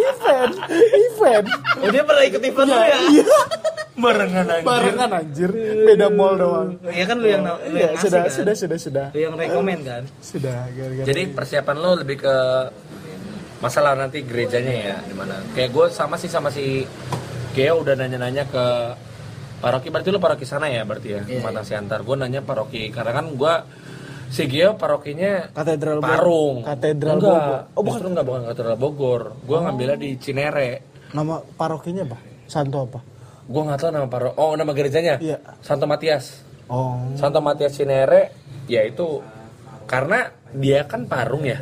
[SPEAKER 6] event, event.
[SPEAKER 5] oh dia pernah ikut
[SPEAKER 6] Iya,
[SPEAKER 5] event lu ya
[SPEAKER 4] Barengan aja.
[SPEAKER 6] Barengan anjir, beda mall doang.
[SPEAKER 5] Iya kan lu yang na- lu
[SPEAKER 6] Iya,
[SPEAKER 5] yang ngasih
[SPEAKER 6] sudah,
[SPEAKER 5] kan?
[SPEAKER 6] sudah, sudah, sudah.
[SPEAKER 5] Lu yang rekomen kan?
[SPEAKER 6] Sudah, gara-gara.
[SPEAKER 4] Jadi persiapan lo lebih ke masalah nanti gerejanya ya di mana. Kayak gue sama sih sama si Geo udah nanya-nanya ke paroki. Berarti lo paroki sana ya berarti ya.
[SPEAKER 6] Iya.
[SPEAKER 4] Pematang Siantar. Gue nanya paroki karena kan gue si Geo parokinya
[SPEAKER 6] Katedral Bogor.
[SPEAKER 4] Parung.
[SPEAKER 6] Katedral
[SPEAKER 4] enggak.
[SPEAKER 6] Bogor. Oh.
[SPEAKER 4] Oh bukan enggak bukan Katedral Bogor. Gue ngambilnya di Cinere.
[SPEAKER 6] Nama parokinya apa? Santo apa?
[SPEAKER 4] Gue nggak tahu nama paro. Oh nama gerejanya.
[SPEAKER 6] Iya.
[SPEAKER 4] Santo Matias.
[SPEAKER 6] Oh.
[SPEAKER 4] Santo Matias Cinere ya itu karena dia kan Parung ya.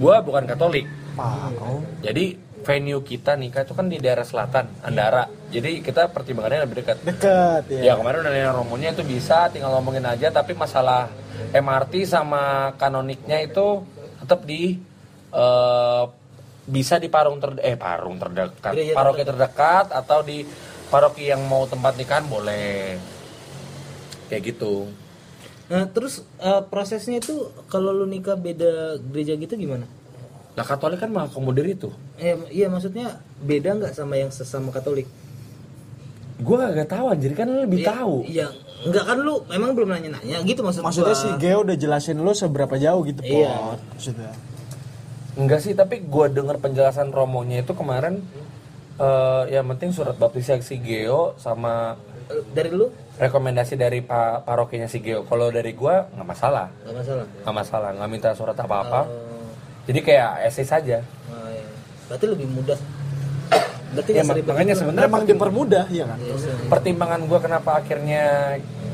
[SPEAKER 4] Gue bukan Katolik.
[SPEAKER 6] Parung.
[SPEAKER 4] Jadi venue kita nikah itu kan di daerah selatan, Andara. Jadi kita pertimbangannya lebih dekat.
[SPEAKER 6] Dekat ya.
[SPEAKER 4] Ya kemarin udah nanya romonya itu bisa, tinggal ngomongin aja. Tapi masalah MRT sama kanoniknya itu tetap di eh, bisa di parung ter eh parung terdekat,
[SPEAKER 5] Gereja
[SPEAKER 4] paroki terdekat atau di paroki yang mau tempat nikahan boleh. Kayak gitu.
[SPEAKER 5] Nah, terus eh, prosesnya itu kalau lu nikah beda gereja gitu gimana?
[SPEAKER 4] Nah Katolik kan mengakomodir itu.
[SPEAKER 5] Eh, iya maksudnya beda nggak sama yang sesama Katolik?
[SPEAKER 4] Gue gak tahu anjir kan lu lebih tahu.
[SPEAKER 5] Iya, nggak kan lu memang belum nanya-nanya gitu maksud
[SPEAKER 6] Maksudnya
[SPEAKER 5] gua.
[SPEAKER 6] si Geo udah jelasin lu seberapa jauh gitu, Pot.
[SPEAKER 5] Iya.
[SPEAKER 6] Maksudnya.
[SPEAKER 4] Enggak sih, tapi gue denger penjelasan Romonya itu kemarin eh yang penting surat baptisnya si Geo sama
[SPEAKER 5] Eh, dari lu
[SPEAKER 4] rekomendasi dari pa parokinya si Geo. Kalau dari gue nggak masalah,
[SPEAKER 5] nggak masalah.
[SPEAKER 4] nggak masalah, nggak minta surat apa-apa.
[SPEAKER 5] Eh.
[SPEAKER 4] Jadi kayak essay saja.
[SPEAKER 5] Nah, iya. Berarti lebih mudah. Berarti
[SPEAKER 4] Ya,
[SPEAKER 5] nggak seribet
[SPEAKER 4] makanya
[SPEAKER 5] itu.
[SPEAKER 4] sebenarnya
[SPEAKER 6] Emang dipermudah ya kan?
[SPEAKER 5] Iya, sih.
[SPEAKER 4] pertimbangan gue kenapa akhirnya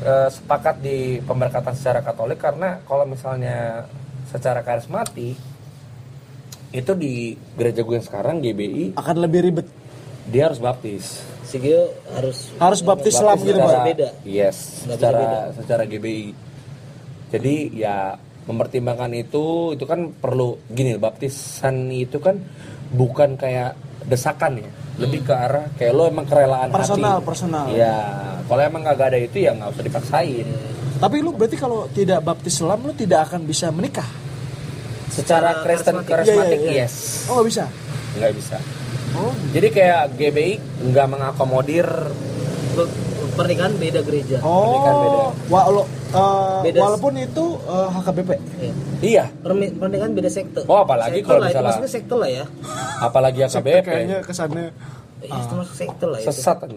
[SPEAKER 4] eh, sepakat di pemberkatan secara Katolik karena kalau misalnya secara karismati itu di gereja gue yang sekarang GBI
[SPEAKER 6] Akan lebih ribet.
[SPEAKER 4] dia harus baptis.
[SPEAKER 5] Si Gio harus
[SPEAKER 6] Harus baptis
[SPEAKER 4] Tapi
[SPEAKER 6] Islam gitu,
[SPEAKER 4] secara-
[SPEAKER 6] Pak.
[SPEAKER 5] beda.
[SPEAKER 4] Yes,
[SPEAKER 5] Nggak
[SPEAKER 4] secara
[SPEAKER 5] bisa
[SPEAKER 4] secara GBI. Jadi ya mempertimbangkan itu itu kan perlu gini baptisan itu kan bukan kayak desakan ya lebih ke arah kayak lo emang kerelaan
[SPEAKER 6] Personal,
[SPEAKER 4] hati.
[SPEAKER 6] personal.
[SPEAKER 4] ya kalau emang kagak ada itu ya nggak usah dipaksain
[SPEAKER 6] Tapi lu berarti kalau tidak baptis Islam lu tidak akan bisa menikah.
[SPEAKER 4] secara Kristen karismatik
[SPEAKER 6] Iya, iya, iya.
[SPEAKER 4] yes
[SPEAKER 6] Oh, nggak bisa.
[SPEAKER 4] nggak bisa
[SPEAKER 6] Oh.
[SPEAKER 4] jadi kayak GBI nggak mengakomodir
[SPEAKER 5] Lu- pernikahan beda gereja.
[SPEAKER 4] Pernikahan beda.
[SPEAKER 6] Oh. Wa, lo, eh,
[SPEAKER 5] Beda.
[SPEAKER 6] walaupun itu eh, HKBP.
[SPEAKER 5] Iya.
[SPEAKER 4] iya
[SPEAKER 5] Permi- Pernikahan beda sekte.
[SPEAKER 4] Oh, apalagi
[SPEAKER 5] Sekte
[SPEAKER 4] kalau
[SPEAKER 5] lah, itu
[SPEAKER 4] misalnya-
[SPEAKER 5] maksudnya sekte lah ya.
[SPEAKER 4] apalagi
[SPEAKER 6] Sekte
[SPEAKER 4] AKBP
[SPEAKER 6] kayaknya kesannya
[SPEAKER 5] Iya, itu masuk sekte lah itu.
[SPEAKER 4] sesat aja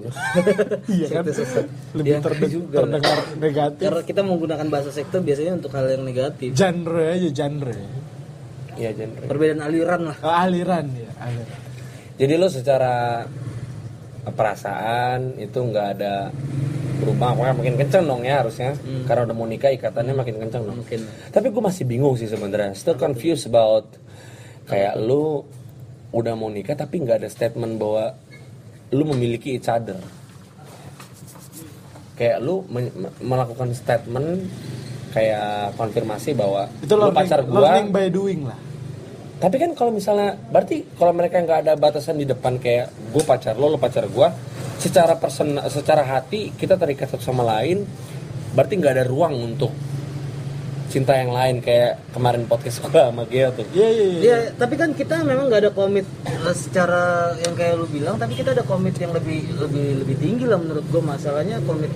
[SPEAKER 6] iya kan
[SPEAKER 5] Sekte sesat.
[SPEAKER 6] lebih
[SPEAKER 5] Ya,
[SPEAKER 6] terde-
[SPEAKER 5] juga.
[SPEAKER 6] terdengar negatif
[SPEAKER 5] Karena kita menggunakan bahasa sekte biasanya untuk hal yang negatif.
[SPEAKER 6] genre aja genre
[SPEAKER 4] iya genre
[SPEAKER 5] Perbedaan aliran lah.
[SPEAKER 6] Eh, aliran ya aliran
[SPEAKER 4] Jadi lo secara perasaan itu nggak ada berubah, makanya makin kenceng dong ya harusnya. Karena udah mau nikah ikatannya makin kenceng dong.
[SPEAKER 5] Mungkin.
[SPEAKER 4] Tapi gue masih bingung sih sebenarnya. Still confused about kayak lo udah mau nikah tapi nggak ada statement bahwa lo memiliki each other. kayak lu men- melakukan statement kayak konfirmasi bahwa
[SPEAKER 6] itu
[SPEAKER 4] lu
[SPEAKER 6] learning,
[SPEAKER 4] pacar gua
[SPEAKER 6] learning by doing lah
[SPEAKER 4] tapi kan kalau misalnya berarti kalau mereka nggak ada batasan di depan kayak gue pacar lo lo pacar gue secara person secara hati kita terikat satu sama lain berarti nggak ada ruang untuk cinta yang lain kayak kemarin podcast gue sama Geo tuh
[SPEAKER 6] iya iya iya
[SPEAKER 5] Iya, tapi kan kita memang nggak ada komit eh, secara yang kayak lu bilang, tapi kita ada komit yang lebih lebih lebih tinggi lah menurut gue. Masalahnya komit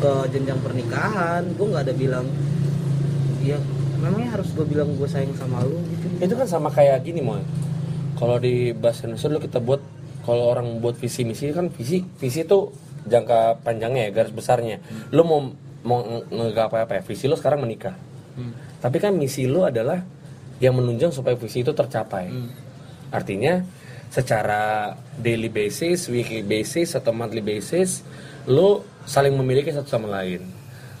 [SPEAKER 5] ke jenjang pernikahan, gue nggak ada bilang, ya memangnya harus gue bilang gue sayang sama lu gitu.
[SPEAKER 6] Iya.
[SPEAKER 4] itu kan sama kayak gini mau kalau di bahasa Indonesia dulu kita buat kalau orang buat visi misi kan visi visi itu jangka panjangnya ya garis besarnya
[SPEAKER 5] Hmm.
[SPEAKER 4] lo mau mau ngegapai apa ya visi lo sekarang menikah
[SPEAKER 5] Hmm.
[SPEAKER 4] tapi kan misi lo adalah yang menunjang supaya visi itu tercapai
[SPEAKER 5] Hmm.
[SPEAKER 4] artinya secara daily basis weekly basis atau monthly basis lo saling memiliki satu sama lain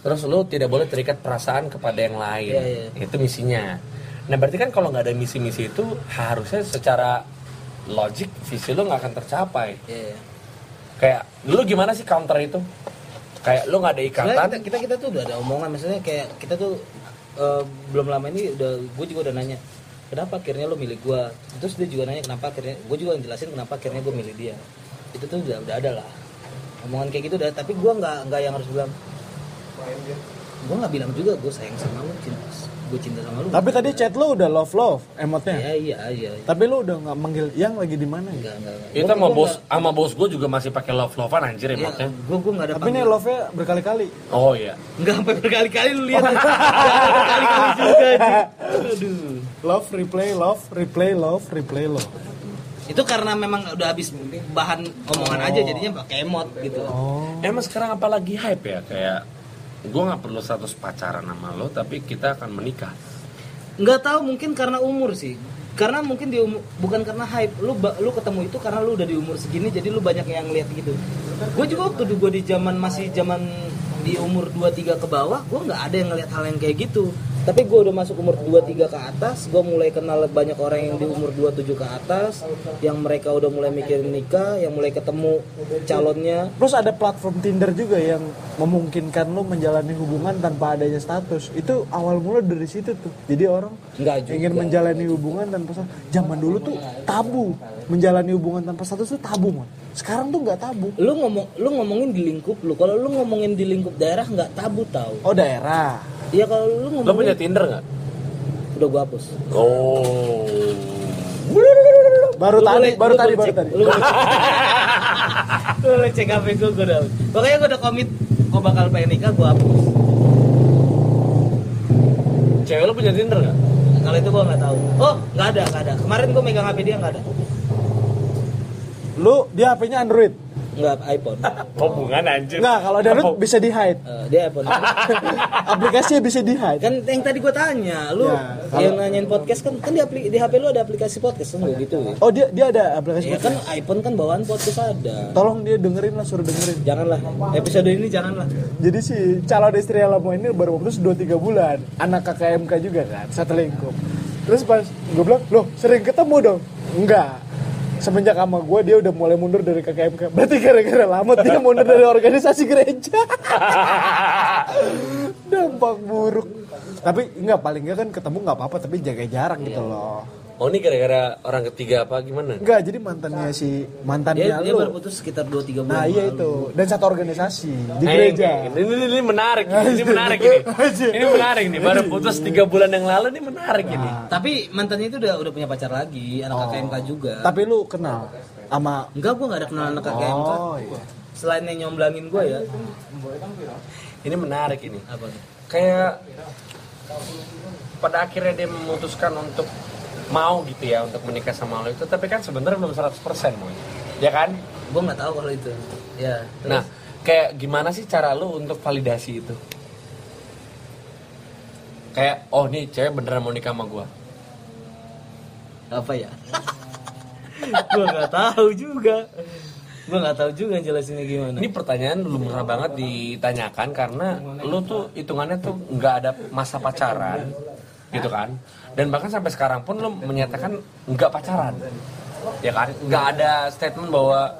[SPEAKER 4] terus lo tidak boleh terikat perasaan kepada yang lain
[SPEAKER 5] Iya, iya.
[SPEAKER 4] itu misinya nah berarti kan kalau nggak ada misi-misi itu harusnya secara logik visi lo nggak akan tercapai
[SPEAKER 5] Iya.
[SPEAKER 4] kayak lu gimana sih counter itu kayak lu nggak ada ikatan
[SPEAKER 5] Sebenarnya
[SPEAKER 6] kan-
[SPEAKER 5] kita, kita kita tuh udah ada omongan, maksudnya kayak kita tuh eh, belum lama ini udah gue juga udah nanya kenapa akhirnya lo milih gue. Terus dia juga nanya kenapa akhirnya gue juga yang jelasin kenapa akhirnya gue milih dia. Itu tuh udah udah ada lah omongan kayak gitu udah. Tapi gue nggak nggak yang harus bilang. Gue nggak bilang juga gue sayang sama lo, cinta, gue cinta sama lo.
[SPEAKER 6] tapi tadi chat lo udah love love emotnya
[SPEAKER 5] Iya iya iya.
[SPEAKER 6] tapi lo udah nggak manggil yang lagi di mana ya
[SPEAKER 5] Enggak enggak.
[SPEAKER 4] itu sama bos sama bos gue juga masih pakai love lovean anjir emotnya
[SPEAKER 5] Gue gue iya, nggak ada.
[SPEAKER 6] tapi ini
[SPEAKER 5] panggilan.
[SPEAKER 6] love nya berkali-kali
[SPEAKER 4] oh iya
[SPEAKER 5] Nggak sampai berkali-kali lu lihat. Nggak berkali-kali juga. anjing. Aduh.
[SPEAKER 6] Hmm. love replay love replay love replay love
[SPEAKER 5] itu karena memang udah habis bahan omongan aja jadinya pakai emot gitu
[SPEAKER 4] emang sekarang apalagi hype ya kayak gue nggak perlu status pacaran sama lo tapi kita akan menikah
[SPEAKER 5] nggak tahu mungkin karena umur sih karena mungkin di umu- bukan karena hype lu ba- lu ketemu itu karena lu udah di umur segini jadi lu banyak yang lihat gitu gue juga waktu gue di zaman masih zaman di umur 23 ke bawah gue nggak ada yang ngelihat hal yang kayak gitu tapi gue udah masuk umur 23 ke atas gue mulai kenal banyak orang yang di umur 27 ke atas yang mereka udah mulai mikirin nikah yang mulai ketemu calonnya
[SPEAKER 6] Terus ada platform Tinder juga yang memungkinkan lo menjalani hubungan tanpa adanya status. Itu awal mula dari situ tuh. Jadi orang
[SPEAKER 5] Nggak juga.
[SPEAKER 6] ingin menjalani hubungan tanpa status. Zaman dulu tuh tabu. Menjalani hubungan tanpa status tuh tabu, man. Sekarang tuh nggak tabu.
[SPEAKER 5] lu ngomong lu ngomongin di lingkup lu kalau lu ngomongin di lingkup daerah nggak tabu tau
[SPEAKER 6] Oh daerah.
[SPEAKER 5] ya kalau
[SPEAKER 4] lo
[SPEAKER 5] lu
[SPEAKER 4] punya
[SPEAKER 5] ngomongin
[SPEAKER 4] tinder nggak
[SPEAKER 5] udah gua hapus
[SPEAKER 4] oh
[SPEAKER 6] Baru
[SPEAKER 5] Lu
[SPEAKER 6] tadi,
[SPEAKER 5] boleh-
[SPEAKER 6] baru
[SPEAKER 5] lu
[SPEAKER 6] tadi,
[SPEAKER 5] boleh
[SPEAKER 6] baru
[SPEAKER 5] cek-
[SPEAKER 6] tadi.
[SPEAKER 5] lu boleh- lu boleh cek hp gua gua udah pokoknya gua udah komit gua bakal pengen nikah gua hapus
[SPEAKER 4] cewek lo punya tinder nggak
[SPEAKER 5] kalau itu gua nggak tahu oh nggak ada nggak ada kemarin gua megang hp dia nggak ada
[SPEAKER 6] Lu dia HP-nya Android.
[SPEAKER 5] nggak iphone
[SPEAKER 4] hubungan anjir
[SPEAKER 6] Nggak, kalau ada Android bisa di hide.
[SPEAKER 5] Eh, dia iphone
[SPEAKER 6] Aplikasinya bisa di hide.
[SPEAKER 5] kan yang tadi gua tanya lu
[SPEAKER 6] Ya,
[SPEAKER 5] yang nanyain podcast kan kan di, apli- di hp lu ada aplikasi podcast kan gitu
[SPEAKER 6] Oh dia dia ada aplikasi.
[SPEAKER 5] ya kan iphone kan bawaan podcast ada
[SPEAKER 6] Tolong dia dengerin lah, suruh dengerin.
[SPEAKER 5] janganlah episode ini janganlah
[SPEAKER 6] Jadi si calon istri Alamo ini baru putus 2-3 bulan Anak KKMK juga kan, satu lingkup Terus pas gue bilang, loh sering ketemu dong? Enggak Semenjak sama gue dia udah mulai mundur dari KKMK Berarti gara-gara lama dia mundur dari organisasi gereja Dampak buruk Tapi enggak, paling enggak kan ketemu enggak apa-apa Tapi jaga jarak gitu
[SPEAKER 5] Iya.
[SPEAKER 6] loh
[SPEAKER 4] oh ini gara-gara orang ketiga apa gimana
[SPEAKER 6] Enggak, jadi mantannya si mantannya
[SPEAKER 5] dia, dia
[SPEAKER 6] lu
[SPEAKER 5] baru putus sekitar 2-3 bulan
[SPEAKER 6] Nah iya
[SPEAKER 5] lalu.
[SPEAKER 6] itu, dan satu organisasi di
[SPEAKER 4] Eh,
[SPEAKER 6] gereja
[SPEAKER 4] Ini, ini, ini menarik, ini menarik ini. Ini menarik nih. Baru putus tiga bulan yang lalu ini menarik ini.
[SPEAKER 6] Nah.
[SPEAKER 5] tapi mantannya itu udah udah punya pacar lagi anak KKMK juga
[SPEAKER 6] Oh. Tapi lu kenal sama
[SPEAKER 5] enggak gua nggak ada kenal anak KKMK
[SPEAKER 6] Oh, iya.
[SPEAKER 5] selain yang nyomblangin gua ya
[SPEAKER 4] Ini menarik ini.
[SPEAKER 5] apa tuh?
[SPEAKER 4] Kayak pada akhirnya dia memutuskan untuk mau gitu ya untuk menikah sama lo itu tapi kan sebenarnya belum 100% mau ya kan
[SPEAKER 5] gua nggak tahu kalau itu ya terus.
[SPEAKER 4] nah kayak gimana sih cara lo untuk validasi itu kayak oh nih cewek beneran mau nikah sama gua
[SPEAKER 5] apa ya gua nggak tahu juga gua nggak tahu juga jelasinnya gimana
[SPEAKER 4] Ini pertanyaan lumrah banget ditanyakan karena lu tuh hitungannya tuh nggak ada masa pacaran, gitu kan? Dan bahkan sampai sekarang pun lu menyatakan nggak pacaran, ya kan? Nggak ada statement bahwa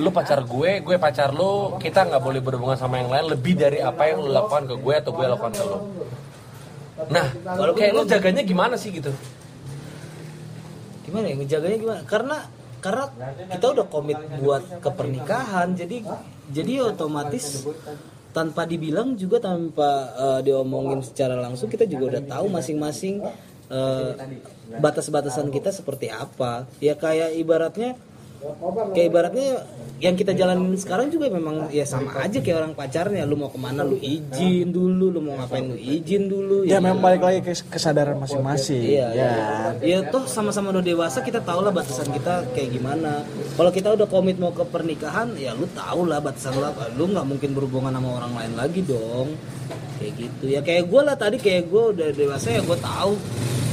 [SPEAKER 4] lu pacar gue, gue pacar lu, kita nggak boleh berhubungan sama yang lain lebih dari apa yang lu lakukan ke gue atau gue lakukan ke lu. Nah, kayak lu jaganya gimana sih gitu?
[SPEAKER 5] gimana ya ngejaganya gimana karena karena kita udah komit buat kepernikahan jadi jadi otomatis tanpa dibilang juga tanpa eh, diomongin secara langsung kita juga udah tahu masing-masing eh, batas-batasan kita seperti apa ya kayak ibaratnya kayak ibaratnya yang kita jalanin sekarang juga memang ya sama aja kayak orang pacarnya lu mau kemana lu izin dulu lu mau ngapain lu izin dulu
[SPEAKER 6] ya
[SPEAKER 5] ya
[SPEAKER 6] memang balik lagi ke kesadaran masing-masing
[SPEAKER 5] Iya,
[SPEAKER 6] ya
[SPEAKER 5] iya. Ya toh sama-sama udah dewasa kita tau lah batasan kita kayak gimana. Kalau kita udah komit mau ke pernikahan, ya lu tau lah batasan lah. Lu nggak mungkin berhubungan sama orang lain lagi dong. Kayak gitu. Ya kayak gue lah tadi kayak gue udah dewasa ya gue tahu